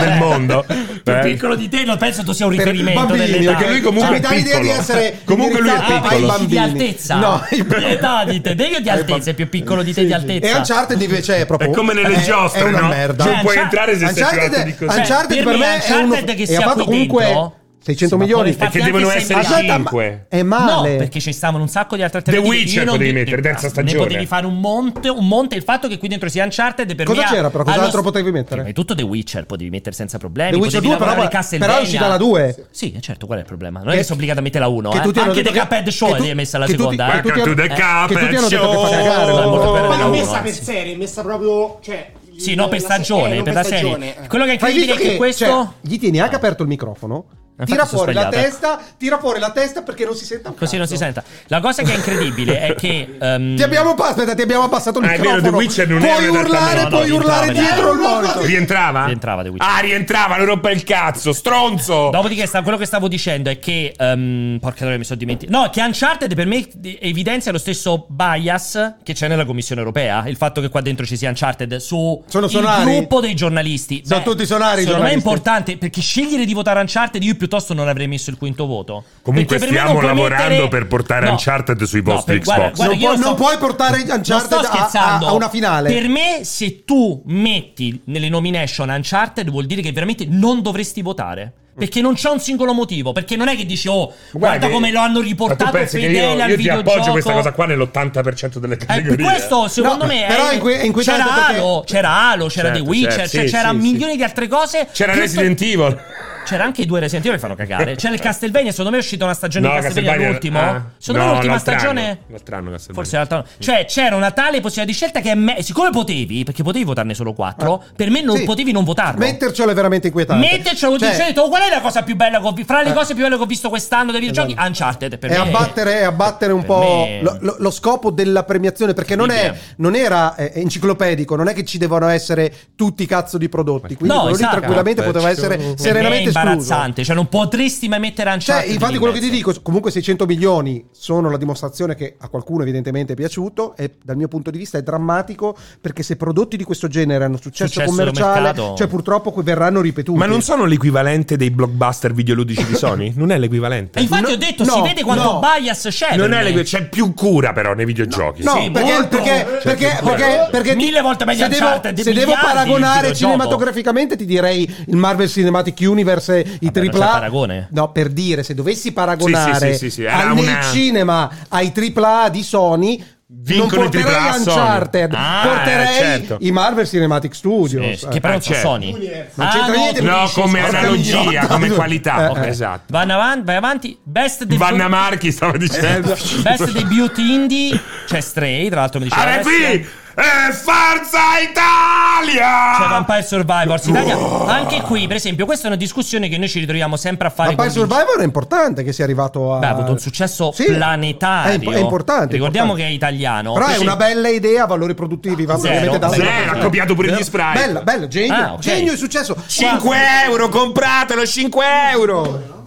del mondo.
più
Eh.
piccolo di te, non penso tu sia un
Per
riferimento
bambini,
dell'età.
perché lui
Cioè,
comunque
mi dà
è
l'idea di
piccolo.
essere
Comunque lui è
indirizzato
Ah,
ai
piccolo.
ma chi di
bambini.
altezza?
No, i
di età di te, te io di altezza, è più piccolo di te di altezza.
E Uncharted invece è proprio
È come nelle
Eh,
è,
giostre,
è una
no?
merda.
Cioè,
Non puoi
Uncharted-
entrare se sei più alto
Uncharted,
di così.
Cioè,
Uncharted
per
per
me
me è uno
Uncharted che
e
sia
ha fatto
qui
comunque
dentro-
600
Sì, ma
milioni.
poi
Perché
infatti
devono
anche
essere
se-
Ma aspetta,
cinque.
ma è male.
No, perché ci stavano un sacco di altre alternative.
Witcher
Io non
potevi
di-
mettere, terza stagione.
Ne potevi fare un monte, un monte. Il fatto che qui dentro sia Uncharted per
Cosa
me ha-
c'era, però?
ha lo
Cos'altro
s-
potevi mettere?
Prima di tutto The Witcher potevi mettere senza problemi.
The Witcher
potevi
2 però,
lavorare
però è
Castlevania.
uscita la 2.
Sì, eh, certo, qual è il problema? Non è
Che-
che sei obbligato a mettere la 1,
che
eh.
tutti hanno
Anche The
detto che-
Cuphead Show
che tu-
l'hai messa la
che tutti-
seconda, eh.
che
Welcome to
eh,
the
che tutti hanno
Cuphead
detto che fa
Show.
cagare, dai,
molto bene,
Ma
no,
non messa
anzi.
per serie, messa proprio. Cioè, il-
Sì, no, per
la se- eh,
stagione,
non
per la serie.
stagione, eh.
Quello che è
Hai visto
incredibile è
che
che
cioè,
questo...
gli tieni anche aperto il microfono,
Infatti
tira
sono
fuori la
sbagliata.
testa, tira fuori la testa perché non si senta un
Così non
cazzo.
si senta. La cosa che è incredibile è che... ehm,
Ti abbiamo, pa- aspetta, ti abbiamo abbassato il
Ah, è vero,
microfono.
The Witcher non
puoi
era in realtà-
urlare,
no, no,
puoi
rientrava,
urlare
rientrava.
dietro il monitor.
Rientrava?
Rientrava The Witcher.
Ah, rientrava, non rompa il cazzo, stronzo!
Dopodiché sta- quello che stavo dicendo è che ehm, Porca troia mi sono dimenticato No che Uncharted per me di- evidenzia lo stesso bias Che c'è nella commissione europea Il fatto che qua dentro ci sia Uncharted Su
Sono
il
sonari?
gruppo dei giornalisti
Sono tutti sonari i
Secondo me è
giornalisti.
importante Perché scegliere di votare Uncharted Io piuttosto non avrei messo il quinto voto
Comunque
Perché per me
stiamo
non puoi
lavorando per portare Uncharted sui vostri
per- guarda-
Xbox.
guarda,
Non
io
puoi-
sto-
non puoi portare Uncharted
non sto
a-
scherzando.
a- a una finale.
Per me se tu metti nelle nomination Uncharted Vuol dire che veramente non dovresti votare perché non c'è un singolo motivo. Perché non è che dici, oh, guarda,
che-
come lo hanno
Ma
riportato
tu pensi che
fedele
io,
al
io ti
videogioco.
appoggio questa cosa qua nell'80% delle
Eh,
categorie.
per questo, secondo
No,
me,
però
è-
è inque- è inquietante
c'era
perché-
Halo, c'era Halo, c'era
Certo,
The Witcher,
certo,
cioè,
sì,
c'era
sì,
milioni di altre cose.
C'era
Piuttosto-
Resident Evil.
C'era anche i due Resident Evil che fanno cagare. C'era il Castlevania, secondo me è uscita una stagione di Castlevania l'ultimo. secondo me l'ultima
eh. l'altro anno.
stagione.
L'altro anno Castlevania.
Forse l'altro anno. Cioè, c'era una tale possibilità di scelta che me- siccome potevi, perché potevi votarne solo quattro, per me non
Ah. Sì.
potevi non votarlo.
Mettercelo è veramente inquietante.
Mettercelo cioè,
Cioè,
detto, qual è la cosa più bella che ho vi- Fra le
Eh.
cose più belle che ho visto quest'anno dei videogiochi, Uncharted. Per
è
me.
abbattere, è abbattere un
per
po'
me-
lo, lo- lo scopo della premiazione, perché non, è-
Sì,
non era eh, enciclopedico, non è che ci devono essere tutti i cazzo di prodotti. Quindi
No,
quello lì
esatto.
tranquillamente
Cazzo,
poteva
cioè,
essere
Per me è
serenamente escluso.
imbarazzante. Cioè, non potresti mai mettere
Cioè,
Uncharted.
infatti,
lì
quello
in
che ti
mezzo.
dico, comunque 600 milioni sono la dimostrazione che a qualcuno evidentemente è piaciuto e dal mio punto di vista è drammatico perché se prodotti di questo genere hanno successo,
Successo
commerciale,
nel mercato.
cioè purtroppo que- verranno ripetuti.
Ma non sono l'equivalente dei blockbuster videoludici di Sony? Non è l'equivalente.
E infatti
No,
ho detto, si
no,
vede quanto
no.
bias c'è.
Non
per
è
me.
l'equivalente. C'è più cura, però, nei videogiochi.
No,
Sì,
perché,
molto.
perché,
Cioè,
perché,
più
perché,
quello.
perché ti-
Mille volte meglio
se devo,
Uncharted,
se devo
miliardi di
paragonare
videogioco.
cinematograficamente, ti direi il Marvel Cinematic Universe e i
Vabbè, non
AAA.
c'è paragone.
No, per dire, se dovessi paragonare
Sì, sì, sì, sì, sì, era
al nel
una-
cinema ai AAA di Sony.
Vincono i
non porterei
AAA Sony.
Uncharted,
Ah,
porterei
certo.
i Marvel Cinematic
Eh,
Studios.
che
Eh.
però
Ah,
non sono
certo.
Sony.
Universe.
Non
Ah,
c'entra niente.
tu
No,
dici,
come
sì, sì.
analogia,
sì.
come
Eh,
qualità.
eh.
Esatto.
Vanno avanti, vai avanti. Best dei Eh,
Vanna Marchi stavo dicendo.
Best dei Cioè, beauty indie. C'è Stray, tra l'altro mi diceva.
Are qui!
Alessia.
È eh, Forza Italia!
C'è Vampire Survivors Italia. Anche qui, per esempio, questa è una discussione che noi ci ritroviamo sempre a fare.
Ma poi
con Vinci.
Survivor è importante che sia arrivato a.
Beh, ha avuto un successo
Sì,
planetario.
È, imp- è importante.
Ricordiamo
importante.
che è italiano.
Però è
Sì.
una bella idea, valori produttivi. Va
Zero.
ovviamente da-
Zero, ha copiato pure gli sprite.
Bella, bella, genio.
Ah, ok.
Genio e successo.
5 euro, compratelo, 5 euro!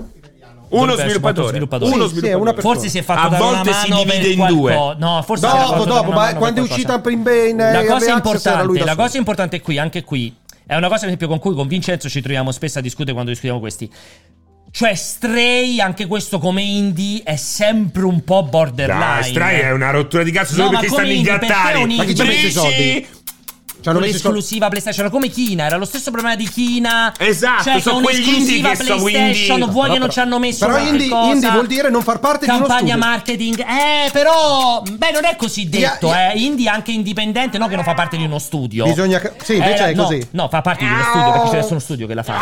Uno
Dovrebbe essere
sviluppatore.
sviluppatore.
Uno
Uno
sì, è una
sviluppatore.
persona.
Forse si è fatto
A
dare una
volte si
mano
divide
per
in due.
qualco- No, forse si era
Dopo,
fatto dare
dopo,
una mano
ma
per
quando è
qualcosa.
uscita in, in
la
eh,
cosa
Early Access era lui
importante,
da
la
solo.
cosa importante qui, anche qui, è una cosa per esempio con cui con Vincenzo ci troviamo spesso a discutere quando discutiamo questi. Cioè Stray, anche questo come indie, è sempre un po' borderline.
Dai, Stray è una rottura di cazzo
No,
solo
ma
perché
come
stanno
indie? Perché è un
ingattati.
indie? Ma chi ci ha
messo i soldi? Ci hanno
Con
messo i soldi.
l'esclusiva PlayStation, come China, era lo stesso problema di China.
Esatto,
cioè,
sono
con
quegli
l'esclusiva
indie che sono
PlayStation,
indie.
vuoi
No,
che non
però-
ci hanno messo
Però
qualche
indie,
cosa.
indie vuol dire non far parte di
campagna
uno studio.
marketing. Eh, però, beh, non è così detto,
Ia- ia-
eh. Indie anche indipendente, no che non fa parte di uno studio.
Bisogna che- sì, invece
Eh,
è
no,
così.
No, fa parte di uno studio, perché c'è nessuno studio che la fa.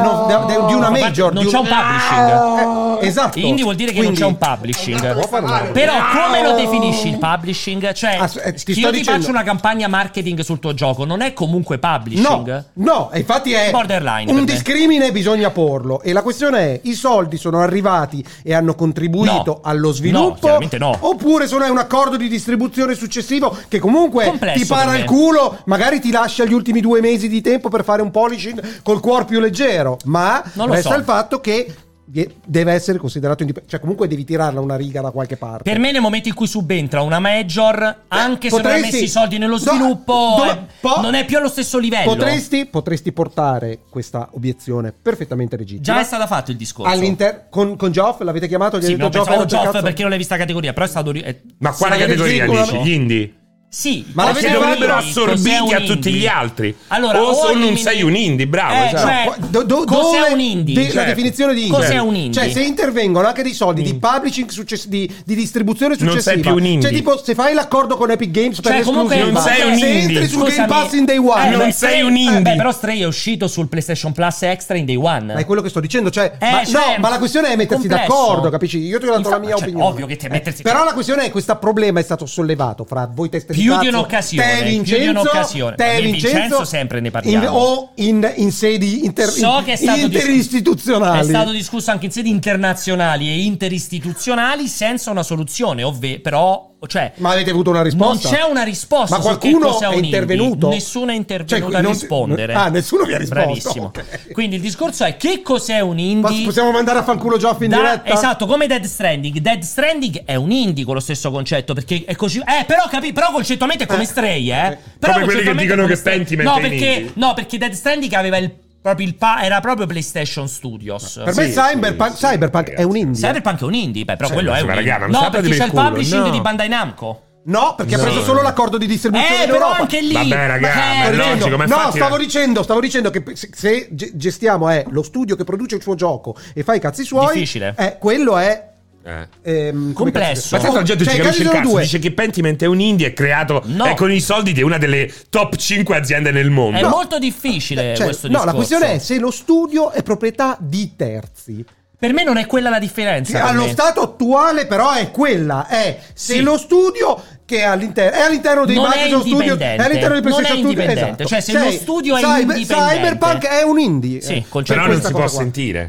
No, no, da- da- di una
Fa parte-
major.
Non
di
c'è un publishing.
Eh, esatto.
Indie vuol dire che
Quindi-
non c'è un publishing.
Può parlare.
Ah,
Però come lo definisci il publishing? Cioè,
Ah, eh, ti
se
sto
io ti
dicendo-
faccio una campagna marketing sul tuo gioco, non è comunque publishing?
No, no, e infatti è
Borderline per
un
me.
discrimine bisogna porlo. E la questione è: i soldi sono arrivati e hanno contribuito
No.
allo
No,
sviluppo?
chiaramente no.
Oppure sono è un accordo di distribuzione successivo che comunque
Complesso
ti para
per
il
me.
culo, magari ti lascia gli ultimi due mesi di tempo per fare un polishing col cuore più leggero. Ma
Non lo
resta
so.
il fatto che de- deve essere considerato indipendente. Cioè, comunque devi tirarla una riga da qualche parte.
Per me nel momento in cui subentra una major, anche se non hai
Potresti-
messo i soldi nello
No,
sviluppo,
dove-
eh,
po-
non è più allo stesso livello.
Potresti, potresti portare questa obiezione perfettamente legittima.
Già è stato fatto il discorso.
All'inter- con, con Geoff l'avete chiamato? Gli
Sì,
hai detto
abbiamo
Geoff,
pensato
era un
Geoff
cazzo.
perché non l'hai vista la categoria, però è stato... ri- eh,
Ma quale
Sì,
categoria
ridicolo.
dici? Gli indie?
Sì, cioè,
Ma
cos'è
l'avete-
un
dovrebbero
indie?
assorbiti
Cos'è
a
un
tutti
indie?
gli altri.
Allora,
o se non
elimini-
sei un indie, bravo.
Eh,
esatto.
cioè,
Do- do-
cos'è
dove-
un indie? Cioè,
de- La
Certo.
definizione di indie.
Cos'è un indie? Mm.
Cioè, se intervengono anche dei soldi di publishing, success- di, di distribuzione
Non sei
successiva.
più un indie.
Cioè, tipo, se fai l'accordo con Epic Games per
Cioè, comunque
l'esclusiva,
Non sei un
se
indie.
entri su Game
Scusami.
Pass in day one,
Eh,
non
beh,
sei
Stray-
un
eh,
indie.
beh, però Stray è uscito sul PlayStation Plus Extra in day one.
Ma è quello che sto dicendo, cioè,
Eh,
ma,
cioè,
no, ma la questione è mettersi
complesso.
d'accordo, capisci? Io ti ho dato
Infa-
la mia
cioè,
opinione. Eh,
ovvio che te mettersi-
Però la questione è che questo problema è stato sollevato fra voi teste di
Più di
cazzo,
un'occasione,
te
più di
Vincenzo,
un'occasione.
te
Noi
Vincenzo,
Vincenzo sempre ne parliamo.
in- o in, in sedi inter-
So che è stato dis-
interistituzionali.
È stato discusso anche in sedi internazionali e interistituzionali senza una soluzione, ovvero però cioè
Ma avete avuto una
non
risposta?
c'è una risposta.
Ma
su che
qualcuno
cos'è
è
un indie.
intervenuto?
Nessuno è intervenuto
Cioè,
a
non-
rispondere.
Ah, nessuno vi ha risposto,
Bravissimo.
ok.
Quindi il discorso è che cos'è un indie?
Poss- Possiamo mandare a fanculo Geoff in
Da-
diretta?
esatto, come Dead Stranding. Dead Stranding è un indie con lo stesso concetto. Perché è così. Eh, però, capi, però concettualmente è come Stray, eh. Però
Come quelli che
concettualmente
dicono
è come
che
Stray.
Pentiment
No,
è
perché,
indie.
no, perché Dead Stranding aveva il, proprio il pa- era proprio PlayStation Studios.
Per me
Sì,
Cyberpunk,
sì, sì,
Cyberpunk
ragazzi.
è un indie.
Cyberpunk è un indie, beh, però
Cioè,
quello è
ma
un
raga,
indie.
ma
No,
sapete
perché c'è
per
il
culo,
publishing
no.
di Bandai Namco.
No, perché ha
No.
preso solo l'accordo di distribuzione
Eh,
in
però
Europa.
anche lì.
Vabbè,
Ma-
raga,
eh,
ma
Stavo
è
dicendo-
logico, ma
no,
infatti-
stavo dicendo, stavo dicendo che se- se eh, ge- gestiamo è lo studio che produce il suo gioco e fa i cazzi suoi,
Difficile.
eh, quello è
Eh.
Ehm, come
Complesso.
Ma tanto la gente
Cioè,
ci
i casi
capisce il
sono
cazzo,
due.
dice che Pentiment è un indie e creato
No.
eh, con i soldi di una delle top 5 aziende nel mondo.
È
No.
molto difficile
Cioè,
questo
no,
discorso.
la questione è se lo studio è proprietà di terzi.
Per me non è quella la differenza. per
Allo
me.
stato attuale, però, è quella: è se
Sì.
lo studio che è all'interno, è all'interno dei
Non è
Microsoft Studio, è
indipendente.
all'interno dei
Non è
PlayStation Studio.
indipendente.
esatto.
Cioè, se lo studio è indipendente.
Cyberpunk è un indie.
Sì,
Eh,
concetto.
c'è
Però non
questa
si
cosa
può sentire.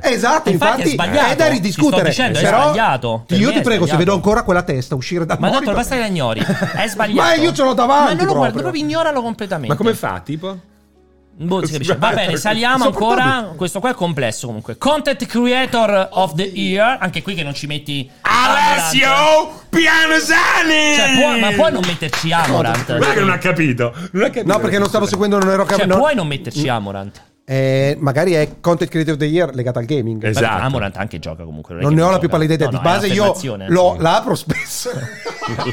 Infatti
Esatto, infatti,
è sbagliato.
da
Ti sto
ridiscutere.
dicendo, è
però
sbagliato. Per
Io
me
ti
è
prego, se
sbagliato.
vedo ancora quella testa uscire dal
Ma tanto
monitor-
basta che la ignori. È sbagliato.
Ma io ce l'ho davanti.
Ma non lo guardo,
proprio.
proprio ignoralo completamente.
Ma come fa, tipo?
Boh, si capisce. Va bene, saliamo ancora. Questo qua è complesso comunque. Content Creator of the Year. Anche qui che non ci metti. Amorant.
Alessio Pianosani!
Cioè, può- ma puoi non metterci Amorant.
Guarda che non ha capito. Non ha capito.
No, perché non stavo seguendo, non ero
Cioè,
capito.
puoi non metterci Amorant.
Eh, magari è Content Creator of the Year legato al gaming.
Esatto.
Vabbè, Amorant anche gioca comunque. è
Non
che
ne ho la
gioca.
più pallida idea.
No,
Di
no, è
base, io
un'affermazione.
lo, la apro spesso.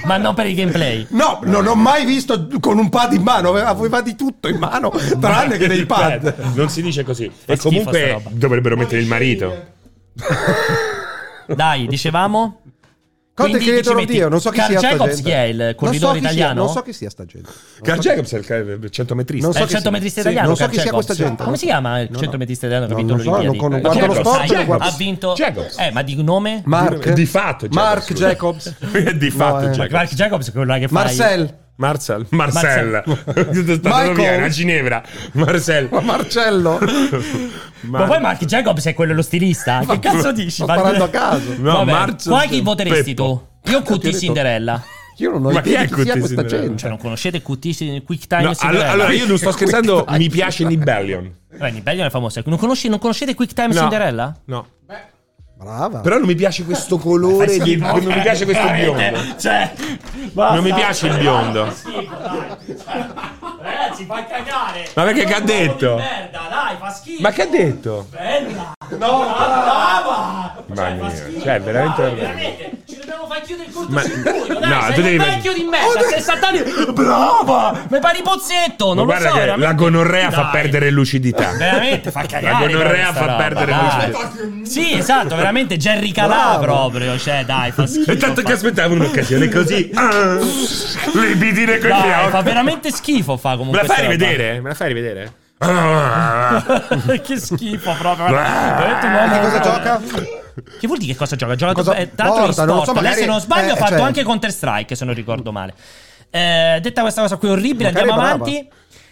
Ma non per il gameplay.
No, non ho mai visto con un pad in mano. Aveva di tutto in mano, tranne che dei pad.
Non si dice così.
Fa schifo
e
sta
comunque
roba.
dovrebbero mettere il
eh.
marito.
Dai, dicevamo.
Content
Quindi
Creator
ci
of the
metti
Year, non so chi
Carl
sia sta
Jacobs
gente.
chi è il
Non so
corridore
chi sia,
italiano?
non so chi sia sta gente. Non so
Carl
chi-
Jacobs è il Eh,
Non
È il
so chi
100metrista.
sia.
centometrista
Sì,
italiano.
non so
Carl
chi sia
Jacobs.
questa gente.
Come si chiama il
No, no.
centometrista italiano che ha
No,
vinto
non
le
so,
Olimpiadi?
non-
Ma
non guardo lo
Jacobs,
sport,
dai,
Jacobs.
Ha vinto.
Jacobs.
Eh, ma di nome?
Mark,
Di fatto Jacobs,
Mark
scusa.
Jacobs.
Di fatto,
No, eh.
Jacobs.
Clark Jacobs è quello là che fa.
Marcel.
Marcel. Marcel.
Michael.
Stato via, a Ginevra. Marcel.
Ma Marcello.
Ma poi Mark Jacobs è quello lo stilista? Che cazzo dici?
Sto parlando a caso.
No,
Vabbè,
Marcel-
Poi chi voteresti
Peppo.
tu? Io QT
detto-
Cinderella.
Io non ho
Ma
idea
chi è
chi sia
Cutti
questa
Cinderella?
gente.
Cioè, non conoscete QT Cin- Quick Time
No,
Cinderella?
allora, allora io non sto scherzando, mi piace Nibellion.
Renny, bello è famoso. Non, conosci- non conoscete Quick Time
No.
Cinderella?
No.
Brava.
Però non mi piace questo colore, di- non mi piace questo biondo.
Cioè,
Non mi piace il biondo.
Ragazzi, fa cagare.
Ma perché che ha detto?
Merda, dai, fa schifo.
Ma che ha detto?
Bella. No, brava.
Mamma mia, cioè veramente una merda.
Ci dobbiamo far chiudere il corto
Ma-
circuito. Dai,
no,
sei
tu
un
devi-
vecchio di merda, 60 anni. Brava! Mi pari pozzetto,
Ma
non lo so.
guarda che
veramente.
la gonorrea fa
Dai.
perdere lucidità.
Veramente fa cagare.
La gonorrea
questa
fa
roba,
perdere
dai.
lucidità.
Sì, esatto, veramente Jerry Calà
Bravo.
proprio, cioè dai, fa schifo.
E tanto
fa-
che aspettavo un'occasione così. Ah, libidine con gli
Dai, fa
occhi.
veramente schifo fa
Me
comunque.
la fai
sta roba.
rivedere? Me la fai rivedere? Ah.
che schifo proprio. Veramente un uomo-
Che cosa gioca?
Che vuol dire che cosa gioca? Gioca
Cosa
eh, tra l'altro in
porta? Non lo
sport.
so,
Lei,
magari-
se non sbaglio
eh,
ha fatto
cioè-
anche Counter Strike, se non ricordo male. Eh, detta questa cosa qui orribile,
Magari
andiamo
è brava.
avanti.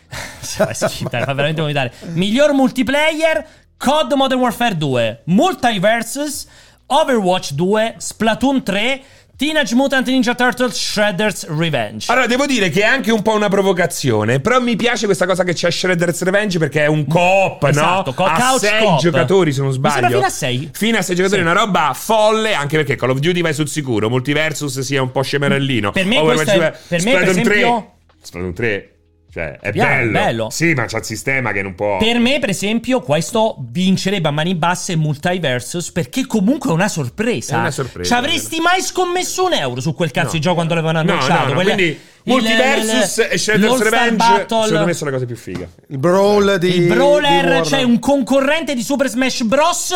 Sì, fa schifo, dai, fa veramente vomitare. Miglior multiplayer COD Modern Warfare 2, Multiversus, Overwatch 2, Splatoon 3, Teenage Mutant Ninja Turtles Shredder's Revenge.
Allora, devo dire che è anche un po' una provocazione. Però mi piace questa cosa che c'è Shredder's Revenge perché è un co-op,
Esatto,
no?
co-
a
couch
sei
co-op.
giocatori, se non
Mi sembra
sbaglio.
fino a sei.
Fino a sei giocatori,
Sì.
una roba folle, anche perché Call of Duty vai sul sicuro. Multiversus sia un po' scemerellino.
Per me
Overwatch
questo è-
due-
per me, per
Splatoon
esempio-
3. Splatoon 3. Cioè, è
Piano,
bello.
bello.
Sì, ma c'ha il sistema che non può.
Per me, per esempio, questo vincerebbe a mani basse Multiversus perché comunque è una sorpresa.
È una sorpresa,
Ci avresti mai scommesso un euro su quel cazzo
No.
di gioco quando l'avevano
No,
annunciato?
no, no,
Quelle-
quindi
il-
Multiversus
il-
e Shredder's
l'All-Star
Revenge
Battle.
secondo me sono le cose più fighe.
Il brawl di
il
di
brawler,
Warner.
c'è un concorrente di Super Smash Bros.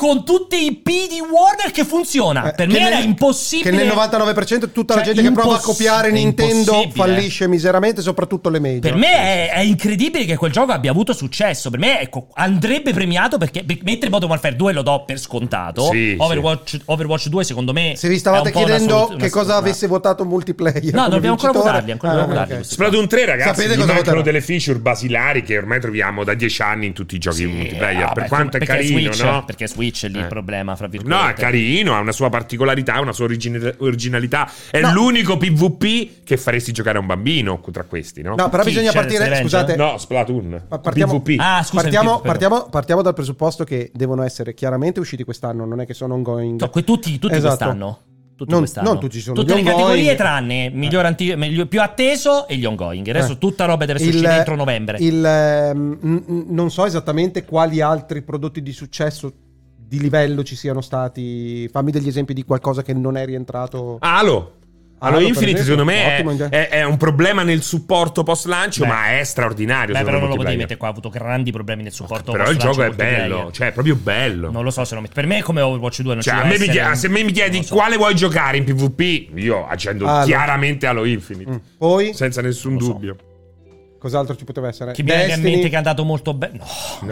con tutti i P di Warner che funziona.
Eh,
per
che
me era
nel-
impossibile.
Che nel 99% tutta la
Cioè,
gente che prova a
impossi-
copiare
è
Nintendo
impossibile.
fallisce miseramente, soprattutto le major.
Per me è, è incredibile che quel gioco abbia avuto successo. Per me ecco, andrebbe premiato perché be- mentre Modern Warfare 2 lo do per scontato,
Sì,
Overwatch, Overwatch 2 secondo me...
Se vi
è
stavate
un po' una
chiedendo
solut- una
che cosa
solut-
avesse votato multiplayer,
No,
come
dobbiamo ancora
vincitore-
votarli, ancora dobbiamo
Ah,
votarli
ok.
questi qua.
Splatoon 3, ragazzi,
Sapete
gli
cosa
mancano
voterò?
delle feature basilari che ormai troviamo da dieci anni in tutti i giochi multiplayer.
vabbè,
per quanto è
Ah, perché
carino,
Switch,
no? Eh.
Perché Switch è lì il problema, fra virgolette.
No, è carino, ha una sua particolarità, una sua origine- originalità. È
No.
l'unico PvP che faresti giocare a un bambino tra questi, no?
No, però
Chi?
bisogna
Shadows
partire.
Revenge?
Scusate,
No, Splatoon.
Ma partiamo-
PvP.
Ah, scusa,
partiamo,
Pietro, però.
partiamo- partiamo dal presupposto che devono essere chiaramente usciti quest'anno, non è che sono ongoing.
To- Cioè, que- Tutti, tutti
Esatto.
quest'anno. Tutti
Non-
quest'anno.
non tutti ci sono
Tutte le
gli
categorie
ongoing.
tranne miglior anti- meglio- più atteso e gli ongoing. Il resto
Eh.
tutta roba deve essere
Il-
uscita entro novembre.
il, ehm, n- n- non so esattamente quali altri prodotti di successo
Ah.
di livello ci siano stati. Fammi degli esempi di qualcosa che non è rientrato.
Halo. Halo
per
Infinite,
esempio,
secondo me, è,
ottimo, eh. anche-
è- è un problema nel supporto post lancio,
Beh.
ma è straordinario.
Beh, però
secondo
non
me,
lo potevi
multiplayer.
mettere qua, ha avuto grandi problemi nel supporto.
Però il
post-lancio
gioco è
multiplayer.
bello, cioè, è proprio bello.
Non lo so se lo metti. Per me è come Overwatch 2. Non
Cioè,
ci
a
deve
me mi
essere
chiedi-
un-
se a me mi chiedi
non lo so.
quale vuoi giocare in PvP, io accendo
Ah,
Halo.
chiaramente Halo Infinite,
Mm.
Poi,
senza nessun
Lo so.
dubbio.
cos'altro ci poteva essere?
Che mi viene in
Destiny?
mente che è andato molto bene. No,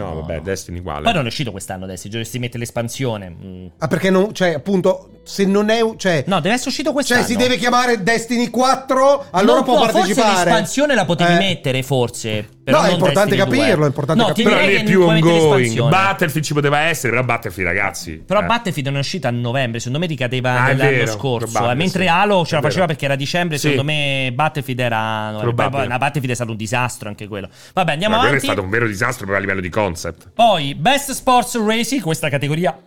No, vabbè, Destiny uguale.
Poi non è uscito quest'anno adesso, dovresti mettere l'espansione. Mm.
Ah, perché non, cioè, appunto, se non è, un- cioè,
No, deve essere uscito
cioè
quest'anno.
si deve chiamare Destiny 4, allora
non
può,
Forse
partecipare.
l'espansione la potevi
Eh.
mettere, forse. Però
No, è
non
importante
Destiny
capirlo,
2.
è importante
no,
capirlo.
Ti
però lì
direi
è
che
più
non puoi mettere
ongoing.
l'espansione.
Battlefield ci poteva essere, però Battlefield, ragazzi.
Però
eh.
Battlefield non è uscita a novembre, secondo me ricadeva
Ah, è
nell'anno
vero,
scorso.
probabile,
eh, mentre
sì.
Halo ce
È
la
vero.
faceva perché era a dicembre,
Sì.
secondo me Battlefield era. no,
Probabile.
poi- no, Battlefield è stato un disastro anche quello. Vabbè,
Ma
andiamo
quello è
avanti.
stato un vero disastro proprio a livello di concept.
Poi Best Sports Racing, questa categoria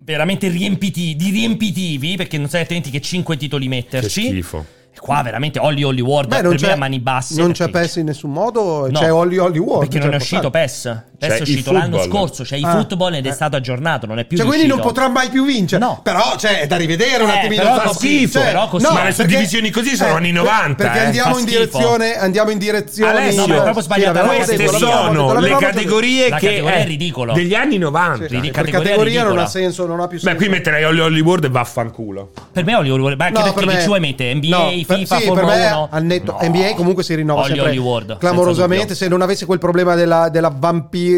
veramente riempiti, di riempitivi, perché non sai altrimenti che 5 titoli
Che
metterci.
schifo.
E Qua veramente Holly Holly Ward
Beh, non
per me
c'è,
a mani basse.
non c'è
perché-
PES in nessun modo,
No,
c'è Holly Holly World. cioè,
Perché non è uscito PES. PES
C'è
è uscito
il
l'anno
football.
scorso, c'è i
Ah,
football ed è
eh.
stato aggiornato, non è più
Cioè, quindi non
riuscito.
potrà mai più vincere.
No.
Però, cioè, è da rivedere un
Eh,
attimino.
però
Fa
così,
schifo.
però così.
No,
Ma
le
perché-
suddivisioni così sono anni
per-
90,
Perché
eh.
andiamo
Fa
in
schifo.
direzione. Andiamo in direzione.
Alessio,
No, ma è proprio sbagliata
Sì,
la
l'avevamo
Queste
detto,
categoria.
l'avevamo
sono
detto,
le
l'avevamo detto.
categorie
La
che
categoria
eh,
è ridicola.
degli anni 90.
Sì, per
categoria
categoria non
ridicola.
ha senso, non ha più senso.
Beh, qui metterei Holly Holly World e vaffanculo.
Per me Holly Holly Ward, ma anche
No,
perché
per
chi
me-
ci vuoi mettere? NBA,
no, per-
FIFA,
sì, per
Formula
me
1?
al netto-
No.
NBA comunque si rinnova
Holly
sempre
Holly Ward, senza
clamorosamente.
dubbio.
Se non avesse quel problema della, della vampi-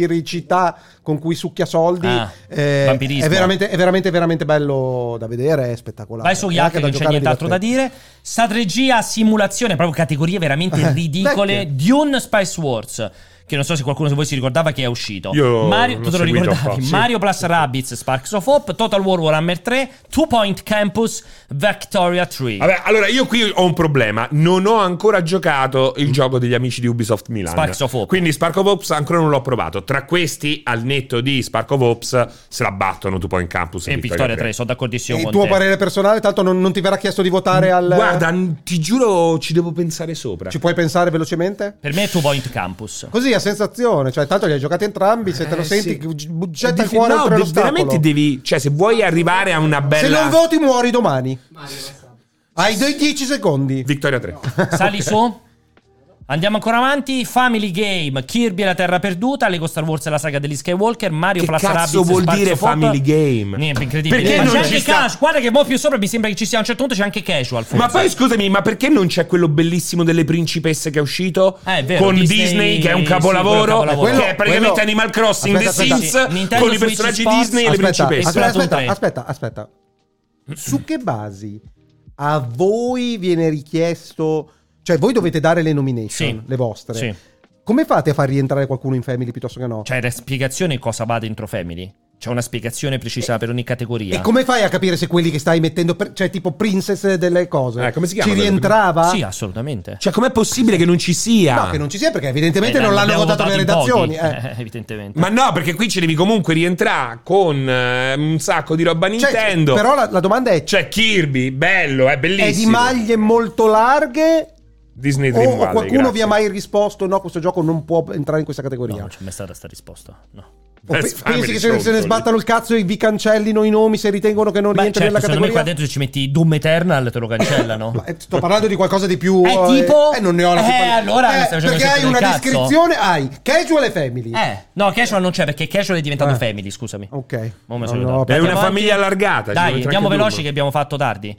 vampiricità con cui succhia soldi,
Ah,
eh,
vampirismo.
è, veramente, è veramente, veramente bello da vedere. È spettacolare.
Vai su
È
Yak
anche
che non c'è
giocare
nient'altro da
divertente.
dire. Strategia, simulazione, proprio categorie veramente
Eh,
ridicole.
vecchie.
Dune Spice Wars. Che non so se qualcuno di voi si ricordava che è uscito.
Io
Mario,
l'ho
tu te lo
seguito un
ricordavi?
po', sì.
Mario Plus Rabbids, Sparks of Hope, Total War Warhammer 3, Two Point Campus, Victoria 3.
Vabbè, allora io qui ho un problema. Non ho ancora giocato il gioco degli amici di Ubisoft Milan.
Sparks of Hope.
Quindi Spark of Ops ancora non l'ho provato. Tra questi, al netto di Spark of Ops, se la battono tu poi in campus.
e Victoria 3, sono d'accordissimo
E il
con
tuo
te.
parere personale, tanto non, non ti verrà chiesto di votare al.
Guarda, n- ti giuro, ci devo pensare sopra.
Ci puoi pensare velocemente?
Per me è Two Point Campus.
Così a sensazione, cioè tanto li hai giocati entrambi, se te lo
Eh,
senti,
sì.
gi- getta il
Devi-
cuore
no,
oltre
de-
l'ostacolo.
veramente devi. Cioè, se vuoi arrivare a una
Se
bella.
non voti muori domani.
Mario, basta.
Hai dei 10 secondi.
Victoria 3.
Sali su. Andiamo ancora avanti. Family Game, Kirby e la Terra Perduta, Lego Star Wars e la saga degli Skywalker, Mario
Che
Plus
cazzo
Rabbids,
vuol
Sparks
dire
of Hope.
Family Game?
Niente, incredibile.
Perché
ma
non
c'è
ci
anche
sta?
Cash. Guarda che mo più sopra mi sembra che ci sia. A un certo punto c'è anche Casual. Forse.
Ma poi scusami, ma perché non c'è quello bellissimo delle principesse che è uscito?
Eh, è vero,
con Disney,
Disney,
che è un
sì,
quello è un
capolavoro,
capolavoro.
che è praticamente
Quello-
Animal Crossing
Aspetta,
The
aspetta.
Sì,
Sims
Nintendo
con i
Switch
personaggi
Sports.
Disney e le
Aspetta,
principesse.
aspetta,
Splatoon
aspetta,
tre.
aspetta, aspetta. Su che basi a voi viene richiesto, cioè voi dovete dare le nomination,
Sì.
le vostre.
Sì. Cioè,
Come fate a far rientrare qualcuno in family piuttosto che no?
C'è la spiegazione cosa va dentro Family. C'è una spiegazione precisa per ogni categoria.
E come fai a capire se quelli che stai mettendo, per- cioè tipo princess delle cose,
Eh, come si chiama
ci
quello?
rientrava?
Sì, assolutamente.
Cioè, com'è possibile che non ci sia?
No, che non ci sia perché evidentemente
Eh,
non l'hanno
abbiamo
votato le
votati in
redazioni. eh.
pochi, eh, evidentemente.
Ma no, perché qui ci devi comunque rientrare con eh, un sacco di roba
Cioè,
Nintendo.
Però la, la domanda è:
C'è Kirby, bello, è bellissimo.
è di maglie molto larghe?
Disney
O,
Dream
o
Valley,
qualcuno vi
grazie.
ha mai risposto: no, questo gioco non può entrare in questa
No,
categoria?
non c'è mai stata sta risposta. No.
O pe- pensi
Best Family
che se, ne- se ne
Show,
sbattano il cazzo e vi cancellino i nomi se ritengono che non
Beh,
rientra
certo, secondo
nella
me qua
categoria?
dentro se ci metti Doom Eternal te lo cancellano.
Ma, eh, Sto parlando di qualcosa di più.
Eh, tipo?
eh, non ne ho la più
Eh,
pallida-
allora mi
Eh,
stai facendo
perché
il
hai
gioco
una
del cazzo?
descrizione, hai casual e family.
Eh, no, casual non c'è perché casual è diventato
Eh.
family, scusami.
Ok.
Mo me
No,
sono
no,
dato.
perché-
È una
Andiamo
famiglia
avanti.
allargata. Oh, ci
Dai,
metto
andiamo
anche
veloci
Doom.
che abbiamo fatto tardi.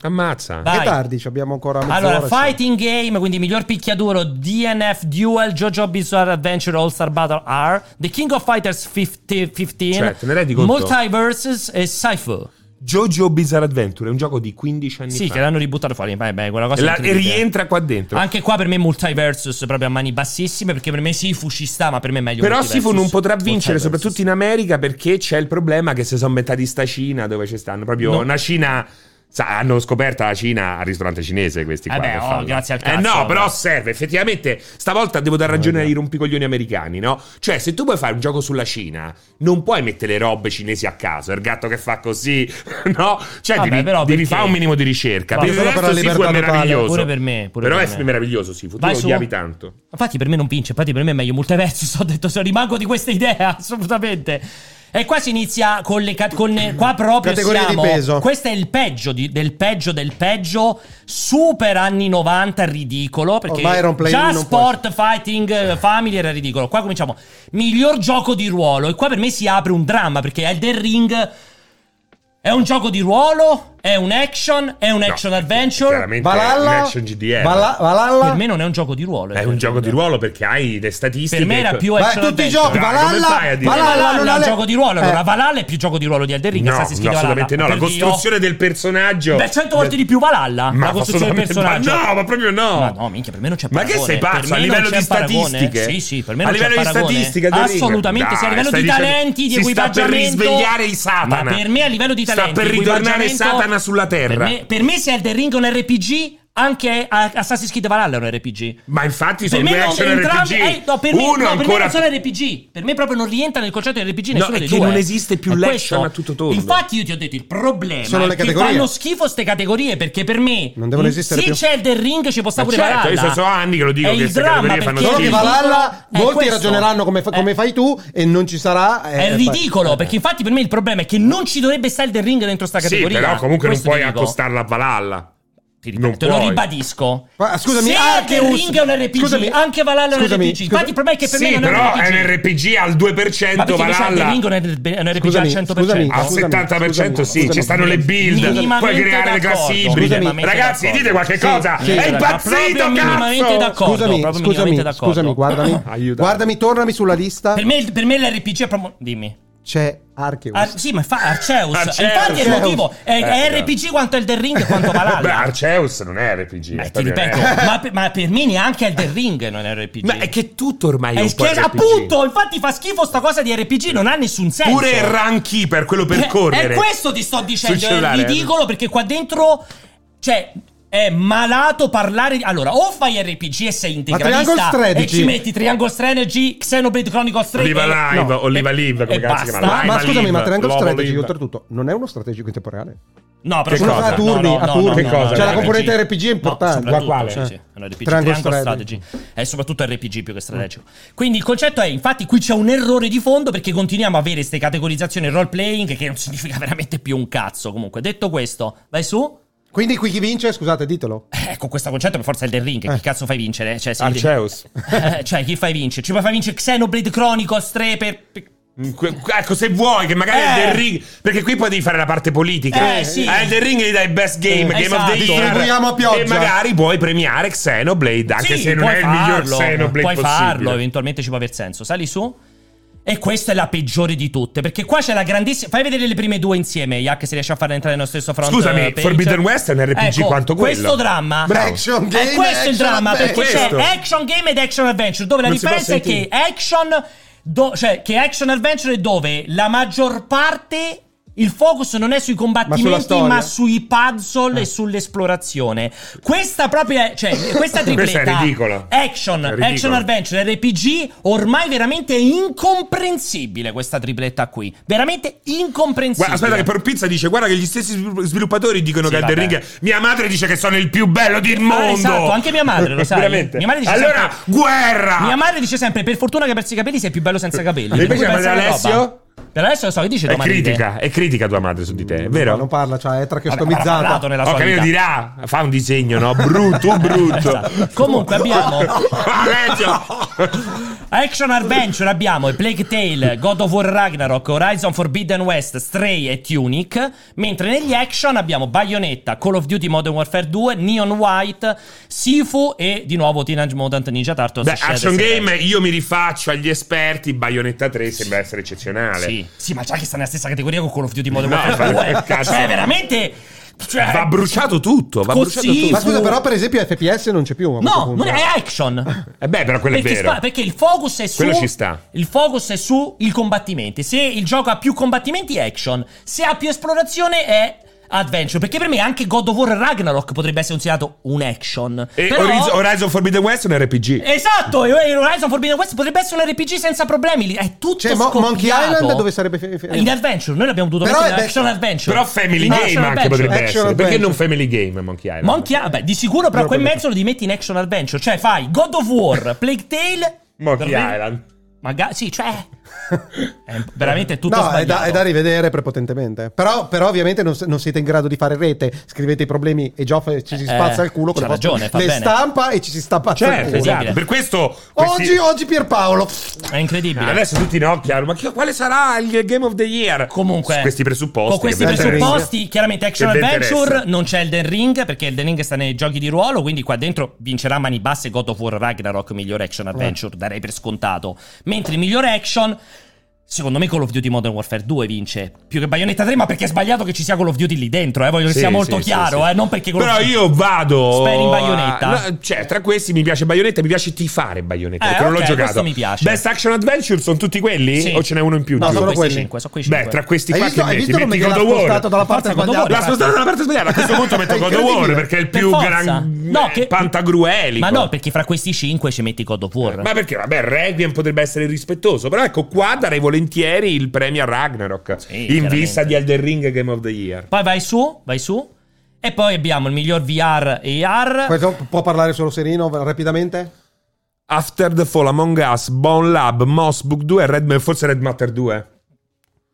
Ammazza.
Vai.
È tardi, ci abbiamo ancora mezz'ora.
Allora,
insomma.
Fighting Game, quindi miglior picchiaduro, DNF Duel, JoJo Bizarre Adventure All Star Battle R, The King of Fighters 50 15,
Cioè, te ne rendi conto?
Multiverses e Cypher.
Jojo Bizarre Adventure è un gioco di 15 anni
Sì,
fa.
che l'hanno ributtato fuori. Beh, beh, quella cosa
E la- e
incredibile.
rientra qua dentro.
Anche qua per me Multiversus proprio a mani bassissime, perché per me Sifu ci sta, ma per me è meglio
Però
Multiversus.
Sifu non potrà vincere,
Multiversus.
soprattutto in America, perché c'è il problema che si sono inventati sta Cina dove ci stanno. Proprio
No.
una Cina. sa- hanno scoperta la Cina al ristorante cinese questi qua.
Eh beh,
per
oh,
farlo.
grazie al
Eh
cazzo, Eh
no,
vabbè.
però serve. Effettivamente, stavolta devo dar ragione ai rompicoglioni americani, no? Cioè, se tu vuoi fare un gioco sulla Cina, non puoi mettere le robe cinesi a caso. È il gatto che fa così, no? Cioè,
Vabbè,
devi,
però
devi
perché?
fare un minimo di ricerca.
Vabbè,
Per il
solo per
resto
la
Sifu è
libertà totale.
meraviglioso.
Pure per me, pure
però
per
è
me.
meraviglioso Sifu. Tu
Vai
lo
su.
odiavi tanto.
Infatti, per me non vince. Infatti, per me è meglio multiversus. Ho detto, se rimango di questa idea, assolutamente. E qua si inizia con le cat- con le- qua proprio
Categorie di
siamo.
peso.
Questo è il peggio di- del peggio del peggio, super anni 90, ridicolo. Perché
Ormai era un play-
già
Oh, non può
Sport Fighting eh, Family era ridicolo. Qua cominciamo. Miglior gioco di ruolo. E qua per me si apre un dramma perché Elden Ring è un gioco di ruolo, è un action, è un action adventure.
Chiaramente è un
Valhalla,
action GDR.
Valha- Valhalla,
Per me non è un gioco di ruolo.
È un gioco di ruolo perché hai le statistiche.
Per me era più
Vai,
action
tutti i
adventure.
giochi,
Dai, come
Valhalla,
fai a dire?
Valhalla,
Valhalla non
è
ha
un
le-
gioco di ruolo. Allora,
Eh.
Valhalla è più gioco di ruolo di Elden Ring.
No,
Assassin's Creed
no, assolutamente no.
Valhalla.
La
Per Dio.
costruzione del personaggio.
Per cento volte di più Valhalla.
Ma
la costruzione del
assolutamente-
personaggio.
ma no, ma proprio no.
Ma no, minchia, per me non c'è
Ma
paragone.
che sei
Per
pazzo?
me
A
non
livello
c'è
di
paragone.
statistiche?
Sì, sì, per me
A
non c'è
livello di
paragone.
statistica del ring?
Assolutamente, sì, a
Dai,
livello
stai
di
dicendo-
talenti, di
si sta per
equipaggiamento.
risvegliare il Satana.
Ma per me a livello di
Sta
talenti,
per ritornare
equipaggiamento-
Satana sulla Terra.
Per me, per me se Elden Ring è un RPG, anche a- Assassin's Creed Valhalla è un RPG.
Ma infatti
Per
sono
me
due
non
action
entrambi,
RPG.
eh, no, per me,
Uno
no, per me
ancora
non sono RPG. Per me proprio non rientra nel concetto di RPG
No,
nessuno
è
dei
che
due.
non esiste più
È
l'action
questo.
a tutto tondo.
Infatti io ti ho detto il problema
Sono le
è che
categorie.
fanno schifo ste categorie perché per me
Non devono
mh,
esistere
Se
più.
c'è il del ring ci può stare
Ma
pure
certo,
Valhalla.
io so- so anni che lo dico
È
che
il
ste
dramma
categorie
perché
fanno
è
Solo che
schifo.
ridicolo,
Valhalla,
è
molti
questo.
ragioneranno come, fa-
È-
come fai tu e non ci sarà. eh,
È
fai-
ridicolo perché infatti per me il problema è che non ci dovrebbe stare il del ring dentro sta
Sì,
categoria.
però comunque non
Questo
puoi
ti dico.
accostarla a Valhalla.
Ti ripeto,
Non
te lo
puoi.
ribadisco.
Ma, scusami,
se
Arceus-
Elden Ring è un RPG,
scusami,
anche Valhalla è un
scusami,
RPG. Infatti il problema è che per
sì,
me non
però
è un RPG.
RPG al 2%
Ma perché invece Elden
Valhalla.
Ring non è un è un RPG
Scusami,
al 100%?
scusami.
Al
Scusami,
70% sì,
scusami,
ci stanno le build,
Minimamente
puoi creare le
d'accordo,
classi ibride.
minimamente
Ragazzi,
d'accordo.
dite qualche
Sì,
cosa.
sì,
è
raga,
proprio
impazzito,
minimamente d'accordo.
cazzo!
Scusami,
proprio minimamente
scusami,
d'accordo.
scusami, guardami.
Aiuta.
guardami, tornami sulla lista.
Per me, il- per me l'RPG è proprio... Dimmi.
C'è Arceus.
Ar- sì, ma fa Arceus.
Arceus.
E Infatti è il motivo. È, è
Eh,
RPG quanto è il Elden Ring e quanto
Beh,
Valhalla.
Arceus non è RPG.
Eh,
è
ti
proprio-
ripeto,
eh.
ma, per- ma per me neanche Elden Ring non è RPG.
Ma è che tutto ormai è
È
un po'
che-
RPG.
appunto, infatti fa schifo sta cosa di RPG, non ha nessun senso.
Pure il run keeper, quello per
Eh,
correre.
E questo ti sto dicendo, eh,
Sul
è
cellulare. eh.
ridicolo perché qua dentro cioè è malato parlare di... Allora, o fai RPG e sei integralista
Triangle
e
Strategy?
ci metti Triangle Strategy, Xenoblade Chronicles 3
Oliva
e-
Live,
no,
Oliva
e-
Live, come
e
cazzo si
basta.
chiama?
Ma, ma
Vai,
scusami,
Valib,
ma Triangle
Lobo
Strategy,
Live.
oltretutto, non è uno strategico in tempo reale?
No, però
Che
sono
cosa?
no,
A
turni,
no, no,
a
no,
turni.
no, no,
Che cosa?
no,
Cioè, la
RPG.
componente RPG è
No,
importante.
soprattutto,
Ma quale?
Sì, sì, è un RPG,
Triangle
Triangle
Strategy.
Strategy. È soprattutto RPG più che strategico. Quindi il concetto è, infatti, qui c'è un errore di fondo perché continuiamo a avere queste categorizzazioni role playing che non significa veramente più un cazzo. Comunque, detto questo, vai su.
Quindi qui chi vince, scusate, ditelo.
Eh, con questo concetto per forza è il del ring. Chi cazzo fai vincere? Cioè, se-
Arceus.
Eh, cioè, chi fai vincere? Ci puoi far vincere Xenoblade Chronicles 3 per... per-
Mm, que- Ecco, se vuoi, che magari
Eh.
Elden Ring. Perché qui poi devi fare la parte politica.
Eh, sì.
A Elden Ring gli dai best game,
Eh,
game
esatto.
of the year.
Distribuiamo a pioggia.
E magari puoi premiare Xenoblade, anche
Sì,
se non
puoi
è il
farlo,
miglior Xenoblade
Puoi
possibile.
farlo, eventualmente ci può aver senso. Sali su. E questa è la peggiore di tutte, perché qua c'è la grandissima... Fai vedere le prime due insieme, Yak, se riesci a farle entrare nello stesso front
Scusami,
eh, page.
Forbidden West è un RPG
Ecco,
quanto quello.
Questo dramma...
Bravo.
Action
È questo il
action
dramma,
adventure.
perché c'è
Questo.
action game ed action adventure, dove la
Non si
differenza è
può
che action, do- cioè che action adventure è dove la maggior parte il focus non è sui combattimenti,
storia?
ma, sui
Eh.
puzzle e sull'esplorazione. Questa proprio è, cioè, questa tripletta
Questa è ridicola.
action,
È ridicola.
action adventure, RPG, ormai veramente è incomprensibile questa tripletta qui. Veramente incomprensibile.
Guarda, aspetta, che per pizza dice: Guarda, che gli stessi svilu- sviluppatori dicono
Sì,
che Elden
vabbè.
Ring. Mia madre dice che sono il più bello del
Ah,
mondo.
esatto, anche mia madre lo sai.
Veramente.
Mia madre dice
allora,
sempre-
guerra!
Mia madre dice sempre: Per fortuna che hai perso i capelli, sei più bello senza capelli.
E Ah. invece
Per cui
Maria
pensa alla
Alessio?
roba. Per adesso lo so, che dice
è
domani?
critica, è critica tua madre su di te, è vero?
Ma non parla, cioè è
Vabbè, avrà parlato
tracustomizzata.
nella
Ok,
sua
capito,
vita.
dirà, fa un disegno, no? Brutto, brutto.
Esatto. Comunque abbiamo
Alessio!
Action Adventure, abbiamo Plague Tale, God of War Ragnarok, Horizon Forbidden West, Stray e Tunic, mentre negli action abbiamo Bayonetta, Call of Duty Modern Warfare 2, Neon White, Sifu e di nuovo Teenage Mutant Ninja Turtles.
Beh,
Shadow
Action
and the
Game, io mi rifaccio agli esperti, Bayonetta 3 sembra essere eccezionale.
Sì. sì, ma già che sta nella stessa categoria con Call of Duty Modern
No,
Warfare
ma
2.
che cazzo.
Cioè, veramente. Cioè,
Eh, Va bruciato tutto, va
Così.
bruciato tutto.
Ma scusa, però per esempio FPS non c'è più. a questo
no,
punto.
non è action.
Eh beh, però quello è
Perché,
vero.
spa- perché il focus è su.
Quello ci sta.
Il focus è su il combattimenti. Se il gioco ha più combattimenti, è action. Se ha più esplorazione, è. Adventure, perché per me anche God of War Ragnarok potrebbe essere considerato un action.
E
Però-
Eh, Horizon, Horizon Forbidden West è un RPG.
Esatto, e Horizon Forbidden West potrebbe essere un RPG senza problemi. lì È tutto
Cioè, Mo-
scoppiato.
Monkey Island dove sarebbe fe- fe-
In Adventure, noi l'abbiamo dovuto
Però
mettere
è
in Action
back-
Adventure.
Però Family
In
Game
action
anche
adventure.
potrebbe
Action
essere. Perché
adventure.
non Family Game Monkey Island?
Monkey Island, ah, beh, di sicuro, però
No,
quel
quello-
mezzo lo ti metti in Action Adventure. Cioè, fai God of War, Plague Tale.
Monkey
Davvero-
Island.
Maga- sì, cioè. È veramente è tutto
no, è
sbagliato.
da, è da rivedere prepotentemente. Però, però ovviamente non, s- non siete in grado di fare rete. Scrivete i problemi e Gioff ci si
Eh,
spazza il culo con
c'ha
le, vostre-
ragione, fa
le
bene.
stampa e ci si sta il
Certo,
culo.
esatto. Per questo... questi-
Oggi, oggi Pierpaolo.
È incredibile.
Ah, Adesso tutti Nokia, ma chi- quale sarà il Game of the Year?
Comunque,
Su questi presupposti.
con questi
che vedete-
presupposti, chiaramente Action
Che vi
Adventure
interessa.
non c'è Elden Ring perché Elden Ring sta nei giochi di ruolo. Quindi, qua dentro vincerà a mani basse God of War Ragnarok, migliore Action
Eh.
Adventure. Darei per scontato. Mentre il migliore Action. Secondo me Call of Duty Modern Warfare 2 vince più che Bayonetta 3, ma perché è sbagliato che ci sia Call of Duty lì dentro, eh? voglio che
Sì,
sia molto
sì,
chiaro,
sì, sì.
eh? non perché Call
Però
of Duty...
io vado.
Speri in
a-
Bayonetta.
No, cioè, tra questi mi piace Bayonetta, mi piace tifare Bayonetta.
Eh,
perché non
ok,
l'ho
questo
giocato.
mi piace.
Best Action Adventure sono tutti quelli?
Sì.
O ce n'è uno in più?
No,
giù?
sono
solo
questi
quelli.
5, sono quei 5.
Beh, tra questi
Hai
qua
visto,
che
hai
metti,
visto come
metti
me l'ha
God of War.
spostato dalla parte
Forza, God of War.
sbagliata?
L'ha spostato dalla parte sbagliata. A questo punto metto
È
God of War
incredibile.
perché è il
Per
più
forza.
gran.
No,
eh,
che-
pantagruelico.
Ma no, perché fra questi 5 ci metti God of War.
Ma perché, vabbè, Requiem potrebbe essere irrispettoso. Però ecco, qua darei volentieri il premio a Ragnarok.
Sì,
in vista
chiaramente.
di Elden Ring e Game of the Year.
Poi vai su, vai su. E poi abbiamo il miglior VR e AR.
Questo può parlare solo Serino rapidamente?
After the Fall, Among Us, Bone Lab, Moss Book 2 e Red, forse Red Matter 2.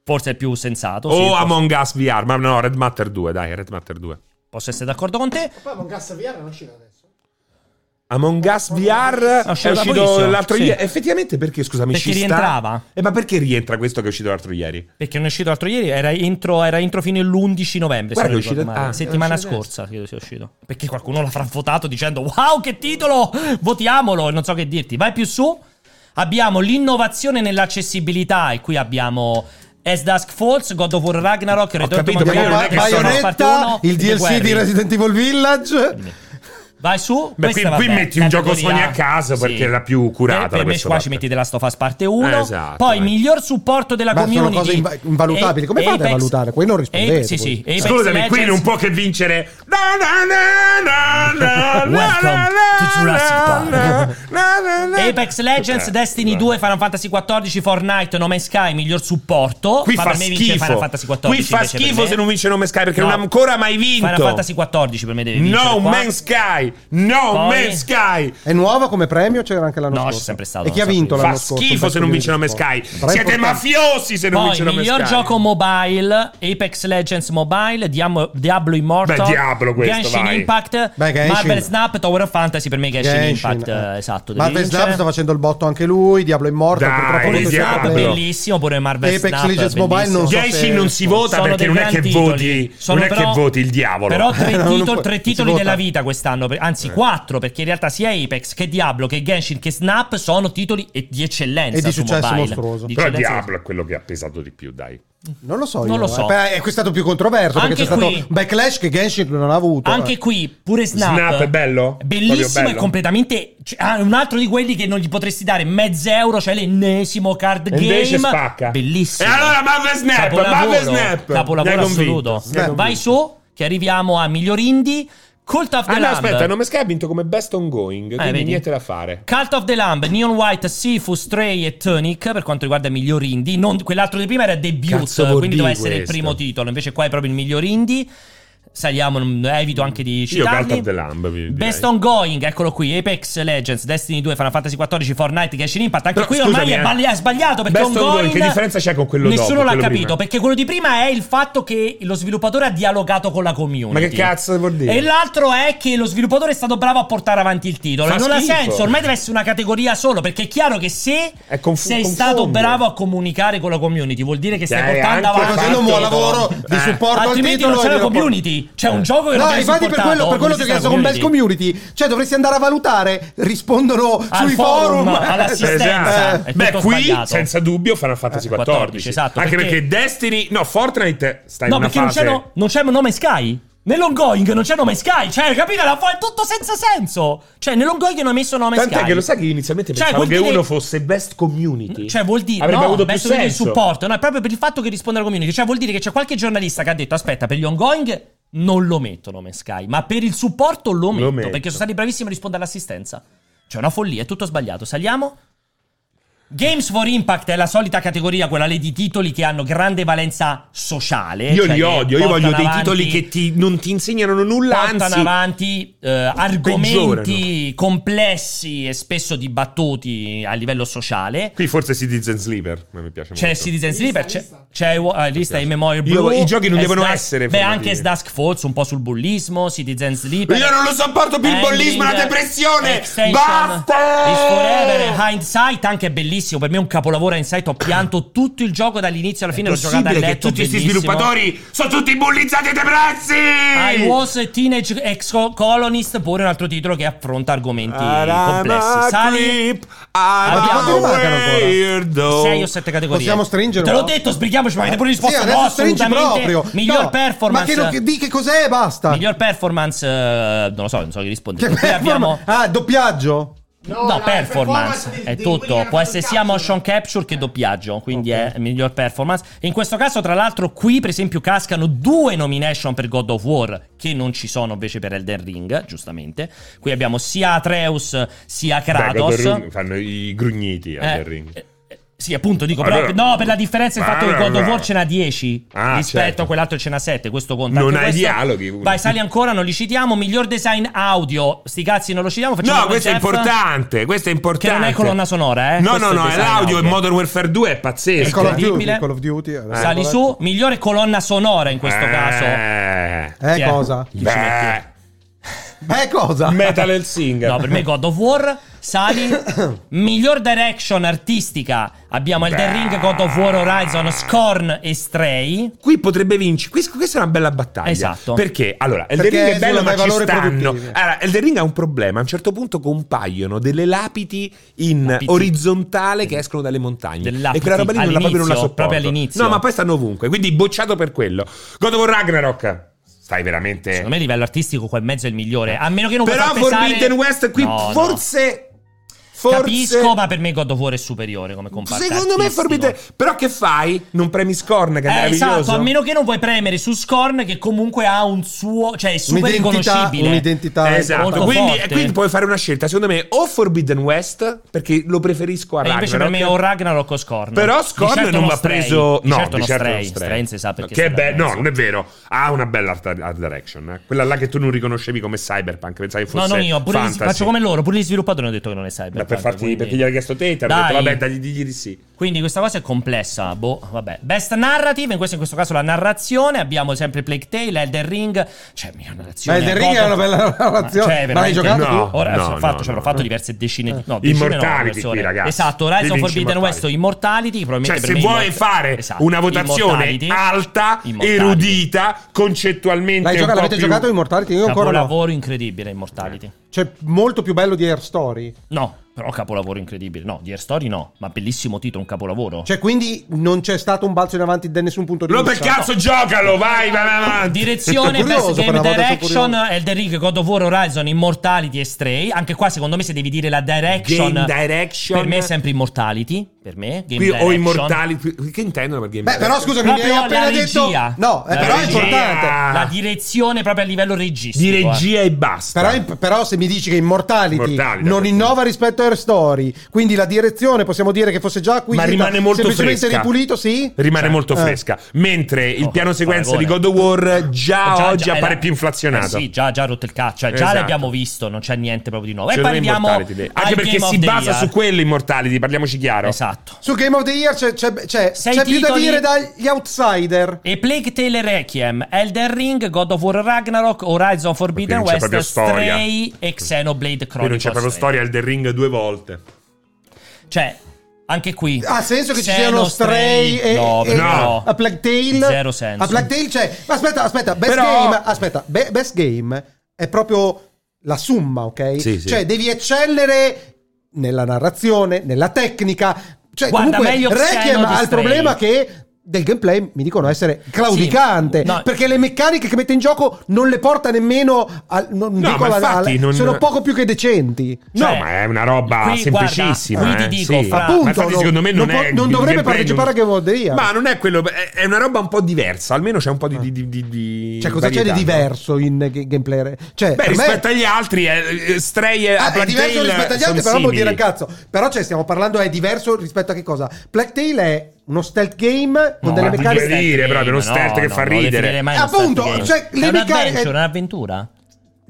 Forse è più sensato. sì,
o
po-
Among Us VR, ma no, Red Matter 2, dai, Red Matter 2.
posso essere d'accordo con te.
Poi Among Us VR non uscirà adesso.
Among Us VR
È
è
Ah, uscito da
uscito
pochissimo,
l'altro
sì.
ieri. Effettivamente perché, scusami,
Perché
ci sta?
rientrava.
Eh, ma perché rientra questo che è uscito l'altro ieri?
Perché non è uscito l'altro ieri. Era intro, era intro fino all'11 novembre. se
Guarda,
non
è uscito-
ricordo male.
ah, è
Settimana
uscito adesso.
scorsa credo sia uscito. Perché qualcuno l'avrà votato dicendo wow, che titolo! Votiamolo! E non so che dirti. Vai più su. Abbiamo l'innovazione nell'accessibilità. E qui abbiamo. As Dusk Falls, God of War Ragnarok, Return
capito,
to
Cioè, ma
Montreal,
io non è che sono-
Ragnarok Part
Bayonetta,
uno,
il
The
DLC di
Quarry.
Resident Evil Village.
Vai su.
Beh, qui,
questa,
qui
vabbè,
metti un gioco
categoria-
Sony a caso perché
Sì.
è la più curata.
Per,
da
per me
questo
qua
fatto.
ci metti The Last of Us parte 1.
Eh, esatto,
poi
eh.
miglior supporto della
Ma sono
community.
cose inva- invalutabili. Come
E-
fate a valutare? Quelli non rispondete,
Ape- sì,
voi.
sì. Apex
Scusami, qui
Legends.
non può che vincere. Na, na, na, na, na, na,
Welcome
na,
to Jurassic Park.
na, na, na.
Apex Legends,
Eh,
Destiny
eh.
2, Final Fantasy 14, Fortnite, No Man's Sky, miglior supporto.
Qui
Ma
fa
per me vince Final
schifo.
Fantasy 14.
Qui fa
invece per
schifo
me.
se non vince No Man's Sky perché
No.
non ha ancora mai vinto.
Final Fantasy 14 per me deve vincere.
No
qua.
Man's Sky, No
Poi-
Man's Sky.
È nuova come premio, c'era anche l'anno
No,
scorso.
c'è sempre stato,
E chi
non
ha
so
vinto
più.
l'anno
Fa
scorso?
schifo se non vince No Man's Sky. Siete mafiosi se non
Poi
vince No Man's Sky.
miglior gioco mobile, Apex Legends Mobile, Diamo- Diablo Immortal,
Beh, Diablo questo,
Genshin
vai.
Impact,
Beh, Genshin.
Marvel Snap, Tower of Fantasy per me Genshin, Impact, eh, esatto, deve
Marvel
vincere.
Snap sta facendo il botto anche lui, Diablo Immortal,
Dai,
purtroppo
Marvel
non si
Snap,
Eh, Diablo.
parla.
bellissimo, pure Marvel
Apex
Snap.
Legenshin Mobile non so
Genshin
se-
non si vota
Sono
perché
dei
non è che
grandi
voti,
titoli. Sono
non è
però-
che voti il diavolo.
Però tre,
No, non
titol-
puoi-
tre
si
titoli
vota. Eh.
della vita quest'anno, per- anzi quattro, perché in realtà sia Apex che Diablo che Genshin che Snap sono titoli e- di eccellenza
E di
su
successo
mobile.
mostruoso.
Di
Però
eccellenza-
Diablo è quello che ha pesato di più, dai.
Non lo so,
Non
io,
lo so.
eh. Beh, è questo è stato più controverso
Anche
perché c'è stato
qui-
un backlash che Genshin non ha avuto. eh.
Anche qui, pure Snap,
Snap è bello? Proprio
bellissimo
bello?
e completamente. cioè, ah, un altro di quelli che non gli potresti dare mezzo euro, cioè l'ennesimo card
E
game.
invece spacca.
Bellissimo.
E allora Marvel Snap, Marvel Snap. Mi
Capolavoro
hai convinto,
assoluto.
mi hai convinto.
Vai su, che arriviamo a miglior indie. Cult of the
Ah no,
Lamb.
aspetta, No Man's Sky ha vinto come best ongoing, quindi
Eh, vedi?
niente da fare.
Cult of the Lamb, Neon White, Sifu, Stray e Tonic per quanto riguarda i miglior indie. Non- quell'altro di prima era debut,
Cazzo vuol
quindi doveva
dire
essere il
questo?
primo titolo. Invece qua è proprio il miglior indie. Saliamo, non- evito anche di
Io
citarli.
Cult of the Lamb, vi direi.
Best ongoing, eccolo qui, Apex Legends, Destiny 2, Final Fantasy 14, Fortnite, Genshin Impact. Anche
Però,
qui
scusami,
ormai è,
eh.
balli- è sbagliato perché
Best
ongoing,
ongoing, che differenza c'è con quello dopo,
Nessuno l'ha
quello
capito,
prima?
perché quello di prima è il fatto che lo sviluppatore ha dialogato con la community.
Ma che cazzo vuol dire?
E l'altro è che lo sviluppatore è stato bravo a portare avanti il titolo.
Fa
non ha
schifo.
senso, ormai deve essere una categoria solo, perché è chiaro che se
È conf-
sei
confonde.
stato bravo a comunicare con la community, vuol dire che stai
Dai,
portando
Eh, anche
avanti
Stai
il
facendo un buon
titolo.
lavoro di
Eh.
supporto al
Altrimenti
titolo
non c'è
e
la
di rapporto.
community. C'è un gioco che non
No,
viene
infatti per
supportato,
quello, per quello
non
ti ho
esiste la
chiesto con Best
community.
Community. Cioè, dovresti andare a valutare, rispondono
Al
sui
forum,
forum.
all'assistenza. È
Eh,
Esatto. Beh,
tutto
qui
sbagliato.
senza dubbio Final Fantasy 14.
14, esatto,
Anche
perché-
perché... Destiny, no, Fortnite sta in
No,
una
perché non
fase
c'è, no- non c'è nome Sky. Nell'ongoing non c'è nome Sky. Cioè, capite? La fa- è tutto senza senso. Cioè, nell'ongoing non ho messo nome
Tant'è
Sky.
che lo sai che io inizialmente
Cioè,
pensavo
vuol
che
dire-
uno fosse best community.
Cioè, vuol dire
Avrebbe
no,
avuto più
best video di
senso.
supporto. No, è proprio per il fatto che risponde alla community. Cioè, vuol dire che c'è qualche giornalista che ha detto: aspetta, per gli ongoing non lo metto nome Sky, ma per il supporto lo metto,
metto.
Perché sono stati bravissimi a rispondere all'assistenza. Cioè, è una follia, è tutto sbagliato. Saliamo. Games for Impact è la solita categoria, quella lì di titoli che hanno grande valenza sociale.
Io
cioè
li
che
odio, io voglio
portano
dei
avanti-
titoli che ti- non ti insegnano nulla,
portano
anzi
avanti eh, argomenti complessi e spesso dibattuti a livello sociale.
Qui forse Citizen Sleeper, ma mi piace
C'è
molto.
Citizen
Lista,
Sleeper, c'è,
lista.
c'è eh, lista in Memorial
Certo. Io-
Blue.
i giochi non
As
devono
Dusk-
essere
Beh,
formativi.
anche As Dusk Falls un po' sul bullismo, Citizen Sleeper.
Io non lo sopporto più il
Hanging,
bollismo e la depressione!
Extension,
Basta!
Is Forever, Hindsight anche è bellissimo, per me è un capolavoro Hindsight, ho pianto tutto il gioco dall'inizio alla fine,
È
l'ho giocato a
possibile
letto,
che tutti questi
bellissimo.
sviluppatori sono tutti bullizzati e depressi!
I was a teenage ex-colonist, pure un altro titolo che affronta argomenti complessi. Sali
Abbiamo-
weirdo.
6 o 7 categorie.
Possiamo stringere,
Te l'ho
no?
detto, sbrighiamoci, ma avete pure
Sì,
risposto
adesso
no,
stringi
assolutamente.
proprio.
Miglior
No,
performance.
Ma che, non- che- di che cos'è? Basta.
Miglior performance, eh, non lo so, non so che
Che
rispondere. Qui
performance-
abbiamo
Ah, doppiaggio.
No, performance, è tutto. Può essere sia motion capture che doppiaggio, quindi è miglior performance. E in questo caso, tra l'altro, qui per esempio cascano due nomination per God of War che non ci sono invece per Elden Ring, giustamente. Qui abbiamo sia Atreus sia Kratos.
fanno i grugniti a
Eh,
Elden Ring.
eh, eh, Sì, appunto, dico, però,
Allora-
no, per la differenza il fatto che God of War ce n'ha 10
Ah,
rispetto
certo.
a quell'altro ce n'ha 7, questo conta.
Non
anche
hai
questo.
dialoghi, uno.
Vai, sali ancora, non li citiamo. Miglior design audio, sti cazzi non lo citiamo. facciamo
no,
come
questo è
Jeff.
importante, questo è importante.
Che non è colonna sonora, eh?
No,
Questo
no,
è
no, è
design
l'audio in
audio.
Modern Warfare 2 è
Il
pazzesco.
Call of Duty.
Incredibile.
il Call of Duty. eh,
Sali
guarda.
su,
ecco.
migliore colonna sonora in questo caso.
Eh,
Eh,
Chi è?
cosa?
Chi ci metti?
Beh, cosa?
Metal El Singer.
No, per me God of War, Sali, miglior direction artistica. Abbiamo Elden Ring, God of War Horizon, Scorn e Stray.
Qui potrebbe vincere. Quest- Questa è una bella battaglia.
Esatto.
Perché? Allora, Elden
Perché
Ring è bello,
sono
ma
dai
ci
valori
stanno.
produttivi.
Allora, Elden Ring ha un problema. A un certo punto compaiono delle lapidi in
Lapidi.
orizzontale che escono dalle montagne.
Delle lapidi.
E quella roba lì non la, proprio non la
All'inizio,
sopporto.
proprio all'inizio.
No, ma poi stanno ovunque. Quindi bocciato per quello. God of War Ragnarok. Stai veramente.
Secondo me a livello artistico qua in mezzo è il migliore. A meno che non vuoi
Però
far pesare-
Forbidden West qui
No, no.
forse. Forse.
Capisco, ma per me God of War è superiore come comparto
Secondo me
artistico.
Forbidden. Però che fai? Non premi Scorn, che è
Eh,
meraviglioso.
esatto, a meno che non vuoi premere su Scorn che comunque ha un suo, cioè è super
Un'identità,
riconoscibile.
un'identità
molto
Esatto, quindi,
forte.
quindi puoi fare una scelta, secondo me, o Forbidden West, perché lo preferisco a
E
Ragnarok.
Eh, invece per me o Ragnarok o Scorn.
Però
Di
Scorn
certo
non
non
va
Stray,
preso...
di
no,
certo
di
non
certo
Stray,
non Stray.
Stray non si sa perché
Che
è
be-
stato
no,
messo.
non è vero. Ha una bella art, art direction. eh. Quella là che tu non riconoscevi come Cyberpunk, pensavi
No,
fosse
non io, pure gli-
fantasy.
faccio come loro, pure gli sviluppatori hanno detto che non è cyberpunk.
Ma per farti,
quindi-
perché gli hai chiesto te, ti hanno
Dai.
detto vabbè, dagli digli di sì.
Quindi questa cosa è complessa, boh, vabbè. Best narrative, in questo, in questo caso la narrazione, abbiamo sempre Plague Tale, Elden Ring, cioè mia narrazione.
Elden
God
Ring è
of-
una bella narrazione.
cioè,
Ma l'hai
veramente-
giocato
No,
Ora
no,
ho fatto,
no,
ci avrò
no.
fatto diverse decine di Eh. no, decine no,
Immortality
persone.
qui, ragazzi.
Esatto,
Devi
Horizon
vincere
Forbidden
Immortality.
West o Immortality,
Cioè,
probabilmente
se
per me
vuoi
Immort-
fare
Esatto,
una votazione
Immortality.
alta,
Immortality.
erudita, concettualmente
L'hai
un
giocato,
po'
l'avete
più-
giocato Immortality? Io ancora no.
Capolavoro incredibile Immortality.
Cioè, molto più bello di Air Story.
No, però capolavoro incredibile. No, di Air Story no, ma bellissimo titolo, un capolavolo.
Cioè, quindi non c'è stato un balzo in avanti da nessun punto di
No, per
vista.
cazzo, giocalo, vai, vai vai avanti.
Ah, Direzione,
Sono curioso,
Best Game
però, vado, sono
Direction,
curioso.
Elden Ring, God of War, Horizon, Immortality e Stray. Anche qua, secondo me, se devi dire la direction,
Game direction.
per me è sempre Immortality. Per me, Game
Qui o
direction.
immortali. qui- Che intendono per game?
Beh, però scusami, mi
Proprio
hai appena
la
detto.
regia.
No, eh,
La
però è
regia.
importante.
La direzione proprio a livello registico.
di
eh.
regia e basta.
Però, è- però se mi dici che Immortality,
Immortality,
non
per
innova rispetto a Air Story, quindi la direzione possiamo dire che fosse già qui.
ma rimane molto
semplicemente
fresca.
ripulito, sì.
Rimane
Cioè,
molto
eh.
fresca. Mentre il
Oh,
piano sequenza di
paragone.
God of War già,
Già-
oggi
già-
appare
eh,
più inflazionato.
eh sì, già, già rotto il cazzo. Cioè, già
Esatto.
l'abbiamo visto, non c'è niente proprio di nuovo. E
Secondo me
poi arriviamo.
Immortality. Anche
al
perché
Game
si
of the
basa
Year.
su quello Immortality, parliamoci chiaro.
Esatto.
Su Game of the Year c'è, c'è- c'è-
Sei
c'è più da
titoli-
dire dagli outsider.
E Plague Tale Requiem, Elden Ring, God of War Ragnarok, Horizon Forbidden
Qui non c'è
West,
proprio storia.
Stray e Xenoblade Chronicles.
Qui non c'è proprio storia al The Ring due volte.
Cioè, anche qui.
Ha senso che ci
Xeno,
siano Stray e,
No,
e-
però.
a Plague Tale?
Zero senso.
A Plague Tale c'è. Ma aspetta, aspetta, Best
Però-
Game, aspetta, Be- Best Game è proprio la summa, ok?
Sì, sì.
Cioè devi eccellere nella narrazione, nella tecnica. Cioè
Guarda,
comunque
meglio Xeno
Requiem
di
ha il
Stray.
problema che del gameplay mi dicono essere claudicante
Sì, no.
perché le meccaniche che mette in gioco non le porta nemmeno al, non
No,
dico
ma
alla-
infatti
alla-
non-
sono poco più che decenti
No,
Cioè,
ma è una roba
qui,
semplicissima.
guarda, qui
eh,
ti dico,
sì.
fra-
Ma
Appunto,
infatti,
non-
secondo me non,
non
è
può- non
il
dovrebbe
gameplay,
partecipare
non-
a Game of the Year.
Ma non è quello. È è una roba un po' diversa. Almeno c'è un po' di. di- di- di-
cioè cosa
varietà,
c'è di
no?
diverso in ga- gameplay re- cioè
Beh,
per me-
rispetto agli altri, eh, eh, Stray e
Ah, è
Plague
diverso
Tale
rispetto agli
sono
altri, però vuol dire
simili.
un cazzo. Però cioè, stiamo parlando, è diverso rispetto a che cosa? Plague Tale è uno stealth game con
No,
delle
ma
meccaniche.
diverso. ridere, proprio, uno stealth che fa ridere.
Appunto, cioè, le
le è un
meccaniche-
adventure, un'avventura.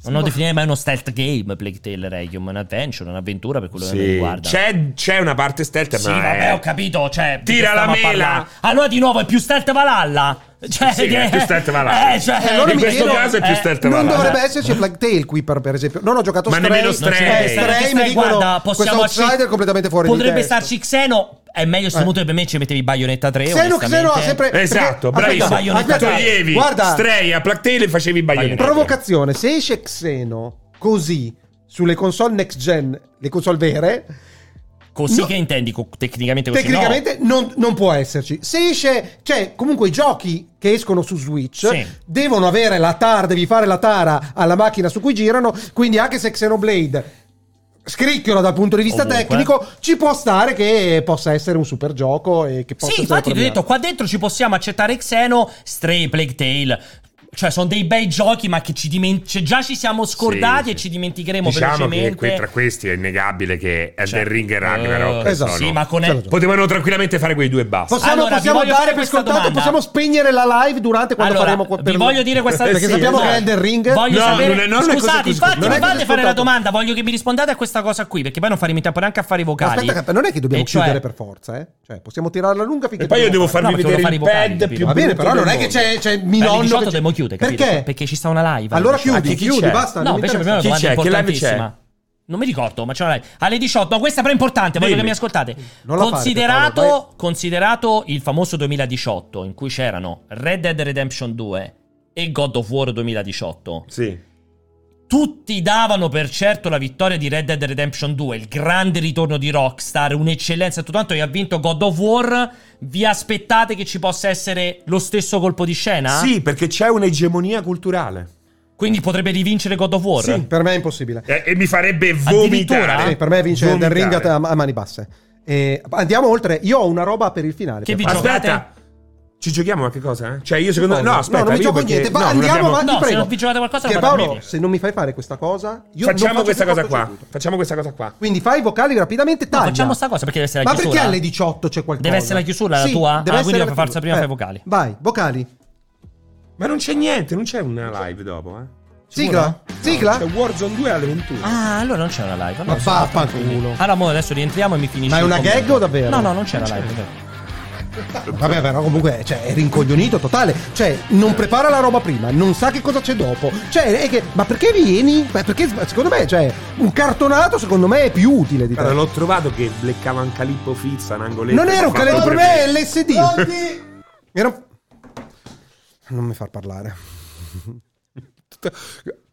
Non lo
Sì.
definirei mai uno stealth game, Plague Tale Regium, è un'adventure, un'avventura per quello che mi
Sì.
riguarda.
C'è, c'è una parte stealth,
Sì,
Cioè, ma.
vabbè,
è-
ho capito, cioè, di
Tira
che
la
stiamo a
mela.
parlare? Allora di nuovo è più stealth Valhalla. Cioè,
Sì,
che-
è più stealth Valhalla.
Eh, cioè,
Eh, allora
in
mi
questo
chiedo-
caso è
eh,
più stealth
non
Valhalla.
Non
Guarda.
dovrebbe esserci Plague Tale qui, per, per esempio. Non ho giocato
Ma
Stray.
nemmeno
Eh,
Stray.
c'è,
Stray,
perché
mi
Stray,
dicono
guarda,
questo
possiamo
outsider
accett-
è completamente fuori
Potrebbe
di testa.
starci Xeno, è meglio se
Eh.
muto e per me ci mettevi Bayonetta 3
Xeno, Xeno ha
onestamente.
sempre perché-
Esatto, bravissimo.
aspetta, Bayonetta
Tu
aspetta,
toglievi
guarda,
Stray a Plague Tale e facevi Bayonetta.
provocazione, se esce Xeno così sulle console next gen, le console vere,
Così
No.
che intendi co- tecnicamente così
Tecnicamente non, non può esserci. Se esce, cioè, comunque i giochi che escono su Switch
Sì.
devono avere la TAR, devi fare la tara alla macchina su cui girano. Quindi anche se Xenoblade scricchiola dal punto di vista
Ovunque.
tecnico, ci può stare che possa essere un super gioco e che
no.
possa
Sì,
essere
infatti ti ho
premiato.
detto qua dentro ci possiamo accettare Xeno, Stray, Plague Tale. Cioè, sono dei bei giochi, ma che ci dimen- cioè, già ci siamo scordati
Sì,
e
sì.
ci dimenticheremo
Diciamo che
velocemente.
que- tra questi è innegabile che Elden
Cioè,
Ring e
eh,
Ragnarok.
esatto.
sono-
Sì, ma con
Certo.
Potevano tranquillamente fare quei due e basta.
Possiamo,
Allora, vi
possiamo
voglio
dare
fare
per
questa
scontato,
domanda.
possiamo spegnere la live durante quando
allora,
faremo qua per Eh,
vi voglio dire questa
Perché
sì,
sappiamo
no.
che Elden Ring
Voglio
No,
sapere-
non è- non è così,
Scusate,
così,
infatti,
non è
fate
così
fare la
scontato.
domanda. Voglio che mi rispondate a questa cosa qui, perché poi non faremo in tempo neanche a fare i vocali.
Aspetta, aspetta, non è che dobbiamo
E cioè-
chiudere per forza, eh? Cioè, possiamo tirarla lunga finché
E poi io devo
dobbiamo
No,
farvi
perché
vedere
volevo
il
fare i vocali,
pad
capito?
più
Va bene, però
brutto
non è
del
che c'è,
mondo.
c'è
Alle
mi nonno
18
che-
dobbiamo chiudere, capito?
Perché?
Perché ci sta una live. alle
Allora
18.
chiudi,
chi
chiudi,
c'è?
basta.
No,
non mi
invece abbiamo
interessa.
una
Chi
domanda
c'è? Che live
importantissima. Non mi ricordo, ma c'è una live. Alle 18, no, questa però è importante, voglio
Dimmi.
che mi ascoltate.
Non la fate,
Considerato,
per favore,
considerato il famoso 2018, in cui c'erano Red Dead Redemption 2 e God of War 2018,
Sì.
tutti davano per certo la vittoria di Red Dead Redemption 2, il grande ritorno di Rockstar, un'eccellenza e tutto quanto, e ha vinto God of War. Vi aspettate che ci possa essere lo stesso colpo di scena?
Sì, perché c'è un'egemonia culturale.
Quindi potrebbe rivincere God of War?
Sì, per me è impossibile.
E, e mi farebbe
Addirittura?
vomitare.
Sì, per me vince Elden
Vomitare.
Ring a, a mani basse. Eh, andiamo oltre. Io ho una roba per il finale.
Che
per
vi
favore.
gioca-
Aspetta.
Giocate?
Ci giochiamo a che cosa? eh? Cioè, io secondo
Cosa?
No, aspetta,
no, non mi
io
gioco
perché-
niente. Va,
no, non
andiamo
abbiamo-
avanti,
No, se
prego.
non vi giocate qualcosa,
Pier
lo
Paolo,
guardate.
se non mi fai fare questa cosa, io non
Facciamo
faccio
questa
più
cosa
questo
qua.
circuito.
Facciamo questa cosa qua.
Quindi fai i vocali rapidamente,
No,
taglia.
facciamo sta cosa perché deve essere la
Ma
chiusura.
perché alle 18 c'è qualcosa?
Deve essere la chiusura, la
Sì,
tua?
deve
Ah, quindi
essere
per
la
forza
chiusura.
prima fai
Eh,
i vocali.
Vai, vocali.
Ma non c'è niente, non c'è una live dopo, eh.
Sigla? Sigla?
C'è Warzone 2 alle 21.
Ah, allora non c'è una live. Allora
Ma
sono fatto,
vaffanculo.
quindi. Allora, mo adesso rientriamo e mi finisce.
Ma è
il
una
commento.
gag o davvero?
No, no, non c'è la live. davvero.
Vabbè, però comunque cioè, è rincoglionito totale. Cioè, non prepara la roba prima, non sa che cosa c'è dopo. Cioè, è che, ma perché vieni? Beh, perché secondo me, cioè, un cartonato secondo me è più utile di
Guarda,
te.
l'ho trovato che bleccava un calippo fizza, un angoletto.
Non era un
Ma
calendario, per
pure
me è LSD.
Pronti?
Era... Non mi far parlare.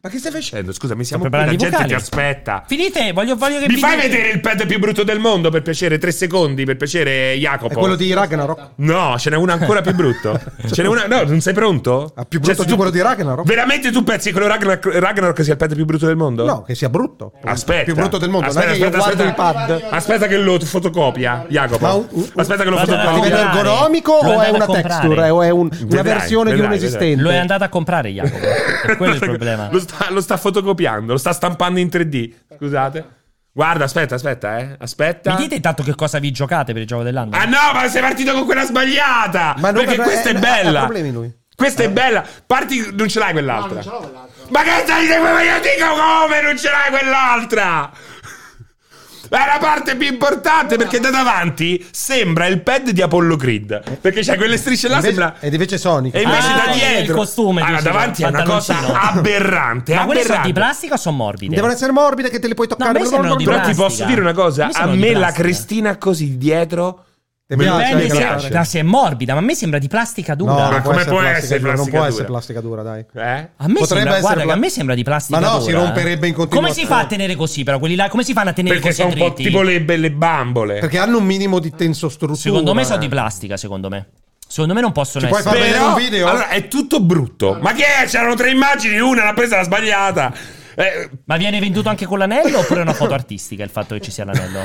Ma che stai facendo? Scusami, siamo qui, la
preparando i
gente ti
vocali.
aspetta.
Finite, voglio, voglio che
Mi
vi-
fai vedere il pad più brutto del mondo, per piacere? Tre secondi, per piacere, Jacopo.
È quello di Ragnarok.
No, ce n'è uno ancora più brutto. ce n'è una... No, non sei pronto? Cioè,
Ah, più brutto
se
di quello di Ragnarok?
Veramente tu pensi che quello Ragnarok, Ragnarok sia il pad più brutto del mondo?
No, che sia brutto.
Aspetta.
Più brutto del mondo.
Aspetta,
non è che io
aspetta,
guardo
aspetta.
il pad.
Aspetta che lo fotocopia, Jacopo.
Ma un- un-
Aspetta che lo
Ma-
A
fotocopia.
livello
comprare.
ergonomico
Lo
o
andate
è
a
una
comprare.
texture o è un- una
Vedrai,
versione
vedrai,
di un
vedrai.
esistente?
Lo è andato a comprare, Jacopo. È quello il problema.
Lo sta, lo sta fotocopiando, lo sta stampando in 3D. Scusate. Guarda, aspetta, aspetta, eh. Aspetta.
Mi dite intanto che cosa vi giocate per il gioco dell'anno?
Ah no, ma sei partito con quella sbagliata!
Ma non-
Perché
ma-
questa è
eh,
bella!
ha problemi lui. Eh.
Questa è bella! Parti, non ce l'hai
No,
quell'altra.
Ah, non ce l'ho quell'altro.
Ma che stai dicendo? Io dico come non ce l'hai quell'altra! È la parte più importante perché da davanti sembra il pad di Apollo Creed. Perché c'è quelle strisce là,
Invece-
sembra.
Ed invece Sonic.
E invece
Ah,
da
il
dietro.
costume,
Ah,
dici,
davanti è una cosa
pantaloncino.
aberrante.
Ma quelle sono
aberrante.
di plastica o sono morbide?
Devono essere morbide che te le puoi toccare.
me sembrano di
Però ti
plastica.
posso dire una cosa:
A me
a
sembrano di
me la
plastica.
Cristina così dietro.
Ti
me la-
piace?
mi
Dipende se,
piace.
da se è morbida, ma a me sembra di plastica
cioè, No,
dura.
non
Ma
può
come
essere
può
plastica
essere
dura, Non
plastica
può essere
dura?
plastica dura, dai.
Eh?
A me
Potrebbe
sembra,
essere
guarda,
pla-
che a me sembra di plastica.
Ma no,
dura,
si romperebbe in
eh. Come si
continuazione.
fa a tenere così, però? Quelli là, come si fanno a tenere
Perché
così
sono un po'
dritti?
tipo le, le bambole.
Perché hanno un minimo di tensostruttura.
Eh.
Secondo me sono di plastica, secondo me. secondo me non possono
Ci puoi
essere.
far vedere
Però-
un video?
Allora, è tutto
Ah.
brutto. Ma che è? C'erano tre immagini, una l'ha presa la sbagliata. Eh,
Ma viene venduto anche con l'anello oppure è una foto artistica il fatto che ci sia l'anello?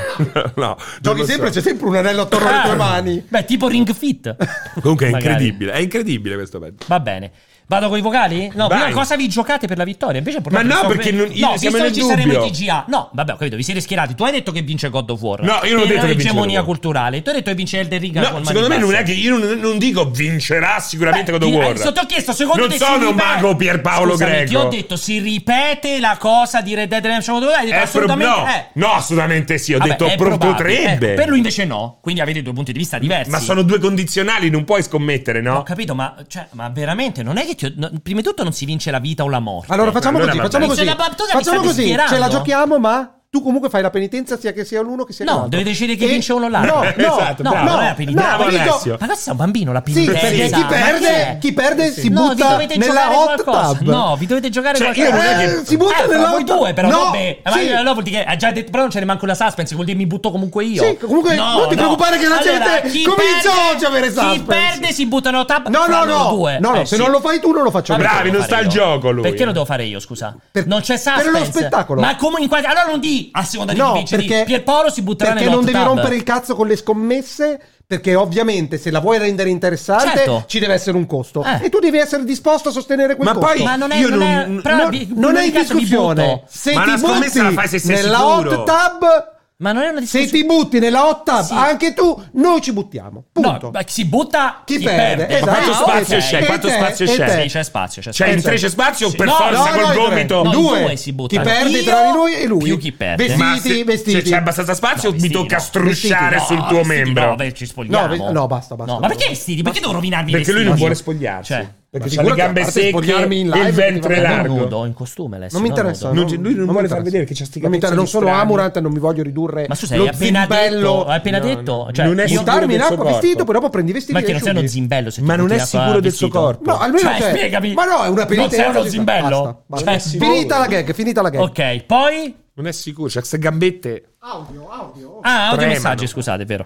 Ah,
no, non
Giochi
lo so.
sempre, c'è sempre un anello attorno alle tue mani.
Beh, tipo Ring Fit.
Comunque è
Magari.
incredibile, è incredibile questo pezzo.
Va bene. Vado con i vocali? No,
Vai.
prima cosa vi giocate per la vittoria? Invece è importante
Ma no,
sapere-
perché non- io-
no,
siamo
visto
nel
che ci saremo
dubbio.
in TGA. No, vabbè, ho capito, vi siete schierati. Tu hai detto che vince God of War.
No, io non ho
Per
detto che vince
l'egemonia
God of War.
culturale. Tu hai detto che vince Elden Ring
No,
col
secondo me
Manifesto.
non è che io non, non dico vincerà sicuramente
Beh,
God of
ti-
War.
adesso ti ho chiesto, secondo
Non
te
sono
si
un
ripete-
mago Pierpaolo
Scusami,
Greco.
Ti ho detto si ripete la cosa di Red Dead Redemption 2, hai detto
È
assolutamente
prob- no,
eh.
no, assolutamente sì. Ho
Vabbè,
detto
è
pro-
probabile.
potrebbe.
Ecco, per lui invece no, quindi avete due punti di vista diversi.
Ma sono due condizionali, non puoi scommettere,
Ho
no?
capito, ma, cioè, ma veramente non è che ti ho- no, prima di tutto non si vince la vita o la morte.
Allora facciamo
Allora
così,
va
facciamo
bene.
così.
Cioè, la battuta mi
Facciamo
state
così,
schierando?
ce la giochiamo, ma tu comunque fai la penitenza sia che sia l'uno che sia
No,
l'altro.
deve decidere chi vince uno o l'altro.
No, no,
Esatto,
no,
bravo.
no,
Non è la penitenza.
no,
Bravo,
dico-
Alessio.
Ma questo è un bambino, la
Sì,
penitenza.
perché
Ma
chi perde,
è?
chi perde si
No, vi
butta
dovete
nella
giocare
hot
qualcosa.
tub.
No, vi dovete giocare
Cioè,
qualcosa.
io non è
Eh,
che-
si butta
Eh,
nella
fra voi
hot tub.
due, però
no,
vabbè. Ma
sì.
io- allora vuol dire che ha già detto, però non ce ne manca una suspense, vuol dire mi butto comunque io.
Sì, comunque, non ti preoccupare che la gente
chi
comincia
perde-
oggi a avere
Chi
suspense.
perde si butta nella hot tub.
No,
fra
no,
loro
no.
due.
No, no,
Eh,
se
sì.
non lo fai tu non lo faccio
Vabbè,
io.
Bravi,
devo
non
fare
sta al
io.
gioco lui.
Perché lo devo fare io, scusa?
Per-
non c'è suspense.
per lo spettacolo.
Ma come in quanti- Allora non di a seconda di chi
No,
vince, di
perché
Pierpaolo si butterà
perché
nel
non
hot
devi
tub.
rompere il cazzo con le scommesse. Perché ovviamente se la vuoi rendere interessante
Certo.
ci deve essere un costo.
Eh.
E tu devi essere disposto a sostenere quel
Ma
costo.
poi-
Ma non è
Io
non è-
non-
però
No,
vi-
non è in
cazzo mi
discussione.
butto.
Se
Ma
ti
la scommessa la
butti
fai se sei
nella
sicuro.
hot tub,
Ma non è una
se
discussione.
ti butti nella hot tub
Sì.
anche tu, noi ci buttiamo. Punto.
No, ma si butta
Chi perde?
Ma quanto
Esatto.
spazio
ok.
c'è? Quanto
E te?
spazio
E
c'è?
te?
Sì, c'è spazio, c'è
Cioè,
spazio.
in tre c'è spazio o per
No,
forza
no,
col
i tre.
gomito?
No, i
due.
due si buttano.
Chi perde
Io
tra di noi e lui.
più chi perde.
Vestiti,
Ma se-
vestiti.
se c'è abbastanza spazio,
No,
mi
vestiti
tocca
no.
strusciare
Vestiti
sul
no,
tuo
vestiti
membro.
No, beh, ci spogliamo.
No, ve- no, basta, basta.
No, ma perché vestiti? Perché devo rovinarmi i
Perché lui
vestiti?
non vuole spogliarsi.
Cioè,
perché
Ma
c'ha le
figurati, a
gambe
parte
secche
spogliarmi in live,
e il ventre
effettivamente.
non
largo.
nudo, in costume, Alessio,
Non mi interessa.
nudo.
Non ci- lui non
mi
vuole
interessa.
far vedere che c'ha sti
Non mi interessa,
capezzoli
non sono
strani.
Amurant, non mi voglio ridurre.
Ma scusa,
lo
hai appena
zimbello.
detto, hai appena
No,
detto,
no,
cioè,
non è
io-
sicuro.
Buttarmi in
del suo
acqua vestito,
corpo.
poi dopo prendi i vestiti
ma che non sei
riasciughi.
uno zimbello se ti
Ma non
butti
è
la tua
sicuro del suo
vestito.
corpo.
No, almeno
Cioè,
c'è.
spiegami.
Ma no, è una penitenza.
Non sei uno
ci sta.
zimbello?
Basta, basta.
Cioè,
sì.
Finita la gag, finita la gag.
Ok, poi
Non è sicuro, c'ha queste gambette.
Audio, audio.
Ah, audio
Tremano.
messaggi, scusate, è vero.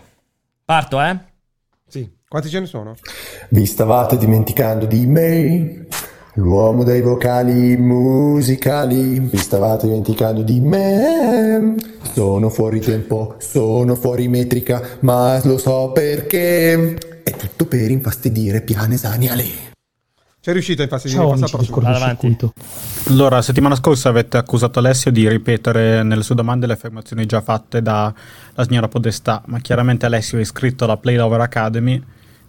Parto, eh?
Sì.
Quanti ce ne sono?
Vi stavate dimenticando di me, l'uomo dei vocali musicali. Vi stavate dimenticando di me. Sono fuori tempo, sono fuori metrica, ma lo so perché. È tutto per infastidire Pianesaniale.
C'è riuscito a infastidire
Ciao
passa alla
amici del
prossima.
cortocircuito.
cortocircuito. Allora, settimana scorsa avete accusato Alessio di ripetere nelle sue domande le affermazioni già fatte dalla signora Podestà, ma chiaramente Alessio è iscritto alla Playlover Academy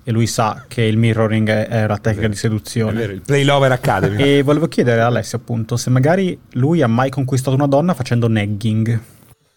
e lui sa che il mirroring è- era tecnica di
È
seduzione.
vero, il Playlover Academy.
E volevo chiedere a Alessio appunto se magari lui ha mai conquistato una donna facendo nagging.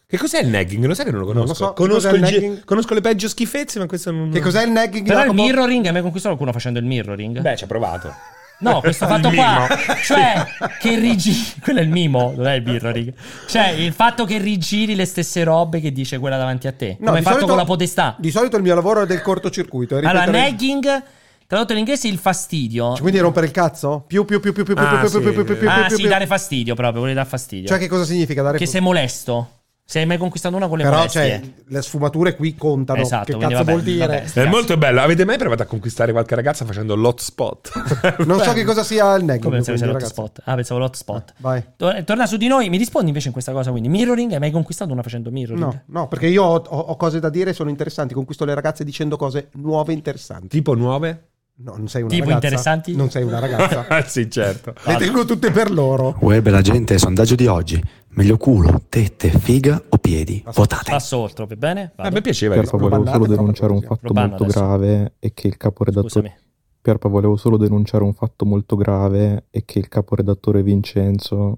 Che cos'è il nagging? Lo sai che non lo conosco.
Non lo so.
conosco,
Cos'è
il
il
ge-
nagging?
conosco le peggio schifezze, ma questo non.
Che cos'è il nagging?
Però il
Jacopo?
mirroring, hai mai conquistato qualcuno facendo il mirroring?
Eh, Beh, ci ha provato.
No, questo
Il
fatto qua,
mimo.
cioè che rigiri, quello è il mimo, non è il mirroring. Cioè, il fatto che rigiri le stesse robe che dice quella davanti a te.
No,
come hai
di
fatto
solito-
con la podestà.
Di solito il mio lavoro è del cortocircuito. è
Allora,
ripetere-
nagging, tradotto in inglese il fastidio.
Cioè, Quindi rompere il cazzo? Più, più, più, più, più, più,
Ah,
più,
sì.
più, più, più, più, più,
ah,
più,
sì,
più.
dare fastidio proprio, vuole dare fastidio.
Cioè, che cosa significa dare
che sei molesto. Sei mai conquistato una con le
Però,
molestie.
cioè, le sfumature qui contano.
Esatto,
che
quindi
cazzo
vabbè,
vuol dire?
vabbè.
È molto bello. Avete mai provato a conquistare qualche ragazza facendo l'hotspot?
Non so che cosa sia il nagging.
Come pensavo
quindi,
sia
ragazzi. Eh,
l'hotspot? Ah, pensavo l'hotspot.
Vai.
Tor- eh, Torna su di noi, mi rispondi invece in questa cosa. Quindi, mirroring, hai mai conquistato una facendo mirroring?
No, no, perché io ho, ho- ho cose da dire, sono interessanti. Conquisto le ragazze dicendo cose nuove e interessanti.
tipo nuove?
No, non sei una
Tipo
ragazza.
interessanti?
Non sei una ragazza.
sì, certo.
le tengo tutte per loro.
Uè, bella gente, sondaggio di oggi. Meglio culo, tette, figa o piedi? Votate.
Passo oltre, va bene?
Eh,
Vado.
A me piaceva.
Pierpa,
lo
Certo, volevo
bannate,
solo
troppo
denunciare un
così.
fatto
Lo banno
molto
adesso.
grave e che il caporedattore...
Scusami.
Pierpa, volevo solo denunciare un fatto molto grave e che il caporedattore Vincenzo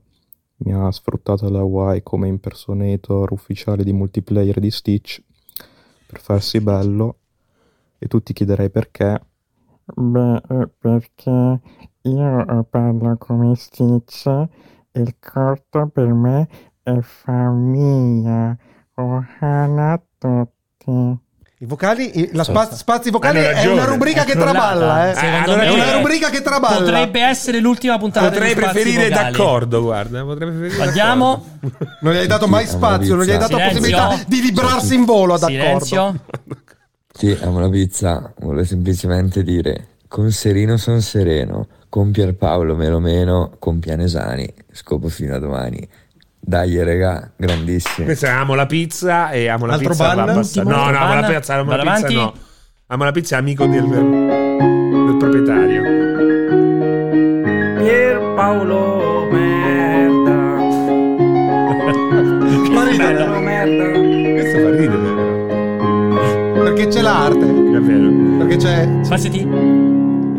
mi ha sfruttato alla Hawaii come impersonator ufficiale di multiplayer di Stitch per farsi bello e tu ti chiederai perché.
Beh, eh, perché io eh, parlo come Stitch e il corto per me è famiglia. Ohana a tutti.
I vocali, i- la
Certo.
spa- spazi vocali
Hanno
è
ragione.
una rubrica
È
che
crollata.
traballa, eh.
Secondo
allora
me
è una rubrica che traballa.
Potrebbe essere l'ultima puntata.
Potrei
degli spazi
preferire
vocali.
d'accordo, guarda. Potrei preferire d'accordo.
Andiamo.
Non gli hai dato mai
Sì,
spazio, non gli hai dato la
Silenzio.
possibilità di librarsi in volo ad accordo.
Silenzio.
Sì, Amorabizza vuole semplicemente dire con Serino son sereno, con Pierpaolo meno meno, con Pianesani, scopo fino a domani. Dai regà, grandissimo.
Questa è amo la pizza e amo la
Altro
pizza.
ban?
va abbassata. No, no, amo la
Ban?
pizza, amo la
Vado
pizza,
avanti?
no. Amo la pizza è amico del, del proprietario.
Pierpaolo merda.
Fa ridere,
merda.
Questo fa ridere, però.
perché c'è l'arte.
È vero.
Perché c'è.
Ma senti,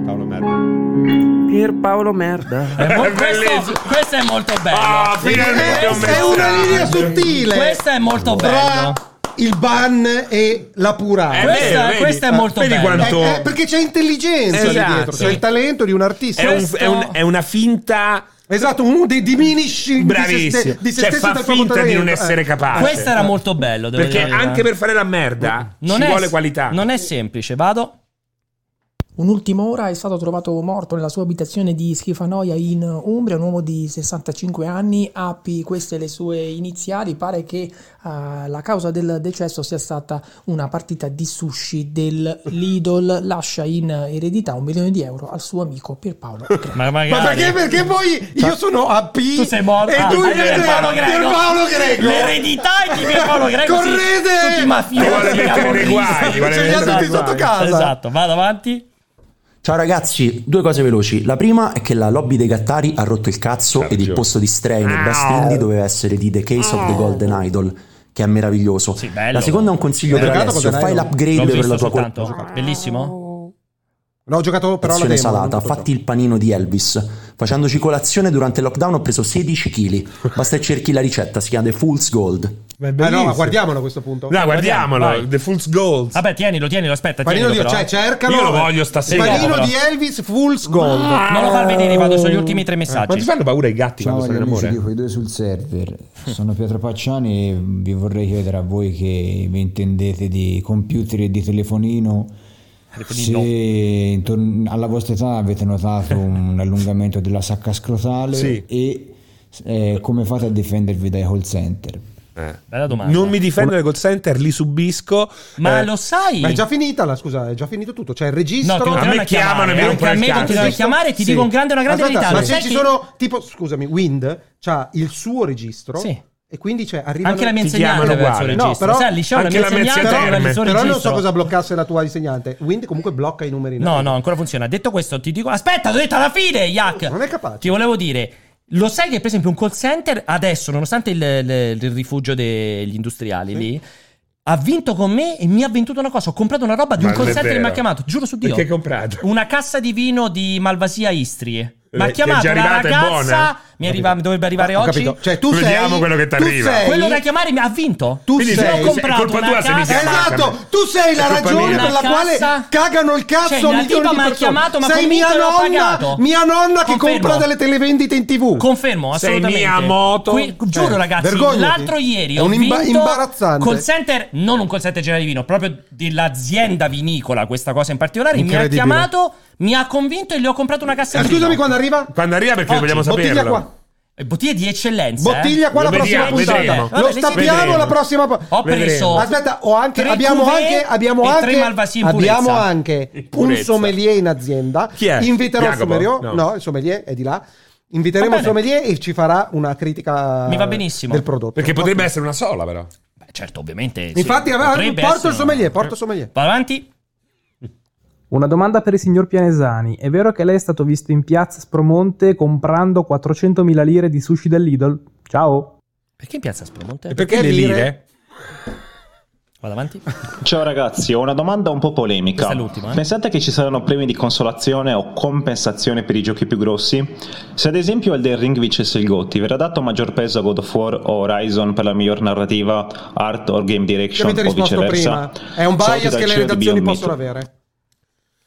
Paolo merda.
Pierpaolo merda.
è mo- questo,
Bellissimo.
questo è molto bello.
Ah, finalmente
È,
un
è una
messaggio.
linea sottile.
questo è molto bello.
tra il ban e la purata.
Eh,
Questa-
vero, vedi?
questa è molto
Vedi
bella.
quanto...
Eh, eh, perché c'è intelligenza lì
Esatto.
dietro, c'è il talento di un artista.
È, un-
questo-
è un- è una finta...
Esatto, uno dei diminisci di se,
Bravissimo.
ste- di se
cioè,
stesso e
fa
del proprio
finta di non
talento.
essere
Eh.
capace.
questo era molto bello. Devo
Ah, Perché
dire la verità.
anche per fare la merda
Non
ci
è-
vuole qualità.
Non è semplice, vado.
Un'ultima ora è stato trovato morto nella sua abitazione di Schifanoia in Umbria, un uomo di 65 anni, AP, queste le sue iniziali, pare che eh, la causa del decesso sia stata una partita di sushi del Lidl, lascia in eredità un milione di euro al suo amico Pierpaolo. Greco.
Ma, magari-
Ma perché? Perché poi io sono AP
Tu sei morto.
e tu
Ah,
invece
Pierpaolo Greco.
Pierpaolo Greco.
L'eredità è di Pierpaolo Greco. sì. Tutti
Correte!
Ti vuole mettere nei
mafiosi. diciamo
guai. ti vuole
Ce li ha
mettere
tutti
nei guai.
sotto casa.
Esatto, vado avanti.
Ciao ragazzi, due cose veloci. La prima è che la lobby dei Gattari ha rotto il cazzo
Ciao,
ed il
Gio.
posto di Stray nel Best
Ow.
Indie doveva essere di The Case of the Golden Idol, che è meraviglioso.
Sì, bello.
La seconda è un consiglio
Hai
per
giocato
Alessio,
Golden
fai
Idol?
L'ho
l'upgrade per
visto
la tua collezione
soltanto. Bellissimo.
No, ho giocato però la demo.
salata,
non tutto ciò.
fatti il panino di Elvis. Facendoci colazione durante il lockdown ho preso 16 kg. Basta che cerchi la ricetta, si chiama The Fool's Gold.
Eh
Ah,
no, ma guardiamolo a questo punto.
No,
Guardiamo,
guardiamolo.
vai.
The Fool's Gold.
Vabbè, tienilo, tienilo, aspetta.
Panino di
tienilo, però. eh.
cioè, cercalo.
Io lo voglio stasera.
Panino
però.
di Elvis Fool's Gold.
Non lo far vedere, vado sugli ultimi tre messaggi.
Ma ti fanno paura i gatti
Ciao
quando
agli
sono in
amici
amore?
di quei due sul server, sono Pietro Pacciani e vi vorrei chiedere a voi che vi intendete di computer e di telefonino,
Telefonino.
se intorno alla vostra età avete notato un allungamento della sacca scrotale
Sì.
e eh, come fate a difendervi dai call center.
Eh.
Bella domanda.
Non mi difendo dai call center, li subisco.
Ma
Eh,
lo sai?
Ma è già finita la scusa, è già finito tutto. C'è il
No,
registro.
A
continuano
me
a
chiamano e mi
chiamare, anche eh. Cioè,
rompono
a
il
me
cazzo.
continuano a chiamare, ti dico un grande, una grande
Aspetta,
verità.
Ma
lo sai
se
che-
ci sono, tipo, scusami, Wind c'ha il suo registro.
Sì.
E quindi c'è arriva.
Anche la mia
Ti
insegnante
chiamano
aveva il suo
uguale.
registro.
No, però-
Sai, al liceo la
anche
mia
la Mezzia
insegnante aveva il
Terme.
suo
Però non so
registro.
cosa bloccasse la tua insegnante. Wind comunque blocca i numeri.
No, no, ancora funziona. Detto questo, ti dico. Aspetta, l'ho detto alla fine, Yak.
Non è capace.
Ti volevo dire. Lo sai che, per esempio, un call center adesso, nonostante il, il- il rifugio degli industriali lì, ha vinto con me e mi ha venduto una cosa. Ho comprato una roba di
Ma
un call
non è
center e mi ha
vero.
chiamato. Giuro su Dio.
Perché hai comprato?
una cassa di vino di Malvasia Istrie. Mi ha
Eh, che è
chiamato
già
una
arrivata, è
ragazza.
buona?
Mi arriva- dovrebbe arrivare
Ho
oggi.
capito. Cioè, tu
Vediamo
sei,
quello che ti
tu
arriva.
sei-
Quello da chiamare mi ha vinto.
Tu
Io
Quindi
sei-
ho comprato
è colpa
una
tua se mi
cassa-
chiamano.
Esatto, tu sei la
È colpa
ragione
mia.
per la
Una
quale
cassa-
cagano il
Cioè,
cazzo
la
milioni di
tipa mi ha
persone.
chiamato, ma
sei
convinto
mia
che l'ho
nonna,
pagato.
mia nonna che
Confermo.
compra delle televendite in tv.
Confermo,
Ecco. Sei
assolutamente.
mia moto.
Qui- giuro,
Eh,
ragazzi,
vergognati.
l'altro ieri
È
ho
un imba-
vinto
imbarazzante.
call center, non un call center generale di vino, proprio dell'azienda vinicola, questa cosa in particolare. Mi ha
Incredibile.
chiamato, mi ha convinto e gli ho comprato una cassa
Eh,
di vino.
Scusami quando arriva.
Quando arriva perché
Oggi,
vogliamo
Bottiglia
saperlo.
qua.
Eh, Bottiglie di eccellenza. eh.
Bottiglia qua la
Lo
prossima
vediamo, vedremo.
puntata.
Vabbè,
Lo
le
stappiamo
sentiamo.
la prossima
eh. Ho
puntata.
Vedremo.
preso.
Aspetta, ho anche,
tre
abbiamo
cuvée
anche, abbiamo
e
anche,
tre malvasie in
abbiamo
purezza.
anche un
purezza.
sommelier in azienda.
Chi è?
Inviterò il
Jacopo?
sommelier. No.
No.
il sommelier è di là. Inviteremo
Va
il
bene.
sommelier e ci farà una critica
Mi va benissimo.
del prodotto.
Perché potrebbe essere una sola, però.
Beh, certo, ovviamente. sì,
Infatti, aveva-
potrebbe
porto
essere
il
una-
sommelier, porto il sommelier.
Va avanti.
Una domanda per il signor Pianesani. È vero che lei è stato visto in piazza Spromonte comprando 400.000 lire di sushi del Lidl? Ciao!
Perché in piazza Spromonte?
E perché
Perché
le
dire-
lire?
Vado avanti.
Ciao ragazzi, ho una domanda un po' polemica.
Questa è l'ultima, eh.
Pensate che ci saranno premi di consolazione o compensazione per i giochi più grossi? Se ad esempio Elden Ring vincesse il Gotti, verrà dato maggior peso a God of War o Horizon per la miglior narrativa, art o game
Ci
direction
avete
o
risposto
viceversa?
prima. È un
Saluti
bias
dal
Cioè
che le
CEO di
redazioni
Beyond Meat.
possono avere.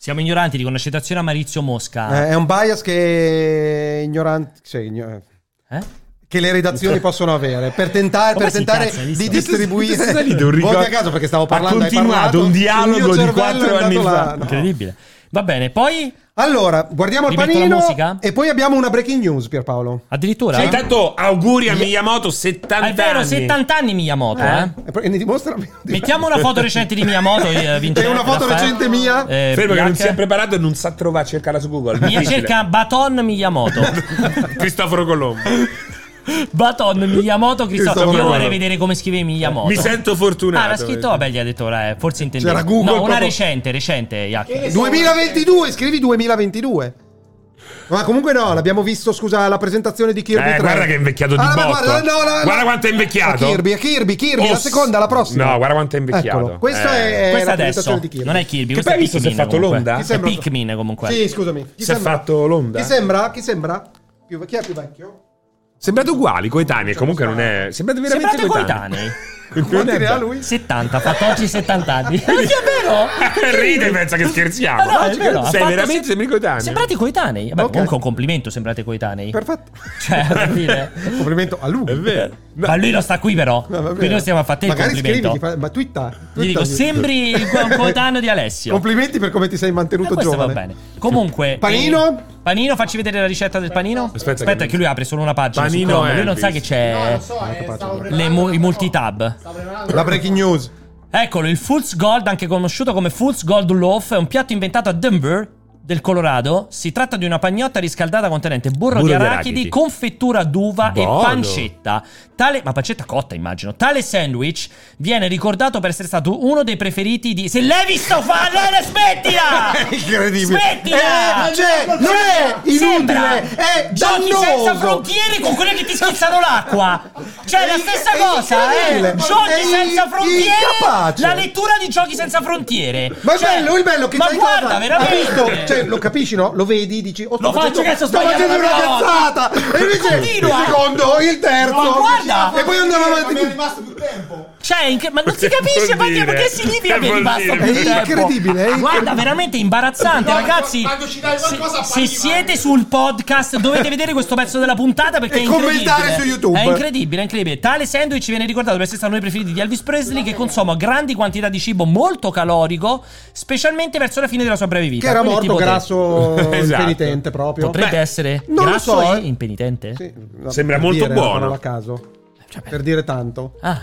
Siamo ignoranti, dico una citazione a Marizio Mosca.
Eh, è un bias che ignoranti. cioè, igno-
Eh?
che le redazioni possono avere per tentare,
Come
per
si
tentare
incazza, hai visto?
di
Questo-
distribuire
questo salito è un
Volti
ricordo-
a caso perché stavo parlando
Ha
hai
continuato
parlato,
un
il mio
dialogo di
cervello
quattro
è andato
anni
là,
fa.
no.
Incredibile. Va bene, poi
Allora, guardiamo il
Rimetto la musica?
panino e poi abbiamo una breaking news, Pierpaolo.
addirittura... eh?
Cioè, intanto auguri a
Gli-
Miyamoto, 70
è vero,
anni.
70 anni Miyamoto, eh?
Eh? E poi- E ne dimostra meno di-
Mettiamo una foto recente di Miyamoto, eh, Vincenzo.
E una foto
Raffaele.
recente mia?
Eh,
Fermo che non
Bianca.
si è preparato e non sa trovare, cercala su Google.
Mia
Difficile.
cerca Baton Miyamoto.
Cristoforo Colombo.
Baton Miyamoto Cristoforo.
Cristoforo
Io vorrei
Colombo.
vedere come scrivevi Miyamoto.
Mi sento fortunato.
Ah, l'ha scritto, vabbè, gli ha detto, eh, forse intendevo.
C'era Google
No, una
proprio-
recente, recente, Iac.
2022, scrivi 2022. Ma comunque no, l'abbiamo visto, scusa, la presentazione di Kirby
Eh,
3.
guarda che è invecchiato di
Ah, ma
botto.
guarda, no, no, no.
Guarda quanto è invecchiato.
Ah, Kirby, Kirby, Kirby,
Oh,
la seconda, la prossima.
No, guarda quanto è invecchiato.
Eccolo. Questa
Eh.
è
Questa
la presentazione
adesso.
di Kirby.
Non è Kirby,
Che
questa
poi
è
hai visto se
Pikmin.
è fatto
comunque.
l'onda?
È
Ti sembra-
Pikmin comunque.
Sì, scusami. Chi
Si è
sembra?
fatto l'onda.
Chi sembra? Chi sembra? Più- chi è più vecchio?
Sembrate uguali, coetanei. Comunque non è. Sembrate veramente
Sembrate
coetanei.
coetanei.
Non
Quanti
è
ne ha
bello.
lui?
70, ha fatto oggi 70 anni. Sì, è vero?
Ride e pensa che
Ma
scherziamo.
Eh, no,
eh.
è vero, ha
Sei
fatto
veramente
se-
sembri coetaneo.
Sembrate coetanei. Vabbè,
Ok.
comunque un complimento, sembrate coetanei.
Perfetto.
Cioè, alla fine.
Complimento a lui.
È vero. No.
Ma lui non sta qui, però.
No, va
Qui
bene.
noi stiamo a fare te il
Magari
complimento.
scriviti, fa- ma twitta.
Gli dico,
twittagli.
sembri il co- un coetaneo di Alessio.
Complimenti per come ti sei
Eh,
mantenuto
questo
giovane.
va bene. Comunque,
Panino?
eh, panino, facci vedere la ricetta del panino.
Aspetta che-
che, lui apre solo una pagina. su
Panino
Chrome. Lui non
Elvis.
sa che
No,
c'è
lo so, eh, stavo
le
preparando.
mu- i multitab.
Stavo preparando.
La breaking news.
Eccolo, il Fulls Gold, anche conosciuto come Fulls Gold Loaf, è un piatto inventato a Denver, del Colorado. Si tratta di una pagnotta riscaldata contenente burro,
Burro
di
di
arachidi,
arachidi.
confettura d'uva
Buono.
e pancetta. Tale, ma pancetta cotta, immagino. Tale sandwich viene ricordato per essere stato uno dei preferiti di. Se levi sto fa, allora smettila!
È incredibile.
Smettila!
Eh, cioè, non è
Sembra
inutile, è
Giochi senza
dannoso.
frontiere con quelli che ti schizzano l'acqua! Cioè, la
È-
stessa
è
cosa, eh!
incredibile.
Giochi
È
senza
in-
frontiere!
incapace.
La lettura di Giochi senza frontiere!
Ma
Cioè,
è bello, il bello che
Ma
c'hai
guarda,
cosa-
veramente!
Ha visto? Cioè, lo capisci, no? Lo vedi, dici, oh, sto
Lo faccio,
facendo-
cazzo,
sto
sbagliato,
facendo una
no.
cazzata. E invece
Continua.
il secondo, il terzo.
Ma guarda!
E poi andiamo avanti.
Ma Ah, mi è rimasto più tempo.
Cioè, in che- ma non si
Che
capisce
vuol
ma
dire?
che- ma che significa
Che
che è
vuol
rimasto
dire?
più
È
tempo?
incredibile, è
Guarda,
incredibile.
veramente imbarazzante,
No,
ragazzi.
quando ci dai
Se,
qualcosa,
se
fagli
siete
male.
sul podcast dovete vedere questo pezzo della puntata perché
E
è incredibile.
commentare su YouTube.
È incredibile, è incredibile. Tale sandwich viene ricordato per essere stato uno dei preferiti di Elvis Presley che consuma grandi quantità di cibo molto calorico, specialmente verso la fine della sua breve vita.
Che era
Quindi
morto
tipo te.
grasso
Esatto.
impenitente proprio.
Potrebbe
Beh,
essere
non lo
grasso
so,
e
eh.
impenitente?
sì, no,
Sembra
per
molto
dire,
buono.
una parola A caso.
Cioè, beh.
Per dire tanto.
Ah.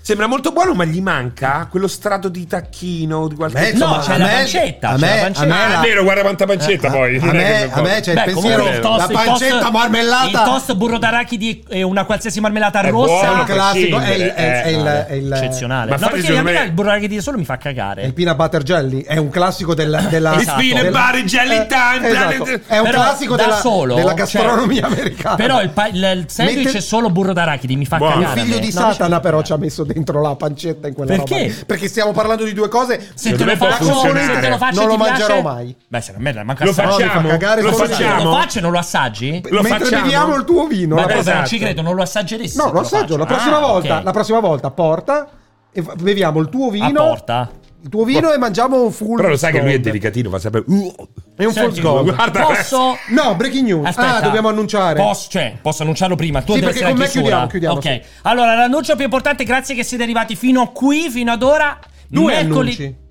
Sembra molto buono, ma gli manca quello strato di tacchino. Di qualche
Beh, insomma,
no, c'è
a
la
me-
pancetta,
a
c'è la
me- a
pancetta.
me la-
Ah, è vero, guarda quanta pancetta poi.
eh, A
Non è
me,
che-
a me c'è
Beh,
Cioè, il pensiero,
comunque il toast,
la
il toast-
pancetta
Il
marmellata.
toast burro d'arachidi e una qualsiasi marmellata
È
rossa.
buono,
classico, è il, è- è il-
Eh,
è il-
eccezionale.
Ma
no,
infatti,
perché in
secondo
realtà
me-
il burro d'arachidi da solo mi fa
è Eh. il
cagare.
peanut butter jelly, è un classico della... della
It's peanut
della-
butter jelly
eh,
time,
esatto.
planet-
È un
Però
classico
da
della,
solo,
della
cioè-
gastronomia americana.
Però il, pa- il- il sandwich
Mette-
è solo burro d'arachidi, mi fa
Il
Buono.
cagare. a
figlio
me.
di
No, non Eh. ci
Satana
fa
però
cagare.
ci ha messo dentro la pancetta in quella
Perché?
roba. lì. Perché stiamo parlando di due cose.
Se te
Secondo
lo
me può
faccio, se te
funzionare.
lo faccio,
Non
ti
lo mangerò
piace?
mai.
Beh, se a me la manca
Lo
assai.
No, mi fa
facciamo?
cagare
Lo
solo di-
Se Lo
facciamo?
faccio e non lo assaggi?
Lo
Mentre
facciamo?
beviamo il tuo vino.
Ma
la
proprio
esatto.
non ci credo, non lo assaggeressi.
No,
se
lo assaggio. La
faccio.
prossima
Ah,
volta,
ok.
la prossima volta porta e fa- beviamo il tuo
a
vino.
porta.
Il tuo vino e mangiamo un full.
Però lo sai che lui è
gold.
delicatino, fa sempre. Uh,
È un full
Senti,
gold.
guarda,
posso
No, breaking news.
Aspetta.
ah, dobbiamo annunciare.
Posso, cioè, posso annunciarlo prima. Tu
Sì,
devi
perché
essere
con
la
me
chiusura.
chiudiamo, chiudiamo,
Ok. Allora, l'annuncio più importante, grazie che siete arrivati fino a qui, fino ad ora.
Due
Mercoli-
annunci.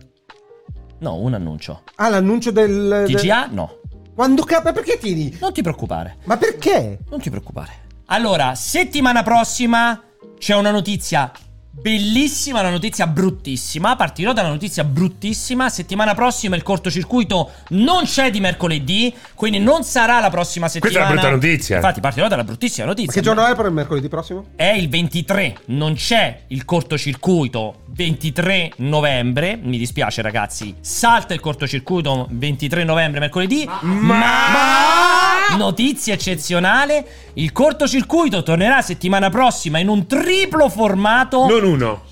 No, un annuncio.
Ah, l'annuncio del. del-
TGA? No.
Quando capa? Perché tieni?
Non ti preoccupare.
Ma perché?
Non ti preoccupare. Allora, settimana prossima c'è una notizia bellissima, una notizia bruttissima. Partirò da una notizia bruttissima. Settimana prossima il cortocircuito non c'è di mercoledì, quindi non sarà la prossima
Questa è
settimana.
una brutta notizia.
Infatti, partirò dalla bruttissima notizia.
Ma che giorno è per il mercoledì prossimo?
È il 23, non c'è il cortocircuito 23 novembre. Mi dispiace, ragazzi. Salta il cortocircuito 23 novembre, mercoledì. Ma, notizia eccezionale: il cortocircuito tornerà settimana prossima in un triplo formato.
Non uno.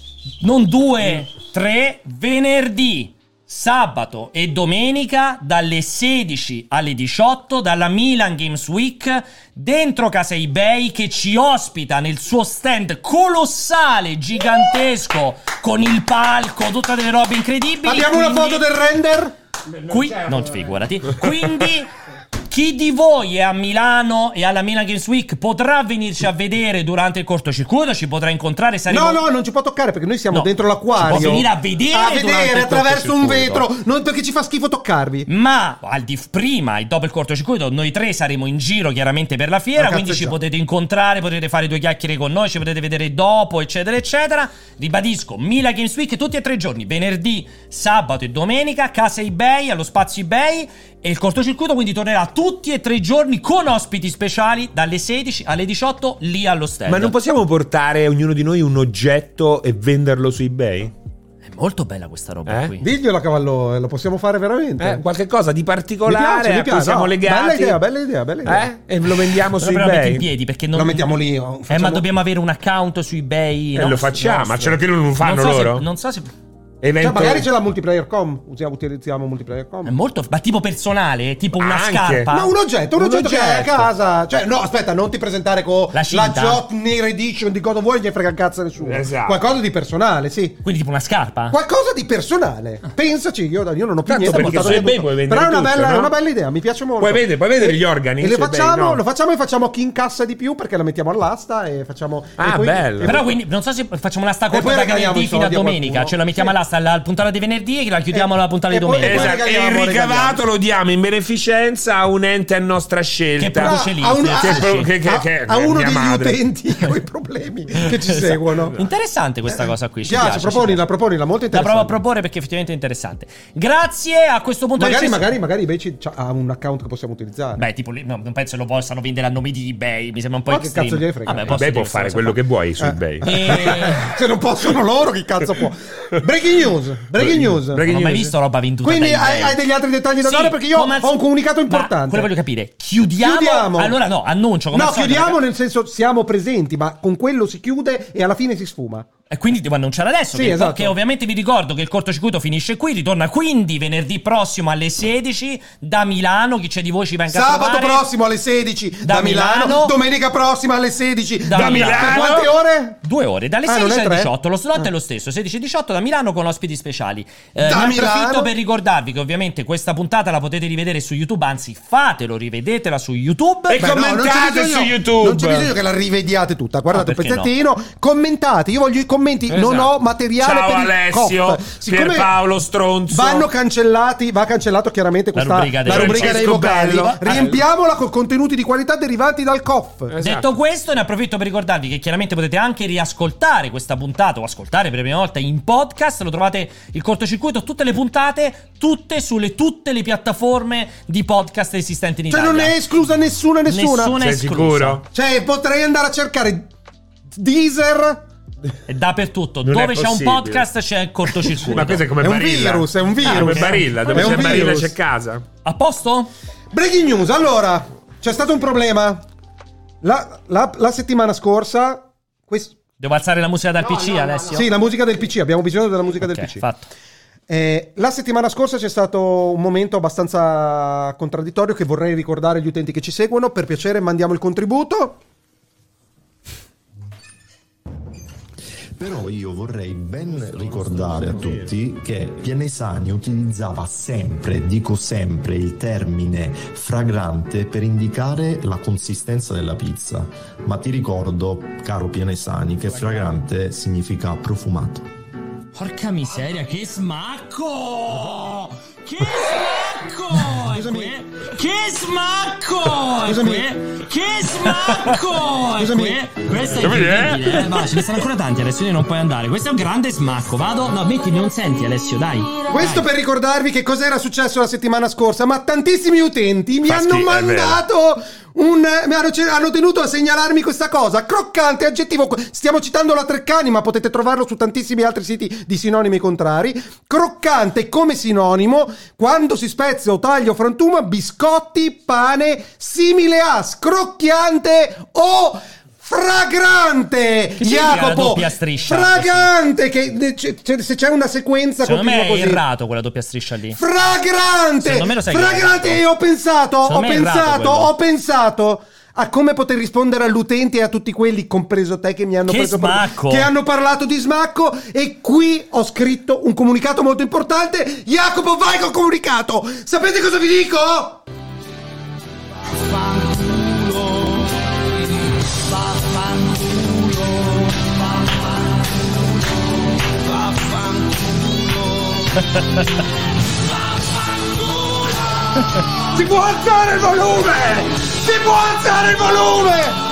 Non due, tre, venerdì, sabato e domenica dalle 16 alle 18 dalla Milan Games Week dentro Casa eBay che ci ospita nel suo stand colossale, gigantesco, con il palco, tutte delle robe incredibili.
Abbiamo una
Quindi-
foto del render?
Qui, non figurati. Quindi Chi di voi è a Milano e alla Milan Games Week potrà venirci a vedere durante il cortocircuito? Ci potrà incontrare? Saremo...
No, no, non ci può toccare perché noi siamo
No.
dentro l'acquario.
Si può venire a vedere
A
durante
vedere
il
attraverso un
cortocircuito.
vetro. Non perché ci fa schifo toccarvi.
Ma al di prima e dopo il cortocircuito, noi tre saremo in giro chiaramente per la fiera.
Ah,
Ma
Quindi ci
cazzeggiamo.
potete incontrare, potete fare due chiacchiere con noi, ci potete vedere dopo, eccetera, eccetera. Ribadisco: Mila Games Week tutti e tre i giorni, venerdì, sabato e domenica, casa eBay, allo spazio eBay. E il cortocircuito quindi tornerà tutti e tre i giorni con ospiti speciali dalle 16 alle 18 lì allo stand.
Ma non possiamo portare ognuno di noi un oggetto e venderlo su eBay?
È molto bella questa roba
Eh?
qui.
Diglielo, cavallo, eh, lo possiamo fare veramente.
Eh, qualche cosa di
Mi
particolare
piace, mi
a
piace.
cui siamo
no,
legati.
Bella idea, bella idea, bella idea.
Eh? E lo vendiamo
Però
su
però metti
eBay.
in piedi perché non
Lo mettiamo lì. oh,
Eh,
facciamo-
ma dobbiamo avere un account su eBay.
Eh,
nostro-
lo facciamo,
nostro.
ma ce lo- che non lo fanno
so se-
loro?
non so se.
Cioè,
Evento-
magari c'è la multiplayer com. Usiamo, utilizziamo multiplayer com.
È molto. eh. Ma tipo personale, eh, tipo una
Anche.
scarpa.
Ma un oggetto, un,
Un
oggetto, che hai a
oggetto.
casa. Cioè, no, aspetta, non ti presentare con
La
la,
cinta.
Jot Nero Edition di God of War, gli frega il cazzo a nessuno.
Esatto.
Qualcosa di personale, sì.
Quindi tipo una scarpa?
Qualcosa di personale. Pensaci, io, io non ho più
Tanto
niente. ho
perché
buttato
su
via
eBay
tutto.
puoi
Però
vendere
è una,
tutto,
bella,
no?
è una bella idea, mi piace molto.
Puoi vedere, puoi vedere gli
E
organini.
le
su eBay,
facciamo,
no?
lo facciamo e facciamo chi incassa di più perché la mettiamo all'asta e facciamo.
Ah,
e poi-
bello.
e-
Però quindi non so se facciamo la sta
poi
corta da
regaliamo
venerdì
i
fino a
soldi a
domenica.
qualcuno.
Cioè la mettiamo
Sì.
all'asta alla, alla puntata di venerdì e la chiudiamo
Eh,
alla puntata di
e poi-
domenica.
poi-
Esatto, e il
regaliamo,
ricavato
regaliamo.
lo diamo in beneficenza a un ente a nostra scelta.
Che
Ah,
produce lì.
Ah, a, un-
sì,
a-
sì, sì.
che- che-
a-
Ah, che-
a uno
mia
degli
madre.
utenti con i problemi che ci
Esatto.
seguono. Mi
Interessante questa cosa qui. Ci
piace,
piace, ci
proponila,
piace.
proponila, molto
La provo a
interessante.
proporre perché effettivamente è interessante. Grazie a questo punto
magari,
di
magari, magari eBay ci- c'ha- ha un account che possiamo utilizzare.
Beh, tipo, lì- no, non penso lo possano vendere a nome di eBay. Mi sembra un po'
Ma che
extreme.
cazzo gliene frega?
Vabbè, posso dire
eBay
questa
può fare
cosa
quello
qua.
che vuoi su
Eh.
eBay.
E-
Se non possono loro, chi cazzo può? Breaking news, breaking news.
Breaking
Non ho mai
news.
visto roba venduta.
Quindi
da
hai,
eBay.
hai degli altri dettagli da
Sì,
dare perché io
come al
ho un
sol-
comunicato
Ma
importante.
quello voglio capire. Chiudiamo.
Chiudiamo.
Allora, no, annuncio. Come
no,
al solito,
chiudiamo
ragazzi.
nel senso siamo presenti, ma con quello si chiude e alla fine si sfuma.
E quindi devo annunciare adesso.
Sì,
che,
esatto.
che ovviamente vi ricordo che il cortocircuito finisce qui. Ritorna quindi venerdì prossimo alle 16 da Milano. Chi c'è di voi ci venga a
Sabato
trovare.
prossimo alle 16
Da
da, Milano.
Milano.
domenica prossima alle 16
Da
da, Milano.
Milano.
Per quante ore?
Due ore, dalle
Ah, non
16
è
alle
tre?
18. Lo slot
Ah.
è lo stesso, 16-18 da Milano con ospiti speciali. Eh,
Da
ne approfitto
Milano.
per ricordarvi che ovviamente questa puntata la potete rivedere su YouTube, anzi fatelo, rivedetela su YouTube.
E
Beh, no, non c'è
commentate
bisogno-
su YouTube.
Non c'è bisogno che la rivediate tutta. Guardate
Ah,
un
perché
pezzettino, commentate. Io voglio i commenti.
Esatto.
Non ho materiale
Ciao
per il
Alessio,
COP. Siccome
Pierpaolo Stronzo.
Vanno cancellati, va cancellato chiaramente
La
questa
rubrica dei-
la rubrica dei
Francesco
vocali.
Bello.
Riempiamola con contenuti di qualità derivanti dal COF.
Esatto.
Detto questo, ne approfitto per ricordarvi che chiaramente potete anche riascoltare questa puntata o ascoltare per la prima volta in podcast. Lo trovate il cortocircuito, tutte le puntate, tutte sulle tutte le piattaforme di podcast esistenti in
Cioè
Italia.
non ne è esclusa nessuna, nessuna.
Nessuna
Sei
esclusa.
sicuro?
Cioè potrei andare a cercare Deezer.
È dappertutto.
Non è
Dove c'è un
possibile.
podcast c'è il cortocircuito.
Ma questo è come
È un
Barilla. Ah,
virus, è un virus.
Come Barilla, dove
È
c'è
un
Barilla
virus.
c'è casa.
A posto?
Breaking news, allora, c'è stato un problema. La, la- la settimana scorsa... quest-
Devo alzare la musica dal
No,
PC,
no, no,
Alessio?
Sì, la musica del PC, abbiamo bisogno della musica
Ok,
del PC.
fatto.
Eh, la settimana scorsa c'è stato un momento abbastanza contraddittorio che vorrei ricordare agli utenti che ci seguono. Per piacere, mandiamo il contributo.
Però io vorrei ben ricordare a tutti che Pianesani utilizzava sempre, dico sempre, il termine fragrante per indicare la consistenza della pizza. Ma ti ricordo, caro Pianesani, che fragrante significa profumato.
Porca miseria, che smacco! Che smacco! Que- Che smacco!
Scusami.
Que- Che smacco!
Scusami.
Que- Questo è
Scusami,
incredibile, eh. Ma ce ne stanno ancora tanti, Alessio, io non puoi andare. Questo è un grande smacco. Vado? No, metti, non senti, Alessio, dai.
Questo per ricordarvi che cos'era successo la settimana scorsa, ma tantissimi utenti mi
Fa
hanno
schifo, è
mandato un... mi hanno, ce- hanno tenuto a segnalarmi questa cosa, croccante, aggettivo, stiamo citando la Treccani, ma potete trovarlo su tantissimi altri siti di sinonimi contrari, croccante come sinonimo, quando si spezza o taglia o frantuma, biscotti, pane, simile a scrocchiante o... Fragrante,
Che significa la
Jacopo!
doppia striscia?
Fragrante! Che, c- c- se c'è una sequenza
Secondo me
continua
è
così
errato quella doppia striscia lì.
fragrante
Secondo me lo sai che è
fragrante
errato.
e ho pensato
Secondo
ho
me è errato
pensato
quello.
ho pensato a come poter rispondere all'utente e a tutti quelli, compreso te, che mi hanno
Che
preso per-
smacco!
che hanno parlato di smacco. E qui ho scritto un comunicato molto importante. Jacopo, vai col comunicato! Sapete cosa vi dico?
Si può alzare il volume! Si può alzare il volume!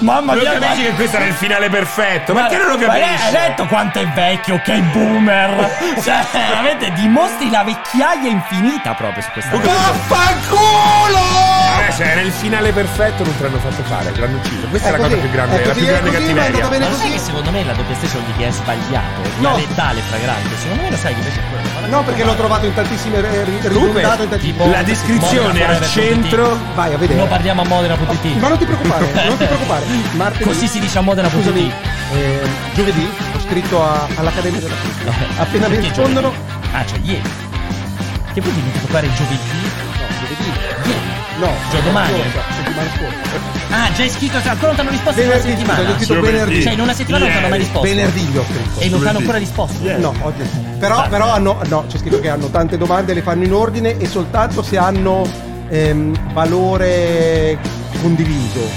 Mamma
non
mia, guarda-
capisci che questo era il finale perfetto? Ma, che non lo
Ma lei
capisci?
ha detto quanto è vecchio, che è boomer. cioè, veramente dimostri la vecchiaia infinita proprio su questa cosa.
Vaffanculo! Adesso Eh, cioè, era il finale perfetto, non te l'hanno fatto fare, te l'hanno ucciso. Questa è, la cosa più grande, la più grande cattiveria.
Ma sai che secondo me la doppia station di chi è sbagliato, una letale fragrante, secondo me lo sai che invece è quello.
No, perché l'ho trovato in tantissime eh, ri- ridondato in tantissime
la descrizione
Modena,
al
Modena,
centro-
Modena. Vai a vedere.
Lo parliamo a modena.it.
Ma non ti preoccupare, non ti preoccupare. Martedì-
Così si dice a modena.it.
Scusami, eh, giovedì ho scritto a- all'Accademia della Fisica. Eh, Appena mi
Perché
rispondono,
giovedì? Ah, cioè ieri. Che poi devi giocare giovedì?
No, giovedì. Ieri. No,
Cioè domani.
scorsa, settimana scorsa.
Ah, già hai scritto, cioè, ancora non ti hanno risposto in una
Venerdì,
settimana.
gli ho scritto venerdì.
Cioè, in una settimana non ti hanno mai risposto.
Venerdì gli ho scritto.
E non ti hanno ancora risposto.
No, oggi. Però, però hanno, no, c'è scritto che hanno tante domande, le fanno in ordine e soltanto se hanno ehm, valore condiviso.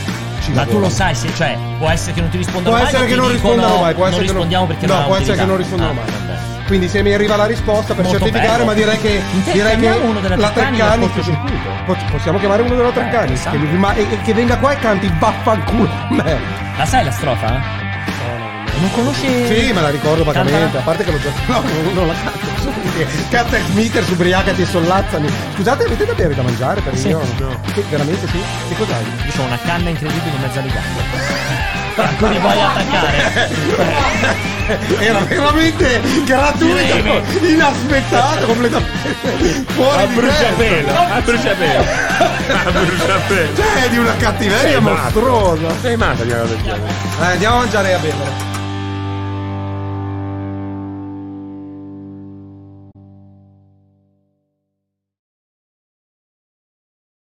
ci
Ma tu
lavorano.
lo sai se, cioè, può essere che non ti rispondano
Può
mai.
essere
o
che
ti
non
dicono,
rispondano mai, può
non
essere che non-
rispondiamo perché
no,
non ha
può essere che non
utilità".
rispondano
Ah,
mai.
vabbè.
Quindi se mi arriva la risposta per
Molto
certificare,
bello.
ma direi che,
Inter-
direi che
chiamiamo uno della
la
Treccani
Treccani
del cortocircuito.
po- possiamo chiamare uno della Treccani che, mi- ma- e- e che venga qua e canti vaffanculo a me.
La sai la strofa? Non conosce.
Sì, me la ricordo
Canta-
vagamente, a parte che l'ho già no, non- non la canto. solo perché Canta e smitters, ubriacati e sollazzami. Scusate, avete da bere da mangiare per
Sì.
io? Sì, veramente sì. Che cos'hai?
Io ho una canna incredibile in mezzo alle gambe. Quindi voglio attaccare.
Era veramente gratuito, inaspettato, completamente fuori
A
di
bruciapelo,
testa.
a bruciapelo.
Cioè, di una cattiveria
Sei matto.
mostruosa.
esatto.
Sei matta di una roba del genere.
Eh, andiamo a mangiare e a bere.